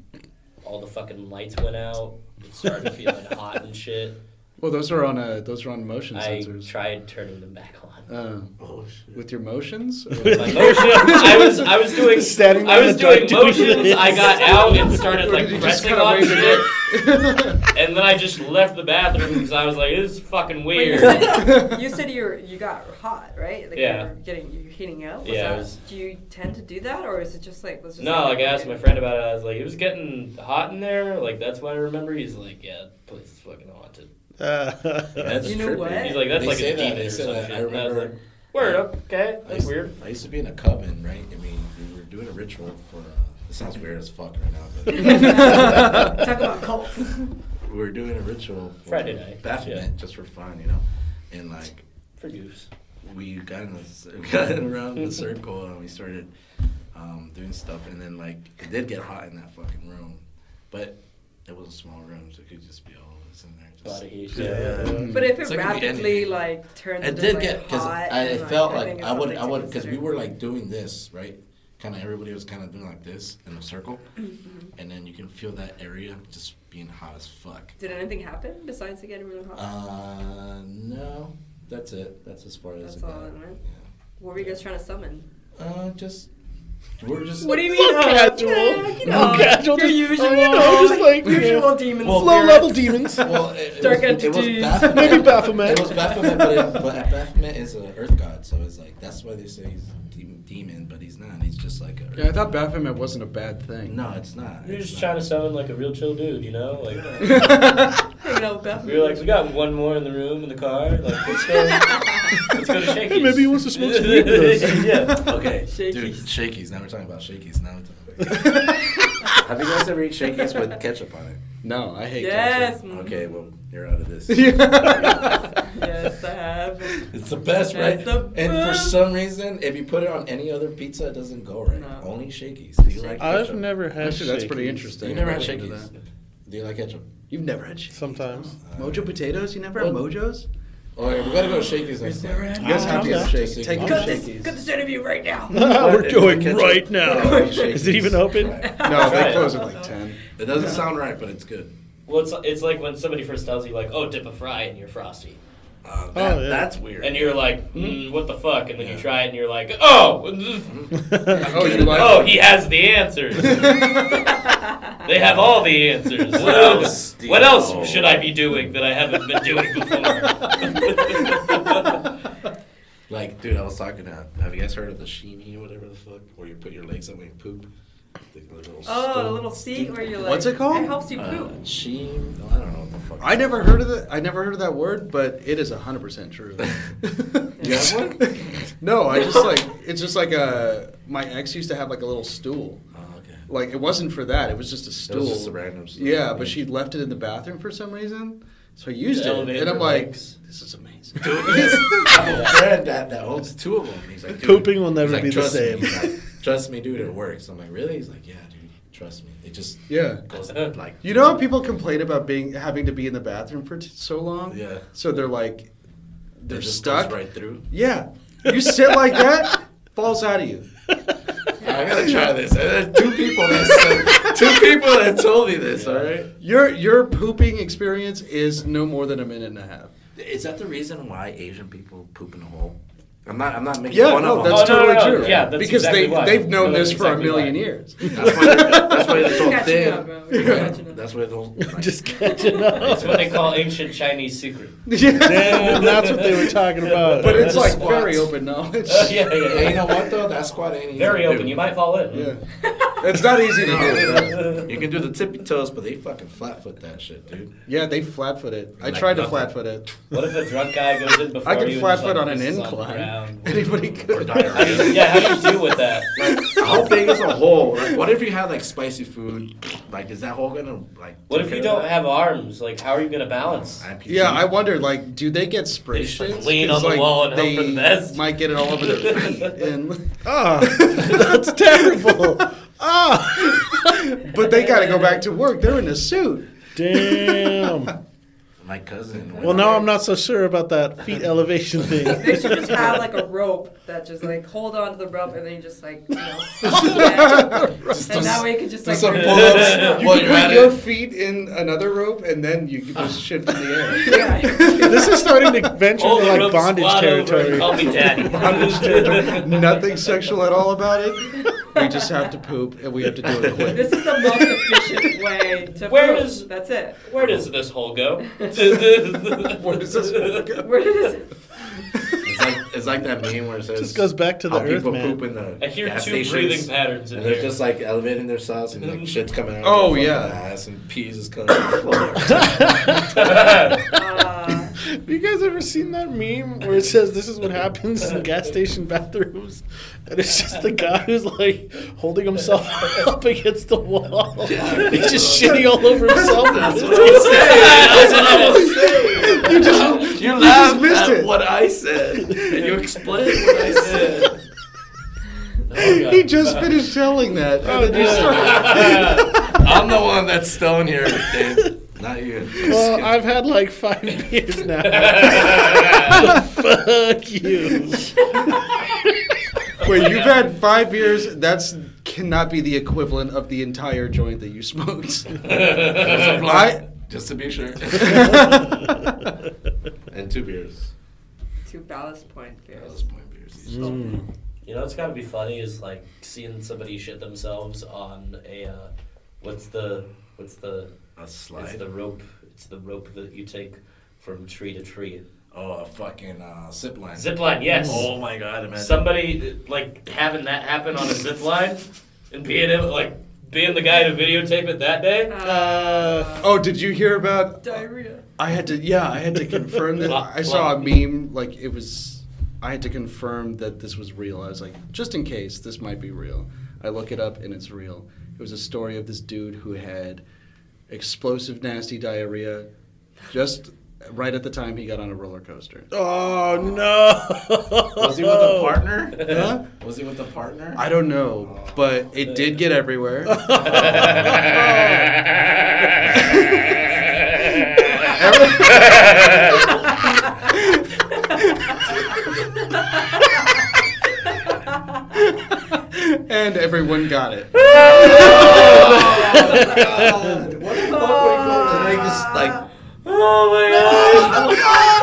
Speaker 2: All the fucking lights went out. It started feeling hot and shit.
Speaker 3: Well, those are on a those are on motion
Speaker 2: I
Speaker 3: sensors.
Speaker 2: tried turning them back on.
Speaker 3: uh,
Speaker 4: Oh shit.
Speaker 3: with your motions,
Speaker 2: My motion, I was I was doing
Speaker 5: Standing
Speaker 2: I
Speaker 5: by
Speaker 2: was
Speaker 5: the
Speaker 2: doing
Speaker 5: door doing
Speaker 2: motions.
Speaker 5: this.
Speaker 2: I got out and started
Speaker 3: Or
Speaker 2: like
Speaker 3: did you just
Speaker 2: pressing
Speaker 3: kinda
Speaker 2: on
Speaker 3: wave
Speaker 2: shit,
Speaker 3: it
Speaker 2: and then I just left the bathroom because I was like, this is fucking
Speaker 1: Wait, you
Speaker 2: weird.
Speaker 1: said- you said you were, you got hot, right? Like
Speaker 2: Yeah.
Speaker 1: You were getting you were heating up. Was
Speaker 2: Yeah, it
Speaker 1: That,
Speaker 2: was-
Speaker 1: Do you tend to do that, or is it just like was just
Speaker 2: No, like I asked my friend about it. I was like, it was getting hot in there. Like that's what I remember. He's like, yeah, the place is fucking haunted.
Speaker 5: That's
Speaker 4: That's
Speaker 1: You know
Speaker 4: trippy.
Speaker 1: what?
Speaker 2: He's like, that's
Speaker 4: They
Speaker 2: like
Speaker 4: say
Speaker 2: a
Speaker 4: that,
Speaker 2: demon
Speaker 4: they
Speaker 2: or
Speaker 4: say
Speaker 2: some
Speaker 4: that.
Speaker 2: shit.
Speaker 4: I
Speaker 2: And I was
Speaker 4: remember-
Speaker 2: like, word, okay,
Speaker 4: I
Speaker 2: that's
Speaker 4: used,
Speaker 2: weird.
Speaker 4: I used to be in a coven, right? I mean, we were doing a ritual for. Uh, it sounds weird as fuck right now, but
Speaker 1: Talk about cults.
Speaker 4: we were doing a ritual for
Speaker 2: Friday night,
Speaker 4: Baphomet
Speaker 2: yeah.
Speaker 4: just for fun, you know. And like,
Speaker 2: For goose.
Speaker 4: we got in the, got around the circle and we started um, doing stuff. And then like, it did get hot in that fucking room, but it was a small room, so it could just be all of us in there. Just,
Speaker 2: Body heat.
Speaker 5: yeah.
Speaker 2: Yeah.
Speaker 1: But if it
Speaker 4: It's like it could be
Speaker 1: rapidly
Speaker 4: anything.
Speaker 1: like turned,
Speaker 4: It
Speaker 1: into,
Speaker 4: did
Speaker 1: like,
Speaker 4: get because
Speaker 1: hot
Speaker 4: I,
Speaker 1: and,
Speaker 4: it felt
Speaker 1: think
Speaker 4: like
Speaker 1: it's
Speaker 4: I would
Speaker 1: something
Speaker 4: I
Speaker 1: to
Speaker 4: would because we
Speaker 1: consider.
Speaker 4: were like doing this right, kind of everybody was kind of doing like this in a circle, and then you can feel that area just being hot as fuck.
Speaker 1: Did anything happen besides it getting really hot?
Speaker 4: Uh, no, that's it. That's as far as
Speaker 1: That's
Speaker 4: it
Speaker 1: all
Speaker 4: got.
Speaker 1: it went?
Speaker 4: Yeah.
Speaker 1: what were you guys trying to summon?
Speaker 4: Uh, just we're just
Speaker 1: What do you mean?
Speaker 5: So
Speaker 1: oh,
Speaker 5: casual.
Speaker 1: eh, you
Speaker 5: No,
Speaker 1: know,
Speaker 5: casual,
Speaker 1: Your
Speaker 5: just-
Speaker 1: usual,
Speaker 5: you know, just like,
Speaker 1: usual
Speaker 5: yeah.
Speaker 1: demons.
Speaker 4: Well,
Speaker 5: low level demons.
Speaker 4: Well, it, it
Speaker 1: Dark
Speaker 4: was, it was
Speaker 1: entities.
Speaker 4: Baphomet.
Speaker 5: Maybe Baphomet.
Speaker 4: It was Baphomet, but, it, but Baphomet is an earth god, so it's like that's why they say he's a de- demon, but he's not. He's just like a.
Speaker 3: yeah, I thought Baphomet wasn't a bad thing.
Speaker 4: No, it's not.
Speaker 2: You're
Speaker 4: It's
Speaker 2: just
Speaker 4: not.
Speaker 2: trying to sound like a real chill dude, you know? Like
Speaker 1: Hanging out with Beth.
Speaker 2: we were like, we got one more in the room in the car. Like let's go. let's go to Shakey's.
Speaker 5: Hey, maybe he wants to smoke some weed with us.
Speaker 2: yeah.
Speaker 4: Okay,
Speaker 1: Shakey's.
Speaker 4: dude, shakies. Now we're talking about shakies. Now we're talking about Have you guys ever eaten shakies with ketchup on it?
Speaker 3: No, I hate
Speaker 1: Yes. mm,
Speaker 4: Okay, well, you're out of this.
Speaker 1: Yes, I have.
Speaker 4: It's the best, right?
Speaker 1: That's the
Speaker 4: And for
Speaker 1: best.
Speaker 4: some reason, if you put it on any other pizza, it doesn't go right.
Speaker 1: No.
Speaker 4: Only shakies. Do you like ketchup?
Speaker 5: I've never had.
Speaker 3: Actually, that's pretty
Speaker 5: Shakey's.
Speaker 3: interesting.
Speaker 4: You never had
Speaker 3: I'm into
Speaker 4: Shakey's?
Speaker 3: that.
Speaker 4: Do you like ketchup?
Speaker 3: You've never had Shakey's?
Speaker 5: Sometimes.
Speaker 3: Mojo potatoes? You never had
Speaker 4: Well-
Speaker 3: Mojos?
Speaker 4: All right, we gotta go to Shakey's next time.
Speaker 3: You guys have to
Speaker 5: yeah.
Speaker 3: have Shakey's. Take me to
Speaker 1: Cut this, cut
Speaker 3: Shakey's.
Speaker 1: this interview right now.
Speaker 5: We're
Speaker 4: If
Speaker 5: going
Speaker 4: ketchup-
Speaker 5: right now.
Speaker 4: Shakey's.
Speaker 5: Is it even open?
Speaker 4: Right.
Speaker 3: No,
Speaker 2: Try
Speaker 3: they
Speaker 2: it.
Speaker 3: close at like ten.
Speaker 4: It doesn't sound right, but it's good.
Speaker 2: Well, it's, it's like when somebody first tells you, like, oh, dip a fry in your frosty.
Speaker 4: Uh, that-
Speaker 5: yeah.
Speaker 4: That's weird.
Speaker 2: And you're like, mm, what the fuck? And then you try it, and you're like, oh,
Speaker 3: Oh, you like?
Speaker 2: oh, he has the answers. they have all the answers.
Speaker 6: What
Speaker 2: What
Speaker 6: else
Speaker 2: else?
Speaker 6: do
Speaker 2: What
Speaker 6: you
Speaker 2: else
Speaker 6: know?
Speaker 2: should I be doing that I haven't been doing before?
Speaker 4: Like, dude, I was talking to. Have you guys heard of the shimi or whatever the fuck, where you put your legs up when you poop? The little
Speaker 1: Oh, the
Speaker 4: stool.
Speaker 1: little seat where you like.
Speaker 3: What's it called?
Speaker 1: It helps you
Speaker 4: Uh,
Speaker 1: poop.
Speaker 4: sheem? No, I don't know what the fuck.
Speaker 3: I never heard of that. I never heard of that word, but it is hundred percent true.
Speaker 4: You have one?
Speaker 3: no, I just like it's just like a. My ex used to have like a little stool.
Speaker 4: Oh, okay.
Speaker 3: Like it wasn't for that. It was just a stool.
Speaker 4: just a random stool.
Speaker 3: Yeah, but she left it in the bathroom for some reason. So I used
Speaker 2: To
Speaker 3: it,
Speaker 2: elevate
Speaker 3: and I'm
Speaker 2: her
Speaker 3: like,
Speaker 2: legs.
Speaker 3: this is amazing.
Speaker 4: I have a friend that, that owns two of them. He's like, dude,
Speaker 5: Pooping will
Speaker 4: he's
Speaker 5: never
Speaker 4: like,
Speaker 5: be the
Speaker 4: "Trust me."
Speaker 5: same.
Speaker 4: He's like, trust me, dude, it works. I'm like, really? He's like, yeah, dude, trust me. It just
Speaker 3: Yeah.
Speaker 4: goes like
Speaker 3: You know how people complain about being having to be in the bathroom for t- so long?
Speaker 4: Yeah.
Speaker 3: So they're like, they're
Speaker 4: it just
Speaker 3: stuck.
Speaker 4: goes right through.
Speaker 3: Yeah. You sit like that, falls out of you.
Speaker 4: I gotta try this. There are two people that said, two people that told me this. All right.
Speaker 3: Your your pooping experience is no more than a minute and a half.
Speaker 4: Is that the reason why Asian people poop in a hole? I'm not. I'm not making
Speaker 3: Yeah,
Speaker 4: fun
Speaker 3: no,
Speaker 4: of them.
Speaker 3: that's
Speaker 2: Oh, no,
Speaker 3: totally
Speaker 2: no, no.
Speaker 3: true.
Speaker 2: Yeah, that's
Speaker 3: because
Speaker 2: exactly
Speaker 3: they
Speaker 2: why.
Speaker 3: they've known
Speaker 2: No, that's
Speaker 3: this for
Speaker 2: exactly
Speaker 3: a million
Speaker 2: why.
Speaker 3: years.
Speaker 4: That's why, that's why this whole
Speaker 1: Catching
Speaker 4: thing.
Speaker 1: up, bro. We're catching up.
Speaker 4: That's why those. Like,
Speaker 5: Just catching up.
Speaker 2: That's what they call ancient Chinese secret.
Speaker 5: Damn, that's what they were talking about.
Speaker 3: But it's
Speaker 4: The
Speaker 3: like
Speaker 4: squats.
Speaker 3: very open knowledge.
Speaker 2: Uh, Oh, yeah, yeah,
Speaker 4: Hey, you
Speaker 2: yeah.
Speaker 4: know what though? That squat ain't easy
Speaker 2: Very
Speaker 4: to do.
Speaker 2: open. You might fall in.
Speaker 3: Yeah. It's not easy to do. no.
Speaker 4: You can do the tippy toes, but they fucking flat foot that shit, dude.
Speaker 3: Yeah, they flat foot it. I
Speaker 4: Like
Speaker 3: tried to
Speaker 4: nothing.
Speaker 3: flat foot it.
Speaker 2: What if a drunk guy goes in before
Speaker 3: I
Speaker 2: you
Speaker 3: could
Speaker 2: and
Speaker 3: flat
Speaker 2: just,
Speaker 3: foot
Speaker 2: like,
Speaker 3: on an
Speaker 2: pisses the
Speaker 3: incline.
Speaker 2: ground?
Speaker 3: Anybody
Speaker 4: Or
Speaker 3: could.
Speaker 2: I mean,
Speaker 4: diarrhea.
Speaker 2: yeah, how do you deal with that?
Speaker 4: Like, how big is a hole? Like, what if you had like spicy food? Like, is that hole gonna like?
Speaker 2: What
Speaker 4: take
Speaker 2: if you
Speaker 4: care of
Speaker 2: don't
Speaker 4: that?
Speaker 2: have arms? Like, how are you gonna balance?
Speaker 4: Amputee?
Speaker 3: Yeah, I wonder, like, do they get spray
Speaker 2: They just, like,
Speaker 3: shits?
Speaker 2: lean
Speaker 3: 'Cause,
Speaker 2: on the wall and hope
Speaker 3: they
Speaker 2: for the best.
Speaker 3: Might get it all over their feet. And,
Speaker 5: Ah, that's terrible. Ah,
Speaker 3: but they got to go back to work. They're in a suit.
Speaker 5: damn.
Speaker 4: My cousin.
Speaker 5: Well, now I'm not so sure about that feet elevation thing.
Speaker 1: They should just have like a rope that just like hold on to the rope and then you just like you know, and that way you could just like
Speaker 3: some
Speaker 1: breathe.
Speaker 2: pull-ups.
Speaker 3: You
Speaker 4: Well,
Speaker 3: can
Speaker 4: you're
Speaker 3: put
Speaker 4: at
Speaker 3: your
Speaker 4: it.
Speaker 3: feet in another rope, and then you can just shit from the air.
Speaker 1: Yeah.
Speaker 5: This is starting to venture
Speaker 2: Hold the
Speaker 5: into like
Speaker 2: rope,
Speaker 5: bondage
Speaker 2: squat over,
Speaker 5: territory.
Speaker 2: Call me daddy.
Speaker 3: Bondage territory. Nothing sexual at all about it. We just have to poop, and we have to do it quick.
Speaker 1: This is the most efficient way to
Speaker 2: Where
Speaker 1: poop.
Speaker 2: does-
Speaker 1: That's it.
Speaker 2: Where does this hole go?
Speaker 3: Where does this hole go?
Speaker 1: Where does
Speaker 4: It's like, it's like that meme where it says.
Speaker 5: Just goes back to the
Speaker 4: how
Speaker 5: earth,
Speaker 4: people
Speaker 5: man.
Speaker 4: poop in the
Speaker 2: I hear
Speaker 4: gas
Speaker 2: two
Speaker 4: stations,
Speaker 2: breathing patterns in
Speaker 4: And they're
Speaker 2: here.
Speaker 4: just like elevating themselves and like shit's coming out. of
Speaker 3: Oh,
Speaker 4: their fucking
Speaker 3: yeah.
Speaker 4: Ass and peas is coming. out of the floor.
Speaker 2: Oh,
Speaker 1: uh,
Speaker 5: Have you guys ever seen that meme where it says this is what happens in gas station bathrooms? And it's just the guy who's like holding himself up against the wall. He's just shitting all over himself.
Speaker 4: That's what I'm saying.
Speaker 3: You just
Speaker 4: You
Speaker 3: just
Speaker 4: laughed
Speaker 3: missed
Speaker 4: at
Speaker 3: it.
Speaker 4: what I said, and you explained what I said.
Speaker 3: he just finished telling that. and then
Speaker 2: Oh,
Speaker 3: you started-
Speaker 4: I'm the one that's stoned here, Dave. Not you.
Speaker 5: well, I've had like five beers now. Fuck you.
Speaker 3: Wait, you've had five years. That's cannot be the equivalent of the entire joint that you smoked.
Speaker 4: Just a blunt,
Speaker 3: I-
Speaker 4: just to be sure. and two beers.
Speaker 1: two ballast point
Speaker 4: That
Speaker 1: beers.
Speaker 4: was point beers.
Speaker 2: You know, it's gotta be funny is like seeing somebody shit themselves on a uh, what's the what's the
Speaker 4: A
Speaker 2: it's
Speaker 4: slide.
Speaker 2: the rope it's the rope that you take from tree to tree.
Speaker 4: Oh, a fucking uh, zip line.
Speaker 2: Zipline, yes.
Speaker 4: Oh my god, imagine.
Speaker 2: Somebody like having that happen on a zip line and being able like being the guy to videotape it that day.
Speaker 5: Uh,
Speaker 3: oh, did you hear about?
Speaker 1: Diarrhea.
Speaker 3: I had to. Yeah, I had to confirm that. I saw a meme like it was. I had to confirm that this was real. I was like, just in case, this might be real. I look it up and it's real. It was a story of this dude who had explosive, nasty diarrhea just right at the time he got on a roller coaster.
Speaker 5: oh no.
Speaker 4: was he with a partner?
Speaker 3: Huh?
Speaker 4: Was he with a partner?
Speaker 3: I don't know, but it did get everywhere. and everyone got it.
Speaker 4: What the fuck would it go to make this, like,
Speaker 2: oh my god!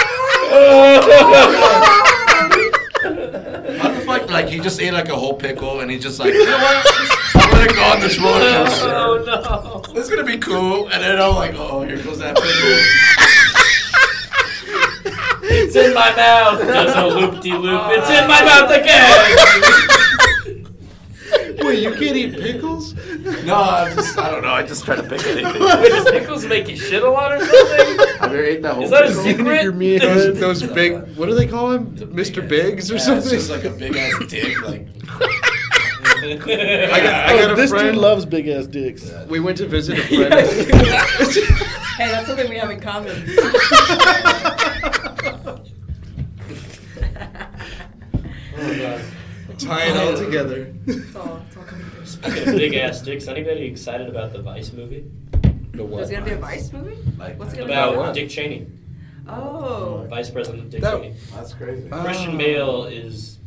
Speaker 4: How the fuck? Like he just ate like a whole pickle, and he's just like, you know what? I'm gonna go on this roller coaster.
Speaker 2: oh no.
Speaker 4: It's gonna be cool. And then I'm like, oh, here goes that pickle.
Speaker 2: It's in my mouth. Does a loop de loop. It's in my mouth again.
Speaker 3: Wait, you can't eat pickles?
Speaker 4: No, I just, I don't know. I just try to pick anything.
Speaker 2: Wait, does pickles make you shit a lot or something?
Speaker 4: Have you ever ate that whole
Speaker 2: Is that a
Speaker 4: pickle?
Speaker 2: secret?
Speaker 3: Your meat, those, those big, what do they call him?
Speaker 4: The big
Speaker 3: Mr.
Speaker 4: ass-
Speaker 3: Biggs or
Speaker 4: yeah,
Speaker 3: something?
Speaker 4: It's just like a big ass dick. Like
Speaker 3: I got, I got a
Speaker 5: Oh, this
Speaker 3: friend.
Speaker 5: dude loves big ass dicks.
Speaker 3: we went to visit a friend.
Speaker 1: Hey, that's something we have in common.
Speaker 2: uh,
Speaker 3: Tie it all together.
Speaker 1: it's all, it's all coming together.
Speaker 2: Big ass dicks. Anybody excited about the Vice movie?
Speaker 4: the what?
Speaker 1: There's gonna be a Vice movie?
Speaker 4: Like-
Speaker 1: What's it gonna
Speaker 2: About
Speaker 1: be?
Speaker 3: what?
Speaker 2: Dick Cheney,
Speaker 1: Oh,
Speaker 2: Vice President Dick
Speaker 3: That-
Speaker 2: Cheney.
Speaker 4: That's crazy.
Speaker 3: Uh,
Speaker 2: Christian Bale is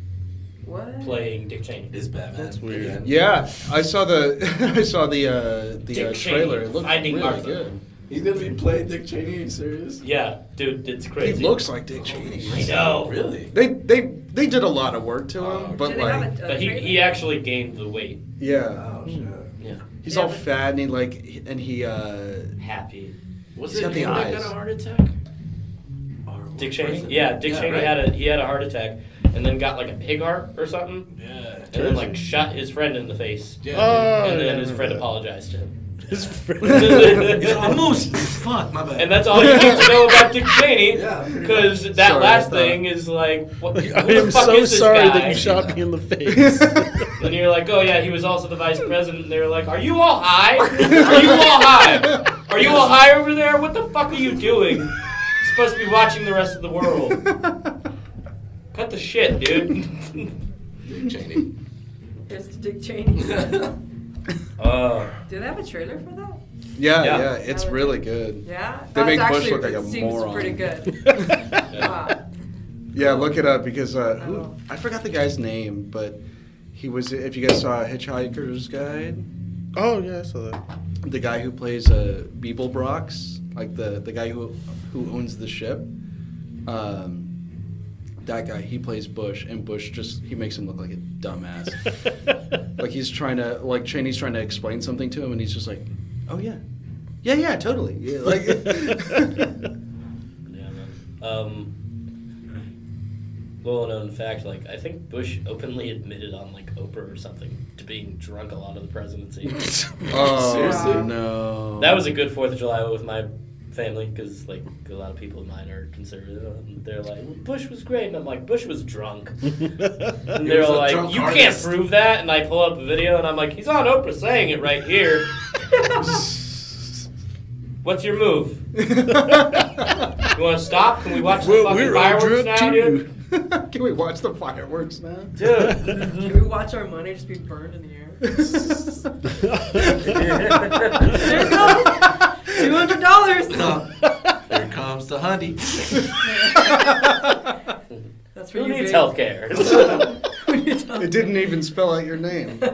Speaker 1: what?
Speaker 2: playing Dick Cheney.
Speaker 4: Is Batman? That's
Speaker 5: weird.
Speaker 3: Yeah, I saw the I saw the uh, the uh,
Speaker 2: Dick
Speaker 3: trailer.
Speaker 2: Cheney,
Speaker 3: It looked
Speaker 2: Finding
Speaker 3: really
Speaker 2: Martha.
Speaker 3: good.
Speaker 4: He's gonna be playing Dick Cheney. Are you serious?
Speaker 2: Yeah, dude, it's
Speaker 3: He
Speaker 2: crazy. Oh,
Speaker 3: looks like Dick Cheney.
Speaker 2: I know.
Speaker 4: Really?
Speaker 3: They they they did a lot of work to him,
Speaker 4: Oh,
Speaker 3: but
Speaker 1: Do they
Speaker 3: like
Speaker 1: have a, a
Speaker 2: But he,
Speaker 1: trailer?
Speaker 2: he actually gained the weight.
Speaker 3: yeah,
Speaker 4: Oh shit.
Speaker 2: Yeah.
Speaker 3: he's
Speaker 1: Yeah,
Speaker 3: all
Speaker 1: but-
Speaker 3: fat and he like and he uh
Speaker 2: Happy.
Speaker 4: Was
Speaker 3: He's got the
Speaker 4: him that
Speaker 3: eyes.
Speaker 4: got a heart attack? Or what
Speaker 2: Dick Cheney?
Speaker 4: person?
Speaker 2: Yeah, Dick Cheney
Speaker 4: right?
Speaker 2: had a he had a heart attack and then got like a pig heart or something.
Speaker 4: Yeah.
Speaker 2: And then like shot his friend in the face.
Speaker 4: Yeah.
Speaker 5: Oh,
Speaker 2: And
Speaker 5: yeah,
Speaker 2: then his
Speaker 5: I remember
Speaker 2: friend
Speaker 5: that.
Speaker 2: apologized to him.
Speaker 5: His friend.
Speaker 4: He's
Speaker 2: and
Speaker 4: a moose. Fuck my bad.
Speaker 2: that's all you need to know about Dick Cheney.
Speaker 4: Yeah, pretty much.
Speaker 2: Because that
Speaker 3: Sorry, I
Speaker 2: last
Speaker 3: thought-
Speaker 2: thing is like, what,
Speaker 5: Like,
Speaker 2: who
Speaker 5: I
Speaker 2: the
Speaker 5: am
Speaker 2: fuck
Speaker 5: so
Speaker 2: is this
Speaker 5: sorry
Speaker 2: guy?
Speaker 5: that you shot me in the face.
Speaker 2: And you're like, oh yeah, he was also the vice president. And they were like, are you all high? Are you all high? Are you all high over there? What the fuck are you doing? You're supposed to be watching the rest of the world. Cut the shit, dude.
Speaker 4: Dick Cheney.
Speaker 1: There's Dick Cheney.
Speaker 2: Oh,
Speaker 1: Do they have a trailer for that?
Speaker 3: yeah, yeah,
Speaker 2: Yeah.
Speaker 3: it's really good.
Speaker 1: Yeah.
Speaker 3: They
Speaker 1: That's
Speaker 3: make Bush
Speaker 1: actually-
Speaker 3: look like a
Speaker 1: it seems
Speaker 3: moron.
Speaker 1: pretty good. Wow.
Speaker 3: Yeah, look it up because uh,
Speaker 1: I
Speaker 3: who,
Speaker 1: will.
Speaker 3: I forgot the guy's name, but he was if you guys saw Hitchhiker's Guide,
Speaker 5: oh yeah, I saw that.
Speaker 3: the guy who plays uh, Beeble Brox, like the the guy who who owns the ship. Um, that guy, he plays Bush, and Bush just he makes him look like a dumbass. like he's trying to like Cheney's trying to explain something to him, and he's just like, "Oh yeah, yeah, yeah, totally." Yeah, like,
Speaker 2: yeah, man. Um, well known fact, like I think Bush openly admitted on like Oprah or something to being drunk a lot of the presidency.
Speaker 3: oh
Speaker 1: Seriously?
Speaker 3: no,
Speaker 2: That was a good Fourth of July with my family because like a lot of people of mine are conservative. And they're like, well, Bush was great, and I'm like, Bush was drunk. And
Speaker 4: He
Speaker 2: they're
Speaker 4: was a
Speaker 2: like,
Speaker 4: drunk
Speaker 2: you can't
Speaker 4: artist."
Speaker 2: prove that. And I pull up a video, and I'm like, he's on Oprah saying it right here. What's your move? You want to stop? Can we watch the
Speaker 5: Well,
Speaker 2: fucking
Speaker 5: we're all
Speaker 2: fireworks
Speaker 5: drunk
Speaker 2: now,
Speaker 5: too.
Speaker 2: dude?
Speaker 3: Can we watch the fireworks now?
Speaker 2: Dude.
Speaker 1: Can we watch our money just be burned in the air? There it goes. Two hundred dollars.
Speaker 4: Here comes the honey.
Speaker 1: That's for
Speaker 2: Who
Speaker 1: you.
Speaker 2: needs
Speaker 1: babe.
Speaker 2: healthcare?
Speaker 1: Who needs help?
Speaker 3: It didn't even spell out your name.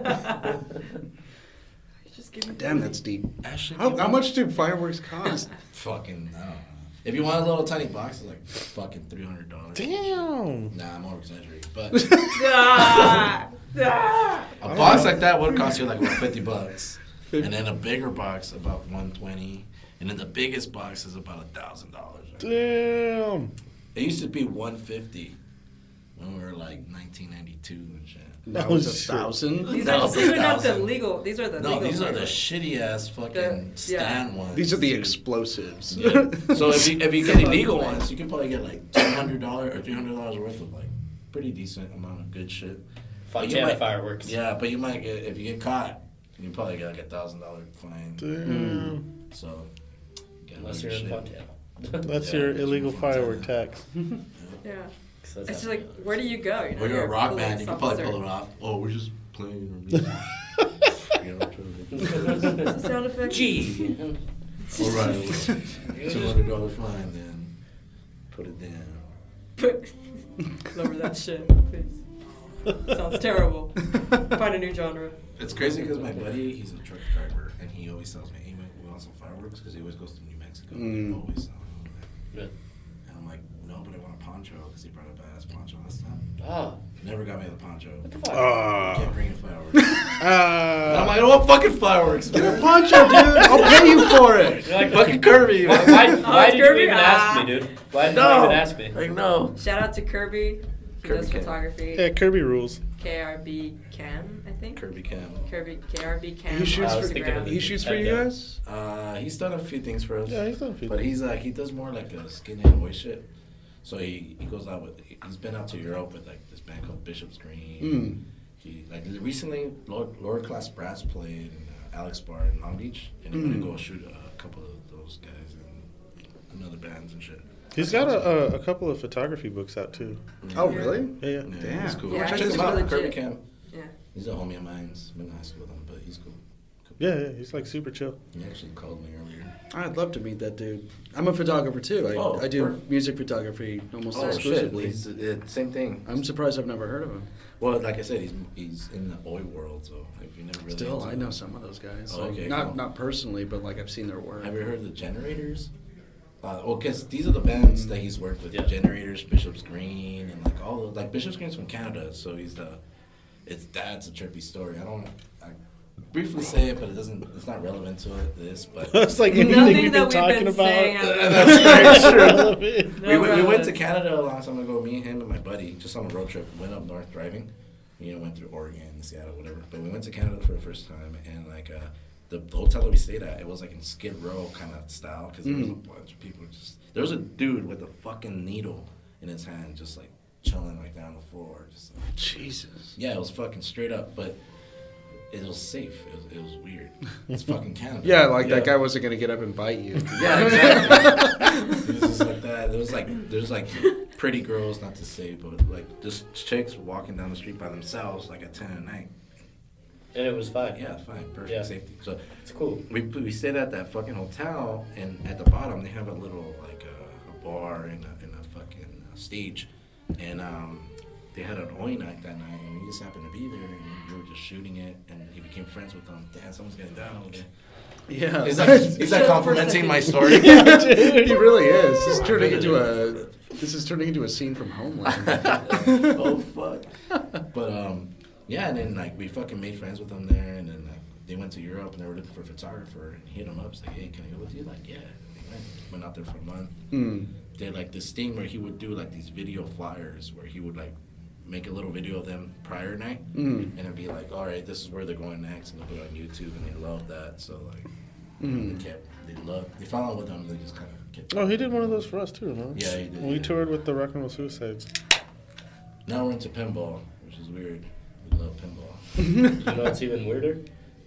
Speaker 1: Just give me
Speaker 3: Damn, that's deep.
Speaker 4: Actually,
Speaker 3: How, how much do fireworks cost?
Speaker 4: Fucking. I don't know. If you want a little tiny box, it's like fucking three hundred dollars.
Speaker 5: Damn.
Speaker 4: Nah, I'm over exaggerating, but
Speaker 1: Ah! Ah!
Speaker 4: a box like that would cost you like about fifty bucks, and then a bigger box about one twenty, and then the biggest box is about a thousand dollars.
Speaker 5: Damn.
Speaker 4: It used to be one fifty when we were like nineteen ninety two and shit.
Speaker 3: That
Speaker 5: Oh,
Speaker 3: was a
Speaker 5: shit.
Speaker 3: thousand.
Speaker 1: These
Speaker 4: That
Speaker 1: are
Speaker 4: was a
Speaker 1: these are not the
Speaker 4: thousand.
Speaker 1: legal. These are the
Speaker 4: No,
Speaker 1: legal.
Speaker 4: these are the
Speaker 1: ones.
Speaker 4: shitty ass
Speaker 1: The-
Speaker 4: fucking stand ones.
Speaker 3: These are the explosives.
Speaker 4: Yeah. So if you if you get
Speaker 1: Fuck.
Speaker 4: illegal ones, you can probably get like two hundred dollars or three hundred dollars worth of like pretty decent amount of good shit. You
Speaker 2: Fontana
Speaker 4: might-
Speaker 2: fireworks.
Speaker 4: Yeah, but you might get if you get caught, you probably get like a thousand dollar fine.
Speaker 2: Hmm.
Speaker 5: Damn.
Speaker 4: So get
Speaker 2: Unless
Speaker 4: your
Speaker 2: you're in
Speaker 4: shit.
Speaker 2: Fontana.
Speaker 5: That's
Speaker 4: Yeah,
Speaker 5: your
Speaker 4: it's
Speaker 5: illegal
Speaker 4: from
Speaker 5: firework
Speaker 4: Montana.
Speaker 5: tax.
Speaker 1: yeah.
Speaker 2: 'Cause that's
Speaker 1: It's just
Speaker 2: how-
Speaker 1: like, where do you go? You know,
Speaker 4: Or you're a rock band, you can probably pull
Speaker 1: officer.
Speaker 4: it off. Oh, we're just playing our music. You know, trying to-
Speaker 1: Is the sound effect?
Speaker 2: Gee.
Speaker 4: All right, two hundred dollar fine then. Put it down.
Speaker 1: Lower that shit, please. Sounds terrible. Find a new genre.
Speaker 4: It's crazy because my buddy, he's a truck driver, and he always tells me, "Hey, man, we want some fireworks?" Because he always goes to New Mexico. And
Speaker 3: Mm.
Speaker 4: they always sell them over there.
Speaker 2: Yeah.
Speaker 4: And I'm like, "No, but I want poncho because he brought up a ass poncho last time.
Speaker 2: Oh,
Speaker 4: Never got me the poncho.
Speaker 5: Uh,
Speaker 4: Kept bringing flowers. I'm
Speaker 5: uh,
Speaker 4: like, I don't want fucking fireworks.
Speaker 3: Get a poncho, dude. I'll pay you for it.
Speaker 2: You're like-
Speaker 4: fucking Kirby.
Speaker 2: why,
Speaker 4: man.
Speaker 2: why, why did you
Speaker 1: Kirby,
Speaker 2: even
Speaker 1: ah.
Speaker 2: ask me, dude? Why did you
Speaker 4: No.
Speaker 2: even ask me?
Speaker 4: Like, no.
Speaker 1: Shout out to Kirby. He
Speaker 4: Kirby
Speaker 1: does
Speaker 4: Cam.
Speaker 1: photography.
Speaker 5: yeah, Kirby rules.
Speaker 1: KRB Cam, I think.
Speaker 4: Kirby Cam.
Speaker 1: Kirby KRB Cam.
Speaker 3: He shoots
Speaker 1: on
Speaker 2: I was
Speaker 3: for-
Speaker 2: thinking of
Speaker 1: Instagram.
Speaker 2: the-
Speaker 3: He shoots for you guys.
Speaker 4: Uh, he's done a few things for us.
Speaker 5: Yeah, he's done a few
Speaker 4: But
Speaker 5: things.
Speaker 4: he's like, he does more like a skinny and boy shit. So he, he goes out with, he's been out to Europe with like this band called Bishop's Green.
Speaker 5: Hmm.
Speaker 3: Mm.
Speaker 4: He, like recently, Lord, Lower Class Brass played in uh, Alex Bar in Long Beach. And I'm
Speaker 5: Hmm.
Speaker 3: Mm.
Speaker 4: gonna go shoot a couple of those guys and another bands and shit.
Speaker 5: He's got a, a, a couple of photography books out too.
Speaker 3: Oh, really?
Speaker 5: Yeah, yeah.
Speaker 4: Yeah,
Speaker 3: Damn.
Speaker 4: he's cool.
Speaker 1: Yeah,
Speaker 4: Check
Speaker 1: he's
Speaker 4: him out,
Speaker 1: legit.
Speaker 4: Kirby Cam.
Speaker 1: Yeah.
Speaker 4: He's a homie of mine. I've been in high school with him, but he's cool.
Speaker 5: Yeah, yeah, he's like super chill.
Speaker 4: He actually called me earlier.
Speaker 3: I'd love to meet that dude. I'm a photographer too. I,
Speaker 4: Oh,
Speaker 3: I do
Speaker 4: perfect.
Speaker 3: music photography almost
Speaker 4: Oh shit!
Speaker 3: exclusively.
Speaker 4: He's, uh, same thing.
Speaker 3: I'm surprised I've never heard of him.
Speaker 4: Well, like I said, he's he's in the oi world, so like you never really.
Speaker 3: Still,
Speaker 4: into
Speaker 3: I know
Speaker 4: it.
Speaker 3: some of those guys.
Speaker 4: Oh,
Speaker 3: Like,
Speaker 4: okay,
Speaker 3: not
Speaker 4: cool.
Speaker 3: not personally, but like I've seen their work.
Speaker 4: Have you heard of the Generators? Uh, well, because these are the bands that he's worked with:
Speaker 2: Yeah.
Speaker 4: Generators, Bishop's Green, and like all of like Bishop's Green's from Canada, so he's the. It's that's a trippy story. I don't. I briefly say it, but it doesn't. It's not relevant to it, this, but.
Speaker 5: it's like anything
Speaker 1: Nothing
Speaker 5: we've been
Speaker 1: that
Speaker 5: talking
Speaker 1: we've been saying.
Speaker 5: about.
Speaker 1: has
Speaker 4: That's very true.
Speaker 5: relevant.
Speaker 1: been-
Speaker 4: we, went, we went
Speaker 1: relevance.
Speaker 4: to Canada a long time ago. Me, him, and my buddy, just on a road trip, went up north driving. You know, went through Oregon, Seattle, whatever. But we went to Canada for the first time, and like uh, the, the hotel that we stayed at, it was like in Skid Row kind of style because there was a bunch of people just. There was a dude with a fucking needle in his hand, just like chilling like down the floor, just like,
Speaker 3: Jesus.
Speaker 4: yeah, it was fucking straight up, but it was safe. It was, it was weird. It's fucking Canada.
Speaker 3: Yeah, like
Speaker 2: Yeah.
Speaker 3: that guy wasn't gonna get up and bite you.
Speaker 4: Yeah, exactly. it was just like that. There was like there's like pretty girls, not to say, but like just chicks walking down the street by themselves, like at ten at night.
Speaker 2: And it was fine.
Speaker 4: Yeah, it's fine, perfect
Speaker 2: Yeah.
Speaker 4: safety. So
Speaker 2: It's cool.
Speaker 4: we we stayed at that fucking hotel, and at the bottom they have a little like a, a bar and a, and a fucking uh, stage, and um. They had an oi night that night, and we just happened to be there, and we were just shooting it, and he became friends with them. Damn, someone's getting downloaded.
Speaker 3: yeah.
Speaker 4: Is that, is that complimenting my story?
Speaker 3: he really is. This is
Speaker 4: I'm
Speaker 3: turning
Speaker 4: gonna
Speaker 3: into
Speaker 4: do
Speaker 3: a this is turning into a scene from Homeland.
Speaker 4: oh fuck. But um, yeah, and then like we fucking made friends with them there, and then like they went to Europe and they were looking for a photographer and hit them up. It's like, hey, can I go with you? Like, yeah. And they went. Went out there for a month.
Speaker 3: Hmm.
Speaker 4: Did like this thing where he would do like these video flyers where he would like make a little video of them prior night
Speaker 3: Mm.
Speaker 4: and it'd be like, all right, this is where they're going next, and they'll put it on YouTube, and they love that. So like,
Speaker 3: Mm.
Speaker 4: they kept, they love, they followed with them. They just kind of kept.
Speaker 5: Oh, he did one of those for us too, remember?
Speaker 4: Yeah, he did,
Speaker 5: We
Speaker 4: yeah.
Speaker 5: toured with the Rock and Roll Suicides.
Speaker 4: Now we're into pinball, which is weird. We love pinball.
Speaker 2: You know what's even weirder?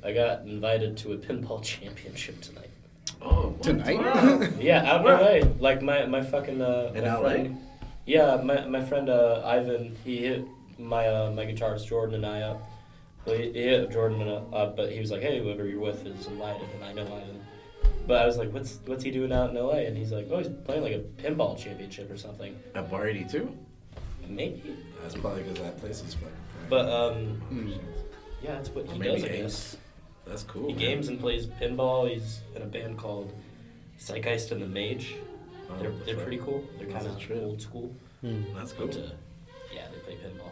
Speaker 2: I got invited to a pinball championship tonight.
Speaker 4: Oh,
Speaker 3: Tonight?
Speaker 2: Yeah, out in LA. Like my, my fucking uh
Speaker 4: In
Speaker 2: my
Speaker 4: LA?
Speaker 2: friend- Yeah, my, my friend uh, Ivan, he hit my uh, my guitarist Jordan and I up. Well, he, he hit Jordan and I up, but he was like, "Hey, whoever you're with is invited," and I know Ivan. But I was like, "What's what's he doing out in LA?" And he's like, "Oh, he's playing like a pinball championship or something."
Speaker 4: At Bar 82?
Speaker 2: Maybe.
Speaker 4: That's probably because that place is fucking packed.
Speaker 2: But um,
Speaker 3: Mm.
Speaker 2: yeah, that's what
Speaker 4: Or
Speaker 2: he
Speaker 4: maybe
Speaker 2: does. I
Speaker 4: Ace.
Speaker 2: guess.
Speaker 4: That's cool.
Speaker 2: He
Speaker 4: man.
Speaker 2: games and plays pinball. He's in a band called Zeitgeist and the Mage.
Speaker 4: Oh,
Speaker 2: They're,
Speaker 4: what the
Speaker 2: they're
Speaker 4: fuck?
Speaker 2: pretty cool. They're
Speaker 4: That's
Speaker 2: kind
Speaker 4: a trip.
Speaker 2: of old school.
Speaker 4: That's cool.
Speaker 2: But uh, yeah, they play pinball.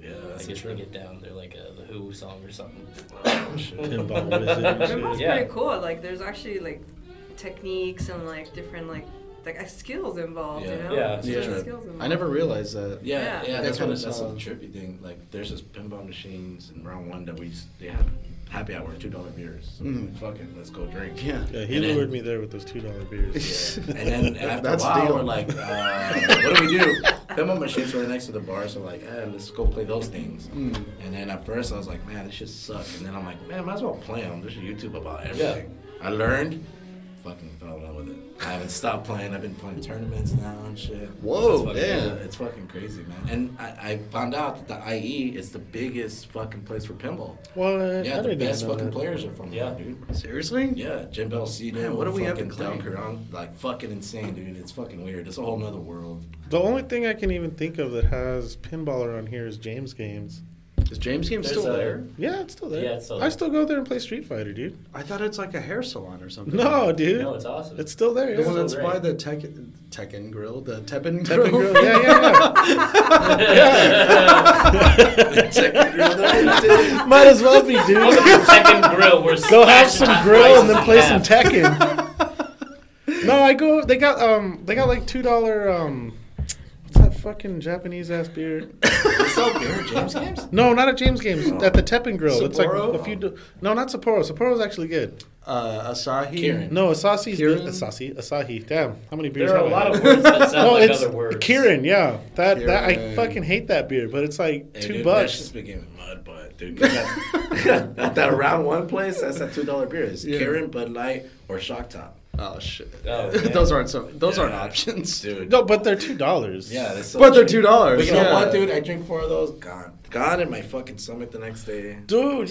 Speaker 4: Yeah, that's
Speaker 2: I
Speaker 4: a
Speaker 2: guess they
Speaker 4: trip.
Speaker 2: get down. They're like a The Who song or something.
Speaker 4: Oh, shit.
Speaker 5: Pinball wizard and shit.
Speaker 1: Remember, it's
Speaker 2: Yeah.
Speaker 1: pretty cool. Like, there's actually like techniques and like different like like uh, skills involved.
Speaker 4: Yeah.
Speaker 1: You know,
Speaker 2: Yeah.
Speaker 1: There's
Speaker 3: Yeah.
Speaker 1: different skills involved.
Speaker 3: I never realized that.
Speaker 4: Yeah, yeah,
Speaker 1: Yeah.
Speaker 4: that's,
Speaker 3: That's
Speaker 4: what
Speaker 3: kinda
Speaker 4: that's a
Speaker 3: solid.
Speaker 4: trippy thing. Like, there's this pinball machines in round one that we s- they have happy hour two dollar beers. So
Speaker 3: Mm.
Speaker 4: fuck it, let's go drink.
Speaker 3: Yeah.
Speaker 5: Yeah, he
Speaker 4: And then-
Speaker 5: lured me there with those two dollar beers.
Speaker 4: Yeah. And then after
Speaker 3: That's
Speaker 4: a while,
Speaker 3: deal.
Speaker 4: we're like, uh, what do we do? Pinball machines were next to the bar, so like, eh, let's go play those things.
Speaker 3: Mm.
Speaker 4: And then at first, I was like, man, this shit sucks. And then I'm like, man, might as well play them. There's a YouTube about everything. I learned, fucking fell in love with it. I haven't stopped playing. I've been playing tournaments now and shit.
Speaker 3: Whoa,
Speaker 4: it's fucking,
Speaker 3: damn.
Speaker 4: yeah, It's fucking crazy, man. And I, I found out that the IE is the biggest fucking place for pinball.
Speaker 5: What?
Speaker 4: Yeah,
Speaker 5: I
Speaker 4: the
Speaker 5: didn't
Speaker 4: best
Speaker 5: even know
Speaker 4: fucking
Speaker 5: that.
Speaker 4: players are from
Speaker 2: Yeah.
Speaker 4: there, dude.
Speaker 3: Seriously?
Speaker 4: Yeah, Jim Bell Cedar.
Speaker 3: Man, what do we have in
Speaker 4: fucking
Speaker 3: common?
Speaker 4: Delcaron, Like fucking insane, dude. It's fucking weird. It's a whole nother world.
Speaker 5: The only thing I can even think of that has pinball around here is James Games.
Speaker 3: Is James Game
Speaker 2: There's
Speaker 3: still
Speaker 2: a-
Speaker 3: there?
Speaker 5: Yeah, it's still there.
Speaker 2: Yeah, it's still
Speaker 5: I
Speaker 2: there.
Speaker 5: still go there and play Street Fighter, dude.
Speaker 3: I thought it's like a hair salon or something.
Speaker 5: No, dude.
Speaker 2: No, it's awesome.
Speaker 5: it's still there.
Speaker 3: The
Speaker 5: Yeah.
Speaker 3: one that's
Speaker 2: Still
Speaker 3: by
Speaker 2: great.
Speaker 3: the Tek- Tekken Grill, the Teppin Grill.
Speaker 5: Tekken Grill. Yeah, yeah, yeah. Might as well be,
Speaker 2: Welcome
Speaker 5: dude.
Speaker 2: to Tekken Grill. We're
Speaker 5: Go have
Speaker 2: smashing
Speaker 5: some
Speaker 2: hot
Speaker 5: grill and then
Speaker 2: slices
Speaker 5: play
Speaker 2: in
Speaker 5: some
Speaker 2: half.
Speaker 5: Tekken. No, I go. They got um. They got like two dollar um. What's that fucking Japanese ass beer?
Speaker 4: sell beer, James games.
Speaker 5: No, not at James Games.
Speaker 2: Oh.
Speaker 5: At the Teppin Grill. It's like
Speaker 3: Sapporo?
Speaker 5: a few. Do- no, not Sapporo. Sapporo's actually good.
Speaker 3: Uh, Asahi.
Speaker 4: Kieran.
Speaker 5: No, Asahi's good.
Speaker 3: Kirin?
Speaker 5: Asahi. Asahi. Damn, how many beers?
Speaker 2: There are
Speaker 5: have
Speaker 2: a
Speaker 5: I
Speaker 2: lot
Speaker 5: had?
Speaker 2: of words that sound
Speaker 5: No,
Speaker 2: like
Speaker 5: it's
Speaker 2: other words.
Speaker 5: Kirin. Yeah, that that I
Speaker 3: Kirin.
Speaker 5: fucking hate that beer, but it's like
Speaker 4: Hey,
Speaker 5: two
Speaker 4: dude, That
Speaker 5: bucks.
Speaker 4: shit's been giving mud, but dude, get that, at that round one place, that's that two dollar beer. It's
Speaker 3: Yeah.
Speaker 4: Karen, Bud Light, or Shock Top,
Speaker 3: Oh shit.
Speaker 2: Oh, yeah.
Speaker 3: those aren't so. Those aren't
Speaker 4: Yeah.
Speaker 3: options.
Speaker 4: dude.
Speaker 5: No, but they're two dollars.
Speaker 4: Yeah, that's so
Speaker 3: But they're
Speaker 4: cheap.
Speaker 3: two dollars.
Speaker 4: But you know
Speaker 3: yeah.
Speaker 4: what, dude? I drink four of those, gone, gone in my fucking stomach the next day.
Speaker 5: dude.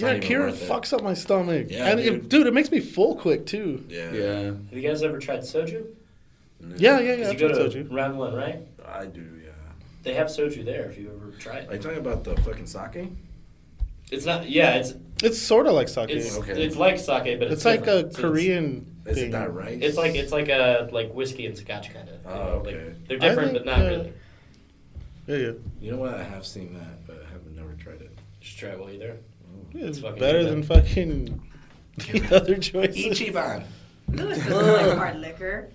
Speaker 4: Not
Speaker 5: Yeah,
Speaker 4: even
Speaker 5: Kirin
Speaker 4: worth it.
Speaker 5: fucks up my stomach.
Speaker 4: Yeah,
Speaker 5: and dude. It,
Speaker 4: dude.
Speaker 5: dude, it makes me full quick too.
Speaker 4: Yeah,
Speaker 3: Yeah.
Speaker 2: Have you guys ever tried soju?
Speaker 5: Yeah, yeah, yeah.
Speaker 2: Because you
Speaker 5: That's
Speaker 2: go
Speaker 5: what I
Speaker 2: to
Speaker 5: told you.
Speaker 2: round one, right?
Speaker 4: I do. Yeah.
Speaker 2: They have soju there if you ever try
Speaker 4: Are you
Speaker 2: it.
Speaker 4: talking about the fucking sake?
Speaker 2: It's not. Yeah, it's
Speaker 5: It's sort of like sake.
Speaker 2: it's
Speaker 5: It's,
Speaker 4: Okay.
Speaker 2: it's like sake, but it's,
Speaker 5: like
Speaker 2: different.
Speaker 5: a
Speaker 2: So it's-
Speaker 5: Korean
Speaker 4: Is
Speaker 5: thing.
Speaker 4: it that rice?
Speaker 2: It's like it's like a like whiskey and scotch kind of.
Speaker 4: Oh, okay.
Speaker 2: like, they're
Speaker 5: I
Speaker 2: different,
Speaker 5: think,
Speaker 2: but not
Speaker 5: uh,
Speaker 2: really.
Speaker 5: Yeah, yeah.
Speaker 4: You know what? I have seen that, but I haven't never tried it.
Speaker 2: Just try it while you're there.
Speaker 5: Yeah,
Speaker 2: It's
Speaker 5: It's
Speaker 2: fucking
Speaker 5: better
Speaker 2: good,
Speaker 5: than
Speaker 2: though.
Speaker 5: fucking the other choices.
Speaker 4: Ichiban.
Speaker 1: No, it's just like hard liquor.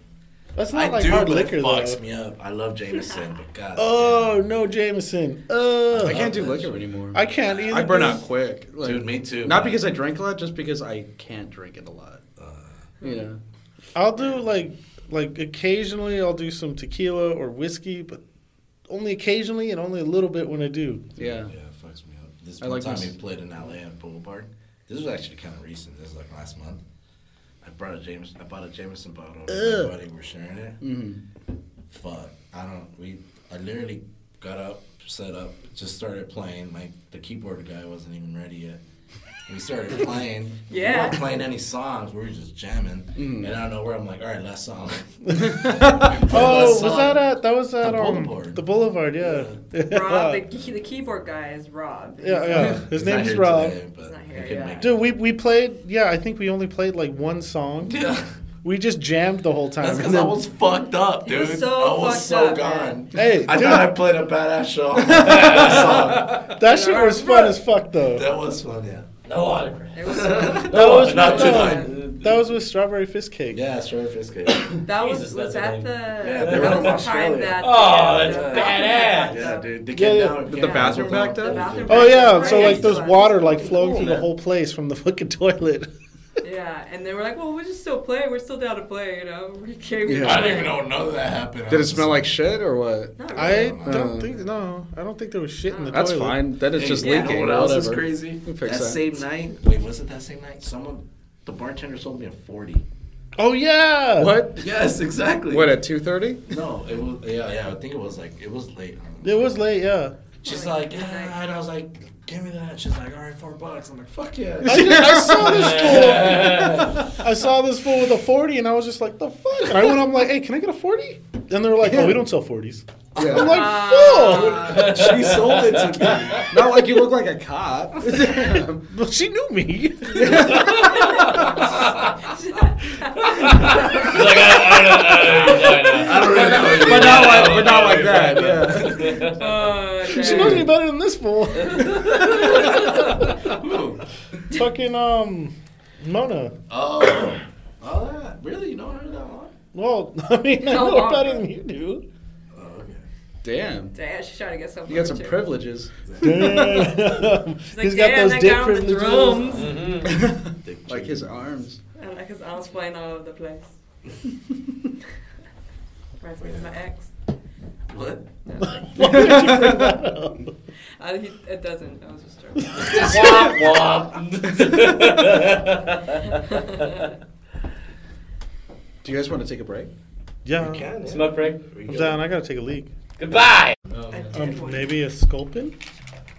Speaker 5: That's
Speaker 4: I
Speaker 5: not like
Speaker 4: do,
Speaker 5: hard
Speaker 4: but
Speaker 5: liquor
Speaker 4: it fucks
Speaker 5: though.
Speaker 4: me up. I love Jameson, but god.
Speaker 5: Oh no, Jameson. Uh,
Speaker 3: I can't do
Speaker 4: that
Speaker 3: liquor
Speaker 4: shit.
Speaker 3: anymore.
Speaker 5: I can't either.
Speaker 3: I burn
Speaker 5: dude.
Speaker 3: out quick. Like,
Speaker 4: Dude, me too,
Speaker 3: Not
Speaker 4: man. Uh,
Speaker 3: because I drink a lot, just because I can't drink it a lot. you know.
Speaker 5: I'll do like like occasionally I'll do some tequila or whiskey, but only occasionally and only a little bit when I do.
Speaker 3: Yeah.
Speaker 4: damn. yeah, it fucks me up. This
Speaker 3: I
Speaker 4: one
Speaker 3: like
Speaker 4: time
Speaker 3: this-
Speaker 4: we played in LA at Boulevard. This was actually kind of recent. This was like last month. I brought a James. I bought a Jameson bottle.
Speaker 5: Ugh.
Speaker 4: Everybody were sharing it.
Speaker 3: Mhm.
Speaker 4: Fuck. I don't. We. I literally got up, set up, just started playing. My the keyboard guy wasn't even ready yet. We started playing. We
Speaker 1: Yeah.
Speaker 4: weren't playing any songs. We were just jamming.
Speaker 5: Mm.
Speaker 4: And I don't know where I'm like, all right, last song.
Speaker 5: Oh, was that at that was at um,
Speaker 4: uh, Boulevard.
Speaker 5: the Boulevard? Yeah,
Speaker 1: Rob,
Speaker 5: yeah,
Speaker 1: the, key- the keyboard guy is Rob.
Speaker 5: yeah. His name's Rob. Dude, we we played. Yeah, I think we only played like one song.
Speaker 4: Yeah.
Speaker 5: We just jammed the whole time.
Speaker 4: That's
Speaker 5: and
Speaker 4: because I
Speaker 5: then-
Speaker 4: was fucked up, dude.
Speaker 1: was so
Speaker 4: I was
Speaker 1: fucked
Speaker 4: so
Speaker 1: up,
Speaker 4: gone.
Speaker 1: man.
Speaker 5: Hey,
Speaker 4: I
Speaker 5: dude.
Speaker 4: thought I played a badass show. that
Speaker 5: that shit was fun as fuck though.
Speaker 4: was fun, yeah.
Speaker 2: No autograph.
Speaker 1: It was, that
Speaker 5: That was
Speaker 4: Not
Speaker 5: with, uh,
Speaker 4: tonight.
Speaker 5: that was with Strawberry Fist Cake.
Speaker 4: Yeah, sure, it's good.
Speaker 2: Jesus,
Speaker 1: was was
Speaker 2: that's
Speaker 1: that
Speaker 2: a name.
Speaker 1: the,
Speaker 4: Yeah,
Speaker 1: that
Speaker 4: they were
Speaker 1: was
Speaker 4: from
Speaker 1: the
Speaker 4: Australia.
Speaker 1: time that
Speaker 2: Oh,
Speaker 1: the-
Speaker 2: that's
Speaker 1: the-
Speaker 2: badass.
Speaker 4: Yeah, dude. They
Speaker 5: Yeah,
Speaker 4: came
Speaker 5: yeah.
Speaker 4: down.
Speaker 3: With the
Speaker 4: yeah.
Speaker 3: bathroom backed
Speaker 1: The
Speaker 3: up?
Speaker 1: bathroom
Speaker 5: Oh yeah,
Speaker 1: break
Speaker 5: so
Speaker 1: was
Speaker 5: like there's
Speaker 1: right.
Speaker 5: water like flowing
Speaker 3: Cool,
Speaker 5: through the
Speaker 3: man.
Speaker 5: whole place from the fucking toilet.
Speaker 1: Yeah, and they were like, "Well, we're just still playing. We're still down to play, you know." We came.
Speaker 3: Yeah.
Speaker 4: I didn't even know none of that happened.
Speaker 3: Did it smell like shit or what?
Speaker 1: Not really.
Speaker 5: I
Speaker 4: Uh,
Speaker 5: don't think no. I don't think there was shit in the
Speaker 3: That's
Speaker 5: toilet.
Speaker 3: fine. That is
Speaker 4: Hey,
Speaker 3: just
Speaker 1: you know
Speaker 3: leaking.
Speaker 4: what else is
Speaker 3: whatever.
Speaker 4: crazy?
Speaker 3: can
Speaker 4: That,
Speaker 3: fix that.
Speaker 4: same night. Wait, was it that same night? Someone, the bartender sold me a forty.
Speaker 5: Oh yeah.
Speaker 3: What?
Speaker 4: Yes, exactly.
Speaker 3: What at two thirty?
Speaker 4: No, it was. Yeah, yeah. I think it was like it was late. I don't know.
Speaker 5: It was late. Yeah.
Speaker 4: She's like, yeah, and I was like, give me that. She's like, all right, four bucks. I'm like, fuck yeah.
Speaker 5: I, just- I saw this fool. I saw this fool with a forty, and I was just like, "The fuck!" And I went, "I'm like, hey, can I get a 40? And they were like, "Oh, we don't sell 40s. I'm
Speaker 3: Yeah.
Speaker 5: like, "Fool!"
Speaker 4: she sold it to me.
Speaker 3: Not like you look like a cop.
Speaker 5: But she knew me.
Speaker 2: He's like, I, I don't know.
Speaker 4: really
Speaker 2: I don't know.
Speaker 4: know you.
Speaker 3: but not like, but not like that. Yeah.
Speaker 1: Uh,
Speaker 5: she knows me better than this fool. Fucking um, Mona.
Speaker 4: Oh, all that. Really? You know her that long?
Speaker 5: Well, I mean, I
Speaker 1: No
Speaker 5: know her better
Speaker 1: longer.
Speaker 5: than you do.
Speaker 4: Oh, okay.
Speaker 3: Damn.
Speaker 1: Damn, she's trying to get something.
Speaker 3: You got some privileges.
Speaker 5: Damn.
Speaker 1: She's like, damn, that guy on the drums.
Speaker 3: like his arms.
Speaker 1: And like his arms playing all over the place. Reminds me of my ex.
Speaker 4: What?
Speaker 5: Why would you bring that up?
Speaker 1: I, Uh, he, it doesn't. I was just joking.
Speaker 2: Womp womp.
Speaker 3: Do you guys want to take a break?
Speaker 5: Yeah.
Speaker 2: Smoke break.
Speaker 4: We
Speaker 5: I'm
Speaker 4: good?
Speaker 5: down. I gotta take a leak.
Speaker 2: Goodbye.
Speaker 5: Um, maybe a sculpin?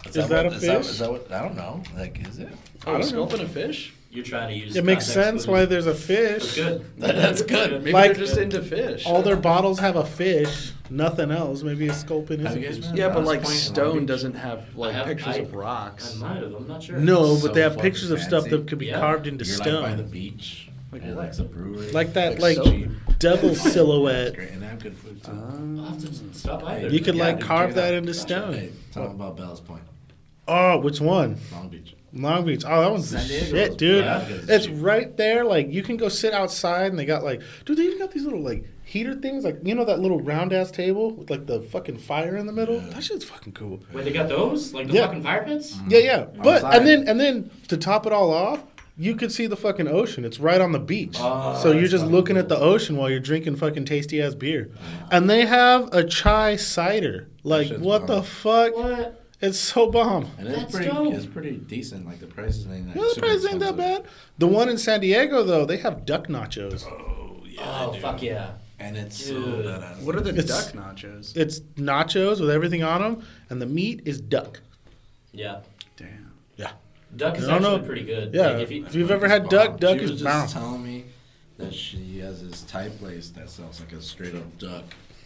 Speaker 5: Is that
Speaker 4: what-
Speaker 5: a
Speaker 4: Is that,
Speaker 5: fish?
Speaker 4: is that what, I don't know. Like, is it?
Speaker 5: I don't know.
Speaker 3: sculpting Oh, a fish?
Speaker 2: you're trying to use.
Speaker 5: It makes
Speaker 2: context
Speaker 5: sense
Speaker 2: clues.
Speaker 5: why there's a
Speaker 2: That's
Speaker 5: fish.
Speaker 2: good.
Speaker 3: That's good. Maybe
Speaker 5: Like-
Speaker 3: they're just into fish.
Speaker 5: All their bottles have a fish, nothing else. Maybe a sculpin is
Speaker 4: Have
Speaker 5: a
Speaker 4: you guys
Speaker 5: fish.
Speaker 4: been-
Speaker 3: yeah,
Speaker 4: Uh,
Speaker 3: but like
Speaker 4: Spain,
Speaker 3: stone
Speaker 4: Long Beach.
Speaker 3: doesn't have like
Speaker 2: I have-
Speaker 3: pictures
Speaker 2: I-
Speaker 3: of
Speaker 2: I
Speaker 3: rocks.
Speaker 2: might have. I'm not sure.
Speaker 5: No, but
Speaker 4: So
Speaker 5: they have
Speaker 4: fucking
Speaker 5: pictures of stuff
Speaker 4: fancy.
Speaker 5: that could be
Speaker 2: Yeah.
Speaker 5: carved into
Speaker 4: You're
Speaker 5: stone.
Speaker 4: like by the beach.
Speaker 3: Like
Speaker 4: and
Speaker 3: what?
Speaker 4: like the brewery.
Speaker 5: Like that, like,
Speaker 4: soap.
Speaker 5: Double
Speaker 4: It's
Speaker 5: silhouette.
Speaker 4: great, and they have good food too.
Speaker 3: Uh,
Speaker 2: I'll have to stop by there.
Speaker 5: You could
Speaker 4: Yeah,
Speaker 5: like
Speaker 4: dude, check
Speaker 5: carve
Speaker 4: it
Speaker 5: that
Speaker 4: out.
Speaker 5: into
Speaker 4: Gotcha.
Speaker 5: stone.
Speaker 4: Hey, tell them about Bell's Point,
Speaker 5: Oh, which one?
Speaker 4: Long Beach.
Speaker 5: Long Beach. Oh, that one's the
Speaker 2: San Diego's
Speaker 5: shit, dude.
Speaker 2: Yeah.
Speaker 5: It's right there. Like you can go sit outside, and they got like, dude, they even got these little like heater things, like you know that little round ass table with like the fucking fire in the middle. That shit's fucking cool.
Speaker 2: Wait, they got those? Like the
Speaker 5: Yeah.
Speaker 2: fucking fire pits?
Speaker 5: Yeah, yeah. But
Speaker 4: Outside.
Speaker 5: and then and then to top it all off, you could see the fucking ocean. It's right on the beach.
Speaker 4: Ah,
Speaker 2: Oh,
Speaker 5: so you're
Speaker 2: that's
Speaker 5: just
Speaker 2: fucking
Speaker 5: looking at
Speaker 2: cool.
Speaker 5: the ocean while you're drinking fucking tasty ass beer. And they have a chai cider. Like
Speaker 4: shit's
Speaker 5: what the
Speaker 4: bomb.
Speaker 5: fuck?
Speaker 2: What?
Speaker 5: It's so bomb.
Speaker 4: And it's
Speaker 2: That's
Speaker 4: pretty,
Speaker 2: dope.
Speaker 4: it's pretty decent. Like the prices ain't like
Speaker 5: Yeah, the
Speaker 4: super
Speaker 5: price ain't that
Speaker 4: expensive.
Speaker 5: bad. The one in San Diego though, they have duck nachos.
Speaker 4: Oh yeah.
Speaker 2: Oh
Speaker 4: they do.
Speaker 2: fuck yeah!
Speaker 4: And it's so
Speaker 2: Dude.
Speaker 4: badass.
Speaker 3: What are the
Speaker 5: It's-
Speaker 3: duck nachos?
Speaker 5: It's nachos with everything on them, and the meat is duck.
Speaker 2: Yeah,
Speaker 3: Damn.
Speaker 2: duck is
Speaker 5: I don't
Speaker 2: actually
Speaker 5: know.
Speaker 2: pretty good.
Speaker 5: Yeah,
Speaker 2: Like, if you,
Speaker 5: if you've ever had duck, duck
Speaker 4: she
Speaker 5: is
Speaker 4: was
Speaker 5: bomb.
Speaker 4: just telling me that she has this Thai place that sells like a straight up duck,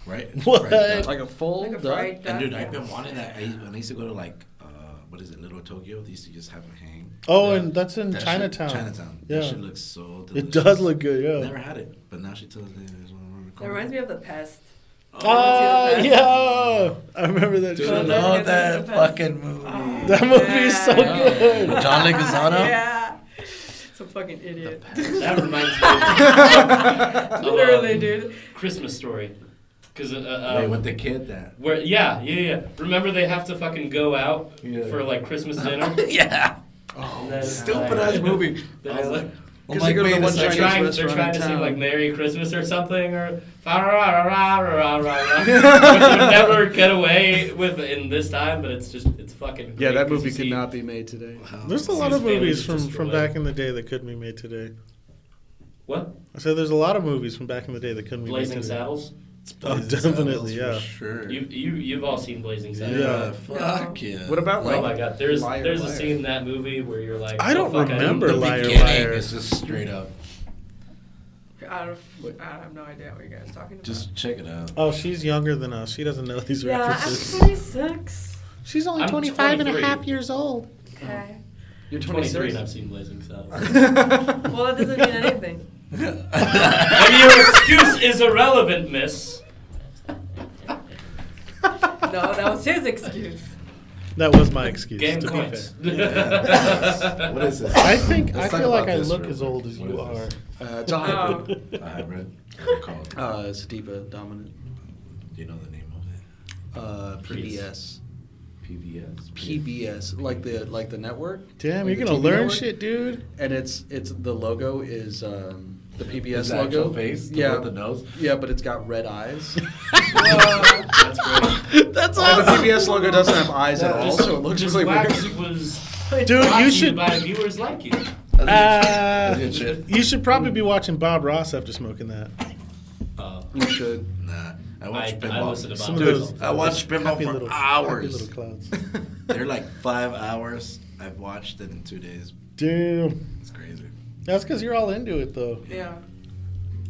Speaker 4: right?
Speaker 5: What?
Speaker 4: Fried duck.
Speaker 3: Like a full
Speaker 1: Like a
Speaker 3: duck?
Speaker 1: fried duck.
Speaker 4: And dude, I've been wanting that. I, when I used to go to like, uh, what is it, Little Tokyo? They used to just have a hang.
Speaker 5: Oh,
Speaker 2: Yeah.
Speaker 5: and that's in
Speaker 4: That shit-
Speaker 5: Chinatown.
Speaker 4: Chinatown.
Speaker 5: Yeah.
Speaker 4: That shit looks so delicious.
Speaker 5: It does look good, yeah.
Speaker 4: Never had it, but now she tells me there's one around the
Speaker 1: That
Speaker 4: corner.
Speaker 1: reminds me of the pest.
Speaker 5: Ah, yeah. I remember that.
Speaker 4: Dude,
Speaker 5: shit.
Speaker 4: I
Speaker 1: Dude,
Speaker 4: love
Speaker 1: that-
Speaker 4: that
Speaker 1: that's the
Speaker 4: fucking movie.
Speaker 5: That movie is so
Speaker 1: Yeah.
Speaker 5: good.
Speaker 4: With John Leguizamo?
Speaker 1: yeah. Some fucking idiot.
Speaker 2: that reminds me of
Speaker 1: Literally,
Speaker 2: um,
Speaker 1: dude.
Speaker 2: Christmas story. Because uh,
Speaker 4: Wait,
Speaker 2: uh, um,
Speaker 4: with the kid that.
Speaker 2: where yeah yeah yeah. Remember they have to fucking go out
Speaker 4: Yeah.
Speaker 2: for like Christmas dinner.
Speaker 4: yeah.
Speaker 2: And then, uh,
Speaker 4: Stupid
Speaker 2: like,
Speaker 4: ass movie.
Speaker 2: then
Speaker 4: I
Speaker 2: it's
Speaker 4: was
Speaker 2: like-
Speaker 4: like,
Speaker 3: Because they go to the one
Speaker 2: They're
Speaker 3: Chinese
Speaker 2: trying, they're
Speaker 3: restaurant
Speaker 2: trying
Speaker 3: in
Speaker 2: to
Speaker 3: town.
Speaker 2: sing like Merry Christmas or something or which would never get away with in this time, but it's just it's fucking.
Speaker 3: Yeah,
Speaker 2: great
Speaker 3: that
Speaker 2: 'cause you
Speaker 3: movie could
Speaker 2: see-
Speaker 3: not be made today.
Speaker 5: There's a
Speaker 2: These
Speaker 5: lot of
Speaker 2: families
Speaker 5: movies
Speaker 2: are
Speaker 5: from,
Speaker 2: just
Speaker 5: from
Speaker 2: related.
Speaker 5: back in the day that couldn't be made today.
Speaker 2: What
Speaker 5: I said there's a lot of movies from back in the day that couldn't be
Speaker 2: Blazing
Speaker 5: made today.
Speaker 2: Saddles?
Speaker 5: Oh, definitely, yeah.
Speaker 4: Sure.
Speaker 2: You you you've all seen Blazing
Speaker 4: yeah.
Speaker 2: Saddles.
Speaker 4: Fuck yeah.
Speaker 3: What about like
Speaker 2: oh my god, there's
Speaker 3: Liar,
Speaker 2: there's a
Speaker 3: Liar?
Speaker 2: scene in that movie where you're like,
Speaker 5: I
Speaker 2: oh,
Speaker 5: don't
Speaker 2: fuck, didn't-
Speaker 5: remember
Speaker 4: the
Speaker 5: Liar,
Speaker 4: beginning
Speaker 5: Liar.
Speaker 4: is just straight up.
Speaker 1: I don't, I have no idea what you guys are talking about.
Speaker 4: Just check it out.
Speaker 5: Oh, she's younger than us. She doesn't know these
Speaker 1: yeah,
Speaker 5: references.
Speaker 1: I'm 26.
Speaker 5: She's only
Speaker 2: I'm
Speaker 5: 25 and a
Speaker 2: 23.
Speaker 5: half years old.
Speaker 1: Okay.
Speaker 3: you're
Speaker 2: 23
Speaker 3: 23?
Speaker 2: and I've seen Blazing Saddles.
Speaker 1: Well, that doesn't mean anything.
Speaker 2: Maybe your excuse is irrelevant, miss.
Speaker 1: No, that was his excuse.
Speaker 5: That was my excuse,
Speaker 2: Game
Speaker 5: to
Speaker 2: points.
Speaker 5: be
Speaker 4: what is this?
Speaker 5: fair. I think
Speaker 4: Let's
Speaker 5: I
Speaker 4: talk
Speaker 5: feel like
Speaker 4: about
Speaker 5: I
Speaker 4: this
Speaker 5: look
Speaker 4: real
Speaker 5: as
Speaker 4: quick.
Speaker 5: old as
Speaker 4: What
Speaker 5: you
Speaker 4: is
Speaker 5: are.
Speaker 4: this?
Speaker 3: Uh, it's a
Speaker 1: Oh.
Speaker 3: hybrid.
Speaker 4: A hybrid? What's it called?
Speaker 3: Uh, sativa dominant.
Speaker 4: Do you know the name of it?
Speaker 3: Uh, PBS.
Speaker 4: PBS.
Speaker 3: PBS, like the like the network.
Speaker 5: Damn,
Speaker 3: like
Speaker 5: you're
Speaker 3: the
Speaker 5: gonna
Speaker 3: TV
Speaker 5: learn
Speaker 3: network.
Speaker 5: shit, dude.
Speaker 3: And it's it's the logo is um, the PBS
Speaker 4: His actual
Speaker 3: logo.
Speaker 4: face, the
Speaker 3: yeah,
Speaker 4: one with the nose.
Speaker 3: yeah, but it's got red eyes.
Speaker 2: That's great.
Speaker 5: That's
Speaker 3: and the
Speaker 5: awesome.
Speaker 3: PBS logo doesn't have eyes at all,
Speaker 2: Just-
Speaker 3: so it looks
Speaker 2: just
Speaker 3: really weird.
Speaker 2: Wax was
Speaker 5: Dude,
Speaker 2: brought to
Speaker 5: you should
Speaker 2: by viewers like you.
Speaker 5: uh,
Speaker 4: That's good shit.
Speaker 5: you should probably be watching Bob Ross after smoking that.
Speaker 2: Uh,
Speaker 3: You should.
Speaker 4: Nah, I
Speaker 2: I,
Speaker 4: watch
Speaker 2: I
Speaker 4: pinball.
Speaker 2: listen to
Speaker 5: Some
Speaker 2: Bob.
Speaker 5: of
Speaker 2: Ross.
Speaker 5: those-
Speaker 4: I watched pinball
Speaker 5: Happy
Speaker 4: for
Speaker 5: little Happy
Speaker 4: hours.
Speaker 5: little clouds.
Speaker 4: They're like five hours. I've watched it in two days.
Speaker 5: Damn.
Speaker 4: It's crazy.
Speaker 5: That's because you're all into it, though.
Speaker 1: Yeah.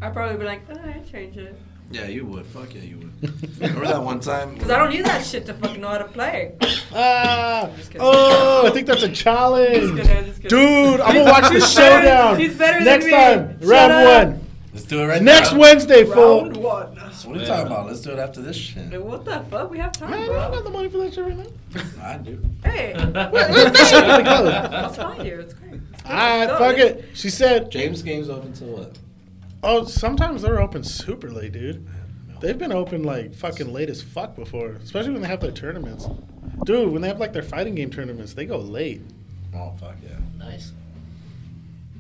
Speaker 1: I'd probably be like, oh, I change it.
Speaker 4: Yeah, you would. Fuck yeah, you would. Remember that one time?
Speaker 1: Because I don't need that shit to fucking know how to play.
Speaker 5: Ah!
Speaker 1: just kidding.
Speaker 5: Oh, I think that's a
Speaker 1: Just
Speaker 5: challenge.
Speaker 1: kidding, just kidding.
Speaker 5: Dude, I'm gonna watch the
Speaker 1: He's better-
Speaker 5: showdown.
Speaker 1: he's better than
Speaker 5: Next
Speaker 1: me.
Speaker 5: time,
Speaker 1: Shut
Speaker 5: round
Speaker 1: up.
Speaker 5: one.
Speaker 4: Let's do it right
Speaker 5: Next
Speaker 4: now.
Speaker 5: Wednesday,
Speaker 1: Round
Speaker 5: fool.
Speaker 1: one.
Speaker 4: What are you talking about? Let's do it after this shit.
Speaker 1: Like, what the fuck? We have time,
Speaker 5: Man, I don't
Speaker 1: bro.
Speaker 5: got the money for that shit right now.
Speaker 4: I do.
Speaker 1: Hey, I'll find you. It's great.
Speaker 5: Alright, fuck it. She said,
Speaker 4: James game's open till what?
Speaker 5: oh, sometimes they're open super late, dude. They've been open like fucking late as fuck before, especially when they have their tournaments. Dude, when they have like their fighting game tournaments, they go late.
Speaker 4: Oh fuck yeah.
Speaker 2: Nice.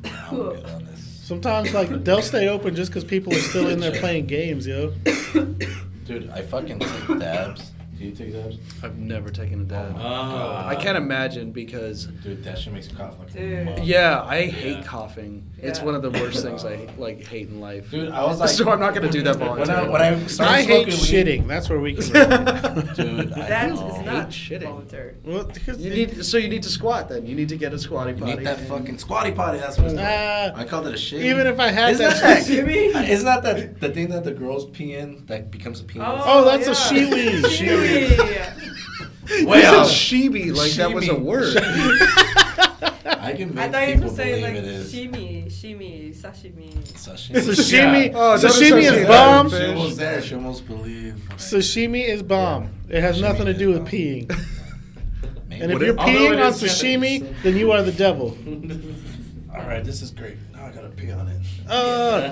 Speaker 4: I'm good on this.
Speaker 5: Sometimes like they'll stay open just because people are still in there playing games, yo.
Speaker 4: Dude, I fucking take dabs Do you take dabs?
Speaker 3: I've never taken a dab.
Speaker 4: Uh,
Speaker 5: Ah.
Speaker 2: Oh.
Speaker 3: I can't imagine because
Speaker 4: Dude, that shit makes me cough like a
Speaker 1: Dude.
Speaker 4: mug.
Speaker 3: yeah, I hate
Speaker 4: Yeah.
Speaker 3: coughing. It's
Speaker 1: Yeah.
Speaker 3: one of the worst things I like hate in life.
Speaker 4: Dude, I was like,
Speaker 3: so I'm not gonna do that
Speaker 4: when I,
Speaker 3: voluntarily.
Speaker 4: when I started
Speaker 5: I hate
Speaker 4: smoking weed-
Speaker 5: shitting. That's where we can.
Speaker 4: Dude, I
Speaker 1: That
Speaker 4: know.
Speaker 1: is not
Speaker 3: shitting.
Speaker 1: voluntary.
Speaker 5: well, because
Speaker 3: you
Speaker 5: it-
Speaker 3: need so you need to squat then. You need to get a squatty
Speaker 4: You
Speaker 3: potty.
Speaker 4: need that
Speaker 3: and-
Speaker 4: fucking squatty potty. That's what it's
Speaker 5: Ah.
Speaker 4: called. I called it a shit.
Speaker 5: Even if I had
Speaker 4: Isn't
Speaker 5: that
Speaker 4: that,
Speaker 5: shit-
Speaker 4: Isn't that the, the thing that the girls pee in that becomes Mm. a penis?
Speaker 5: Oh, that's a shiwi.
Speaker 1: Shiwi.
Speaker 3: You said
Speaker 4: Well,
Speaker 3: sheeby like that was a
Speaker 4: Sheeby.
Speaker 3: were
Speaker 4: She- I can
Speaker 1: I
Speaker 4: make
Speaker 1: thought you were
Speaker 4: people
Speaker 1: supposed to say
Speaker 4: believe
Speaker 1: like
Speaker 4: it is.
Speaker 1: shimi, shimi, sashimi.
Speaker 3: Yeah.
Speaker 4: Sashimi.
Speaker 5: sashimi.
Speaker 3: Oh, don't
Speaker 5: sashimi
Speaker 3: associate
Speaker 5: is
Speaker 3: that
Speaker 5: bomb.
Speaker 3: with
Speaker 4: She
Speaker 3: fish.
Speaker 4: was there. She almost believed. Like,
Speaker 5: Sashimi is bomb. It has
Speaker 4: Sashimi
Speaker 5: nothing to
Speaker 4: is
Speaker 5: do with
Speaker 4: bomb.
Speaker 5: peeing.
Speaker 4: maybe.
Speaker 5: And if
Speaker 3: What
Speaker 5: you're
Speaker 3: if- although
Speaker 5: peeing
Speaker 3: it
Speaker 5: on
Speaker 3: is
Speaker 5: sashimi,
Speaker 2: Japanese, so-
Speaker 5: then you are the devil.
Speaker 4: All right, this is great. Now I gotta pee on it.
Speaker 5: Oh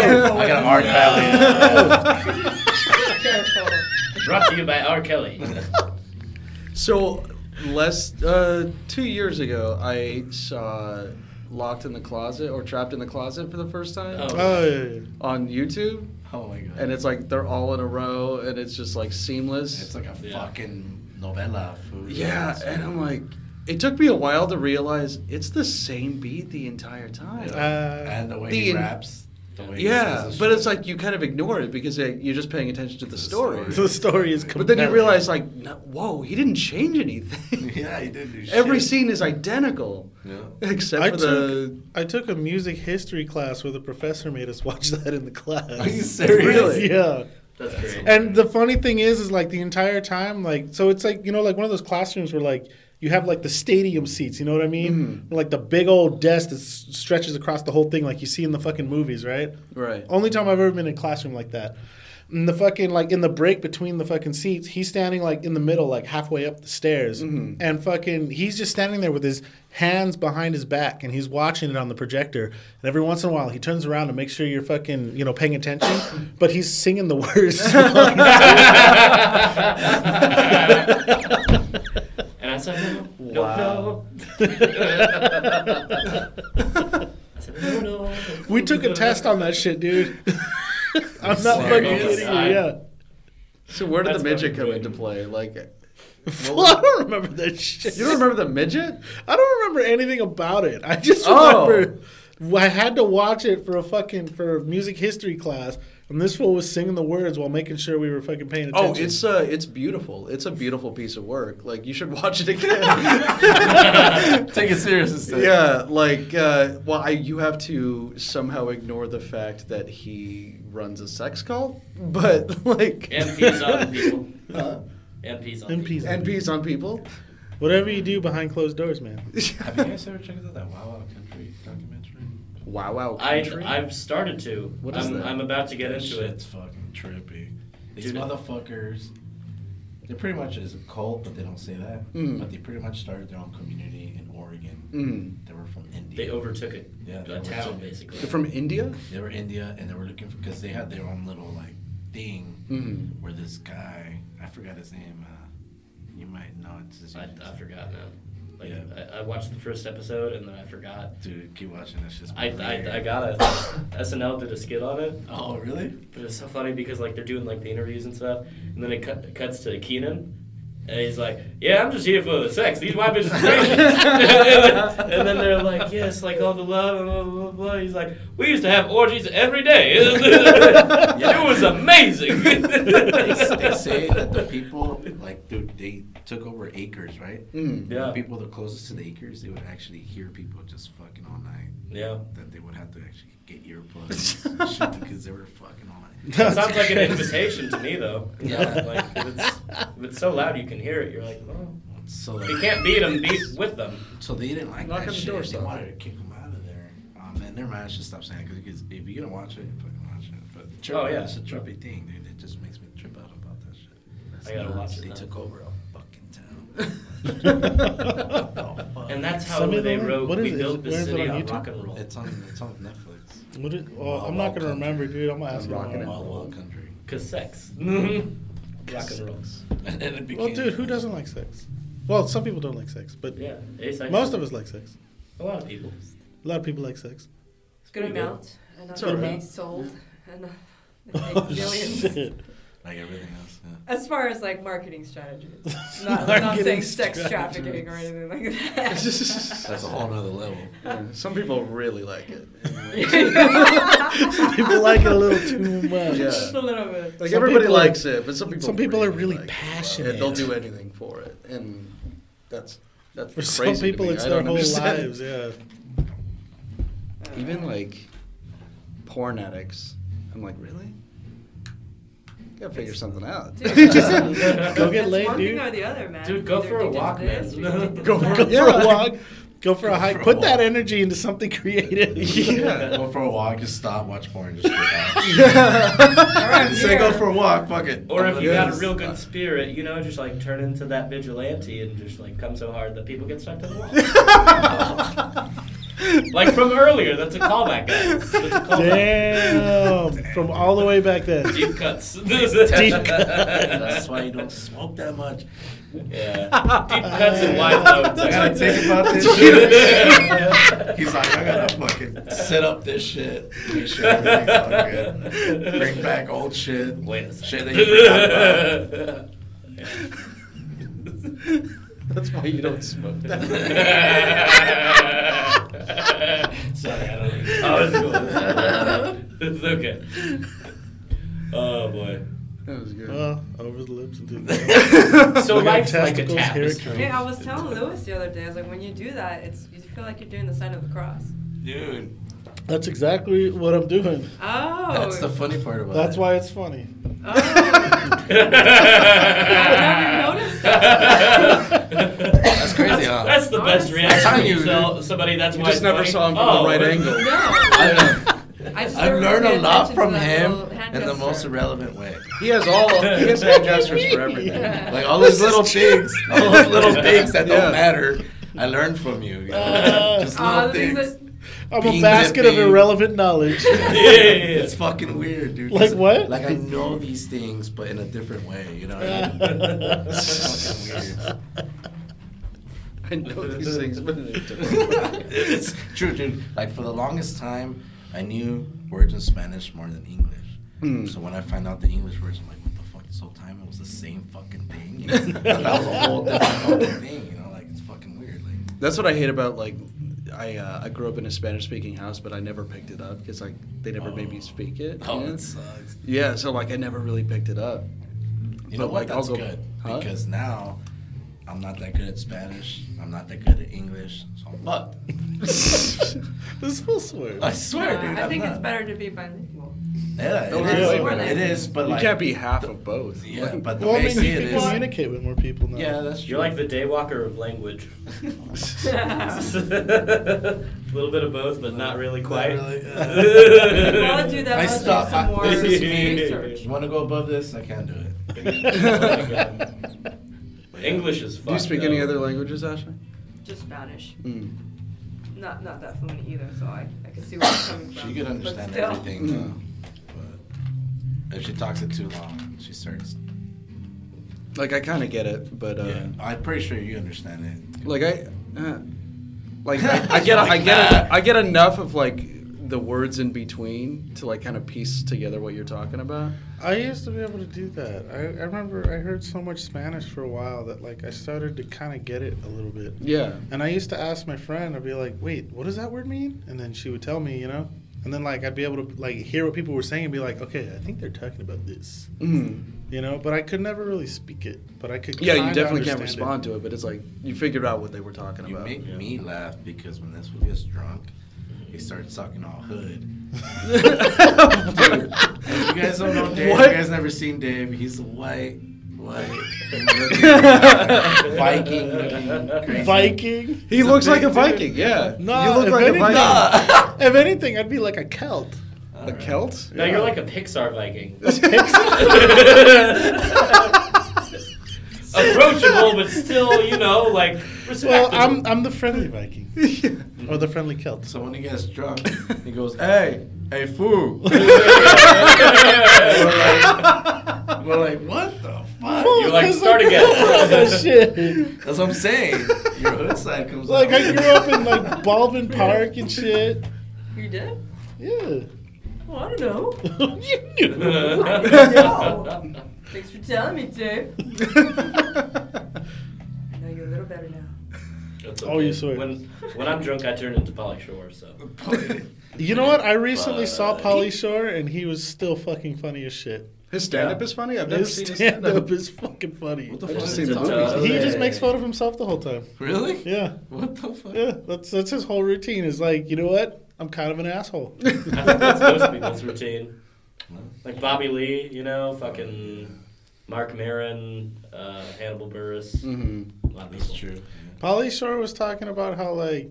Speaker 1: Careful.
Speaker 5: no!
Speaker 4: I gotta archive it.
Speaker 1: Careful.
Speaker 2: Brought to you by R. Kelly.
Speaker 3: So, less uh, two years ago, I saw Locked in the Closet or Trapped in the Closet for the first time
Speaker 2: Oh.
Speaker 5: Oh, yeah, yeah, yeah.
Speaker 3: on YouTube,
Speaker 4: Oh my god.
Speaker 3: and it's like they're all in a row, and it's just like seamless.
Speaker 4: It's like a
Speaker 2: Yeah.
Speaker 4: fucking novella. Food
Speaker 3: yeah,
Speaker 4: It's-
Speaker 3: and I'm like, it took me a while to realize it's the same beat the entire time.
Speaker 5: Uh,
Speaker 4: and the way he
Speaker 3: the-
Speaker 4: raps. The way he
Speaker 3: yeah,
Speaker 4: says his
Speaker 3: but
Speaker 4: shit.
Speaker 3: it's like you kind of ignore it because uh, you're just paying attention to the
Speaker 4: the
Speaker 3: story.
Speaker 5: so the story is.
Speaker 3: But then you
Speaker 5: compelling.
Speaker 3: realize, like, no, whoa, he didn't change anything.
Speaker 4: Yeah, he did do shit.
Speaker 3: Every scene is identical,
Speaker 4: Yeah.
Speaker 3: except
Speaker 5: I
Speaker 3: for
Speaker 5: took,
Speaker 3: the
Speaker 5: I took a music history class where the professor made us watch that in the class.
Speaker 4: Are you serious?
Speaker 3: Really?
Speaker 5: Yeah.
Speaker 2: That's great.
Speaker 5: And the funny thing is, is like the entire time, like so it's like you know, like one of those classrooms where like you have like the stadium seats. You know what I mean? Like the big old desk that s- stretches across the whole thing, like you see in the fucking movies, right?
Speaker 3: right.
Speaker 5: Only time I've ever been in a classroom like that. And the fucking like in the break between the fucking seats, he's standing like in the middle, like halfway up the stairs, and fucking he's just standing there with his hands behind his back, and he's watching it on the projector. And every once in a while, he turns around to make sure you're fucking you know paying attention, but he's singing the words.
Speaker 2: And I said, no,
Speaker 3: Wow.
Speaker 2: no, no. I said, no, no.
Speaker 5: we took a test on that shit, dude. I'm not fucking
Speaker 2: Serious?
Speaker 5: kidding you. Yeah,
Speaker 3: So where did
Speaker 2: That's
Speaker 3: the midget
Speaker 2: fucking
Speaker 3: come
Speaker 2: good.
Speaker 3: into play? Like, uh, you
Speaker 5: well, I don't remember that shit.
Speaker 3: don't remember the midget?
Speaker 5: I don't remember anything about it. I just
Speaker 3: Oh.
Speaker 5: remember I had to watch it for a fucking for a music history class, and this fool was singing the words while making sure we were fucking paying attention.
Speaker 3: Oh, it's uh, it's beautiful. It's a beautiful piece of work. Like you should watch it again.
Speaker 4: Take it serious instead.
Speaker 3: yeah, like uh, well, I, you have to somehow ignore the fact that he runs a sex cult, but like
Speaker 2: MPs on people.
Speaker 3: Huh?
Speaker 2: MPs on
Speaker 5: MPs.
Speaker 3: and pees on people.
Speaker 5: Whatever you do behind closed doors, man.
Speaker 4: Have you guys ever checked out that Wow Wow Country documentary?
Speaker 3: Wow, wow,
Speaker 2: I,
Speaker 3: country.
Speaker 2: I've started to.
Speaker 3: What is
Speaker 2: I'm,
Speaker 3: that?
Speaker 2: I'm about to get
Speaker 4: That
Speaker 2: into it.
Speaker 4: shit's fucking trippy. These
Speaker 2: Dude.
Speaker 4: motherfuckers, they pretty much is a cult, but they don't say that.
Speaker 3: Mm.
Speaker 4: But they pretty much started their own community in Oregon.
Speaker 3: Mm.
Speaker 4: They were from India.
Speaker 2: They overtook it.
Speaker 4: Yeah,
Speaker 2: Yeah,
Speaker 4: they
Speaker 2: a town,
Speaker 4: overtook it.
Speaker 2: basically.
Speaker 3: They're from India.
Speaker 4: they were India, and they were looking for because they had their own little like thing
Speaker 3: Mhm.
Speaker 4: where this guy, I forgot his name. Uh, you might know it's his
Speaker 2: I, I forgot, man. Like,
Speaker 4: Yeah.
Speaker 2: I, I watched the first episode and then I forgot.
Speaker 4: Dude, keep watching that shit's
Speaker 2: I,
Speaker 4: weird.
Speaker 2: I, I got it. SNL did a skit on it.
Speaker 4: Oh really?
Speaker 2: But it's so funny because like they're doing like the interviews and stuff, and then it, cut, it cuts to Keenan, and he's like, "Yeah, I'm just here for the sex. These white bitches are crazy." and then they're like, "Yes, like all the love." And blah, blah, blah, blah. He's like, "We used to have orgies every day. it was amazing."
Speaker 4: they, they say that the people, like, dude, they took over acres, right?
Speaker 3: Mm.
Speaker 4: The
Speaker 2: yeah,
Speaker 4: people the closest to the acres, they would actually hear people just fucking all night.
Speaker 2: yeah.
Speaker 4: That they would have to actually get earplugs and shit because they were fucking all night.
Speaker 2: That sounds like an invitation to me though.
Speaker 4: Yeah.
Speaker 2: like if it's, if it's so loud you can hear it. You're like, oh.
Speaker 4: So
Speaker 2: if
Speaker 4: like,
Speaker 2: you can't beat them, beat with them.
Speaker 4: So they didn't like
Speaker 3: Knock on
Speaker 4: that
Speaker 3: the
Speaker 4: shit.
Speaker 3: door,
Speaker 4: they
Speaker 3: son.
Speaker 4: wanted to kick them out of there. Um, and never mind, I should stop saying because if you're gonna watch it, fucking watch it. But trip,
Speaker 2: Oh, yeah.
Speaker 4: it's a trippy thing, dude. It just makes me trip out about that shit.
Speaker 2: I gotta watch it
Speaker 4: They
Speaker 2: now.
Speaker 4: took over a fucking town. Oh, fuck.
Speaker 2: And that's how
Speaker 5: Send me the
Speaker 2: they
Speaker 5: link.
Speaker 2: wrote.
Speaker 5: What
Speaker 2: we
Speaker 5: is it?
Speaker 2: built
Speaker 5: Where
Speaker 2: the
Speaker 5: is it
Speaker 2: city
Speaker 5: on
Speaker 2: on
Speaker 5: YouTube?
Speaker 2: rock and roll.
Speaker 4: It's on it's on Netflix.
Speaker 5: What is, oh, I'm not gonna remember, dude. I'm gonna ask you.
Speaker 3: Rockin'
Speaker 5: tomorrow.
Speaker 4: Wild Wild Country.
Speaker 2: Cause sex. rock and roll.
Speaker 4: And then it became
Speaker 5: Well, dude, who doesn't like sex? Well, some people don't like sex, but
Speaker 2: Yeah, it's like
Speaker 5: most of us like sex.
Speaker 2: A lot of people.
Speaker 5: A lot of people like sex.
Speaker 1: It's gonna
Speaker 2: pretty good.
Speaker 1: melt, and
Speaker 3: It's
Speaker 1: it's gonna
Speaker 5: alright.
Speaker 1: be sold, and uh, make billions.
Speaker 5: Oh, Shit.
Speaker 4: Like everything else. Yeah.
Speaker 1: As far as like marketing strategies, not, not
Speaker 5: Marketing
Speaker 1: saying sex
Speaker 5: strategies.
Speaker 1: trafficking or anything like that.
Speaker 4: That's a whole nother level.
Speaker 3: Some people really like it.
Speaker 5: people like it a little too much.
Speaker 3: Yeah.
Speaker 1: Just a little bit.
Speaker 3: Like
Speaker 5: Some
Speaker 3: everybody
Speaker 5: people are-
Speaker 3: likes it, but some people
Speaker 5: some people are really
Speaker 3: like it.
Speaker 5: passionate.
Speaker 3: And they'll do anything for it, and that's that's
Speaker 5: For
Speaker 3: crazy
Speaker 5: some people,
Speaker 3: to me.
Speaker 5: it's
Speaker 3: I
Speaker 5: their
Speaker 3: don't
Speaker 5: whole
Speaker 3: understand.
Speaker 5: lives. Yeah.
Speaker 3: Even like porn addicts, I'm like, really? Gotta figure something out.
Speaker 5: Go get
Speaker 1: It's
Speaker 5: laid,
Speaker 1: one
Speaker 5: dude.
Speaker 1: thing or the other, man.
Speaker 2: Dude, go
Speaker 1: Either
Speaker 2: for a
Speaker 1: you did
Speaker 2: walk,
Speaker 1: this
Speaker 2: man.
Speaker 1: or you did
Speaker 2: Go
Speaker 1: that.
Speaker 5: Go
Speaker 3: Yeah.
Speaker 5: for a walk. Go for a hike.
Speaker 4: for a
Speaker 5: Put that
Speaker 4: walk.
Speaker 5: energy into something creative.
Speaker 3: yeah.
Speaker 4: Go for a walk, just stop, watch porn, just go back.
Speaker 1: All right,
Speaker 4: Just say go
Speaker 1: here.
Speaker 4: for a walk, fuck it.
Speaker 2: Or if you got a
Speaker 3: Yes.
Speaker 2: real good spirit, you know, just like turn into that vigilante and just like come so hard that people get stuck to the wall. like from earlier, that's a callback, guys. That's a callback.
Speaker 5: Damn. From all the way back then.
Speaker 2: Deep cuts.
Speaker 5: Deep
Speaker 4: That's why you don't smoke that much.
Speaker 2: Yeah. Deep cuts and wide loads.
Speaker 4: I gotta think about this shit. He's like, I gotta fucking set up this shit. Make sure everything's all good. Bring back old shit.
Speaker 2: Wait a
Speaker 4: Shit
Speaker 2: second.
Speaker 4: that you forgot about.
Speaker 3: That's why you don't smoke that.
Speaker 2: Sorry, I don't. Oh, it's cool. It's okay. Oh boy.
Speaker 3: That was good.
Speaker 5: Well, Uh, over the lips and through the
Speaker 2: So
Speaker 5: Look at
Speaker 2: life's like a
Speaker 5: testicles, here it
Speaker 2: tapestry.
Speaker 5: comes.
Speaker 1: Yeah, I was telling Lewis the other day. I was like, when you do that, it's you feel like you're doing the sign of the cross.
Speaker 4: Dude,
Speaker 5: That's exactly what I'm doing.
Speaker 1: Oh,
Speaker 4: that's the funny part about
Speaker 5: That's
Speaker 4: it.
Speaker 5: why it's funny.
Speaker 1: oh. I never noticed
Speaker 2: That's
Speaker 4: That's crazy, huh?
Speaker 2: the best reaction.
Speaker 4: telling
Speaker 2: to
Speaker 4: you,
Speaker 2: tell somebody that's
Speaker 3: You
Speaker 2: why.
Speaker 3: just
Speaker 2: it's
Speaker 3: never
Speaker 2: funny.
Speaker 3: saw him from
Speaker 2: Oh,
Speaker 3: the right
Speaker 2: what-
Speaker 3: angle.
Speaker 1: No,
Speaker 4: I don't know.
Speaker 1: I just
Speaker 4: I've
Speaker 1: never
Speaker 4: learned a
Speaker 1: paid
Speaker 4: lot
Speaker 1: attention
Speaker 4: from
Speaker 1: to that
Speaker 4: him
Speaker 1: little hand
Speaker 4: in the most
Speaker 1: gesture.
Speaker 4: irrelevant way.
Speaker 3: He has all he has hand gestures for everything.
Speaker 1: Yeah.
Speaker 4: Like all those little things, all those little things that
Speaker 3: Yeah.
Speaker 4: don't matter, I learned from you. you know? Just little
Speaker 1: All Oh, the things
Speaker 4: things.
Speaker 1: that-
Speaker 5: I'm a
Speaker 4: Beans
Speaker 5: basket
Speaker 4: and
Speaker 5: of
Speaker 4: beans.
Speaker 5: irrelevant knowledge.
Speaker 2: Yeah, yeah, yeah.
Speaker 4: It's fucking weird, dude.
Speaker 5: Like
Speaker 4: 'Cause,
Speaker 5: what?
Speaker 4: Like I know these things, but in a different way. You know. What I mean? It's fucking weird.
Speaker 3: I know these things, but in a different way.
Speaker 4: it's true, dude. Like for the longest time, I knew words in Spanish more than English.
Speaker 3: Hmm.
Speaker 4: So when I find out the English words, I'm like, what the fuck? This whole time it was the same fucking thing. You know? that was a whole different fucking thing. You know, like it's fucking weird. Like
Speaker 3: That's what I hate about like I uh, I grew up in a Spanish speaking house, but I never picked it up because like they never made me speak it.
Speaker 4: oh,
Speaker 3: yeah.
Speaker 4: it sucks.
Speaker 3: Yeah, so like I never really picked it up.
Speaker 4: You know
Speaker 3: But,
Speaker 4: what?
Speaker 3: like, I'll
Speaker 4: That's
Speaker 3: go-
Speaker 4: good
Speaker 3: Huh?
Speaker 4: because now I'm not that good at Spanish. I'm not that good at English. So I'm fucked.
Speaker 5: this feels weird.
Speaker 4: I swear, dude.
Speaker 1: I
Speaker 4: I'm
Speaker 1: think
Speaker 4: not.
Speaker 1: it's better to be bilingual.
Speaker 4: Yeah, it
Speaker 3: Don't
Speaker 4: is,
Speaker 5: really
Speaker 4: but
Speaker 1: matter.
Speaker 4: it is, but
Speaker 3: you
Speaker 4: like
Speaker 3: can't be half of both.
Speaker 4: Yeah, but the
Speaker 5: Well, I
Speaker 4: way I
Speaker 5: mean,
Speaker 4: see
Speaker 5: you
Speaker 4: it
Speaker 5: can
Speaker 4: is.
Speaker 5: communicate with more people now.
Speaker 4: Yeah, that's true.
Speaker 2: You're like the daywalker of language.
Speaker 1: well,
Speaker 2: A little bit of both, but not really quite.
Speaker 4: Not really,
Speaker 1: I'll do that.
Speaker 4: I
Speaker 1: I'll do
Speaker 4: stop.
Speaker 1: some more
Speaker 4: I, this is me.
Speaker 1: research.
Speaker 4: You want to go above this? I can't do it.
Speaker 2: um, English is fucked.
Speaker 3: Do you speak
Speaker 2: though.
Speaker 3: any other languages, Ashley?
Speaker 1: Just Spanish.
Speaker 3: Mm.
Speaker 1: Not not that fluent either, so I, I can see where it's coming from.
Speaker 4: She can
Speaker 1: but
Speaker 4: understand
Speaker 1: still.
Speaker 4: everything though. But if she talks it too long, she starts.
Speaker 3: Like I kind of get it, but uh,
Speaker 4: yeah, I'm pretty sure you understand it.
Speaker 3: like I, uh, like I, I get I get I get enough of like the words in between to like kind of piece together what you're talking about.
Speaker 5: I used to be able to do that. I, I remember I heard so much Spanish for a while that like I started to kind of get it a little bit.
Speaker 3: Yeah,
Speaker 5: And I used to ask my friend, I'd be like, wait, what does that word mean? And then she would tell me, you know? And then like I'd be able to like hear what people were saying and be like, okay, I think they're talking about this.
Speaker 3: mm.
Speaker 5: You know, but I could never really speak it. But I could
Speaker 3: yeah. You
Speaker 5: kinda
Speaker 3: definitely can't
Speaker 5: understand it.
Speaker 3: respond to it, but it's like you figured out what they were talking
Speaker 4: You
Speaker 3: about.
Speaker 4: make me laugh because when this one gets drunk, he starts talking all hood. You guys don't know Dave.
Speaker 3: What?
Speaker 4: You guys never seen Dave. He's a white, white, looking, Viking looking. crazy.
Speaker 5: Viking.
Speaker 3: he looks like a
Speaker 4: big dude.
Speaker 3: Viking. Yeah,
Speaker 5: Nah,
Speaker 3: you look
Speaker 5: if
Speaker 3: like a
Speaker 5: anything-
Speaker 3: Viking.
Speaker 5: Nah. if anything, I'd be like a Celt.
Speaker 4: All
Speaker 3: A
Speaker 4: right.
Speaker 3: Celt?
Speaker 2: No, you're like a Pixar Viking. Approachable, but still, you know, like
Speaker 5: Well,
Speaker 2: respectable.
Speaker 5: I'm I'm the friendly Viking. Or the friendly Celt.
Speaker 4: So when he gets drunk, he goes, "Hey, hey, fool!" We're like, "What the fuck?"
Speaker 5: Fuck,
Speaker 2: You're like,
Speaker 5: that's
Speaker 2: start
Speaker 5: like-
Speaker 2: again.
Speaker 5: that Oh, shit.
Speaker 4: That's what I'm saying. Your hood side comes
Speaker 5: Like
Speaker 4: out.
Speaker 5: I grew up in like Baldwin Park and shit.
Speaker 1: You did?
Speaker 5: Yeah.
Speaker 1: Well, I don't know.
Speaker 5: you knew.
Speaker 1: I don't know. Thanks for telling me, Dave. I know you a little better now.
Speaker 2: That's
Speaker 5: Oh, you swear.
Speaker 2: When, when I'm drunk, I turn into Polly Shore, so.
Speaker 5: You know what? I recently saw
Speaker 2: But-
Speaker 5: Polly Shore, and he was still fucking funny as shit.
Speaker 3: His stand up
Speaker 2: Yeah.
Speaker 3: is funny. I've never
Speaker 5: His
Speaker 3: seen his
Speaker 5: stand up is fucking funny.
Speaker 4: What the
Speaker 3: I've
Speaker 4: fuck?
Speaker 3: just seen the
Speaker 2: It's a
Speaker 3: movies.
Speaker 2: dog.
Speaker 5: He
Speaker 2: Hey.
Speaker 5: just makes fun of himself the whole time.
Speaker 4: Really?
Speaker 5: Yeah,
Speaker 4: What the fuck?
Speaker 5: yeah. That's that's his whole routine. Is like, you know what? I'm kind of an asshole.
Speaker 2: I think that's most people's routine. Like Bobby Lee, you know, fucking Mark Maron, uh, Hannibal Burris.
Speaker 3: Mhm.
Speaker 2: A lot of
Speaker 4: That's
Speaker 2: people.
Speaker 4: true.
Speaker 5: Polly Shore was talking about how like,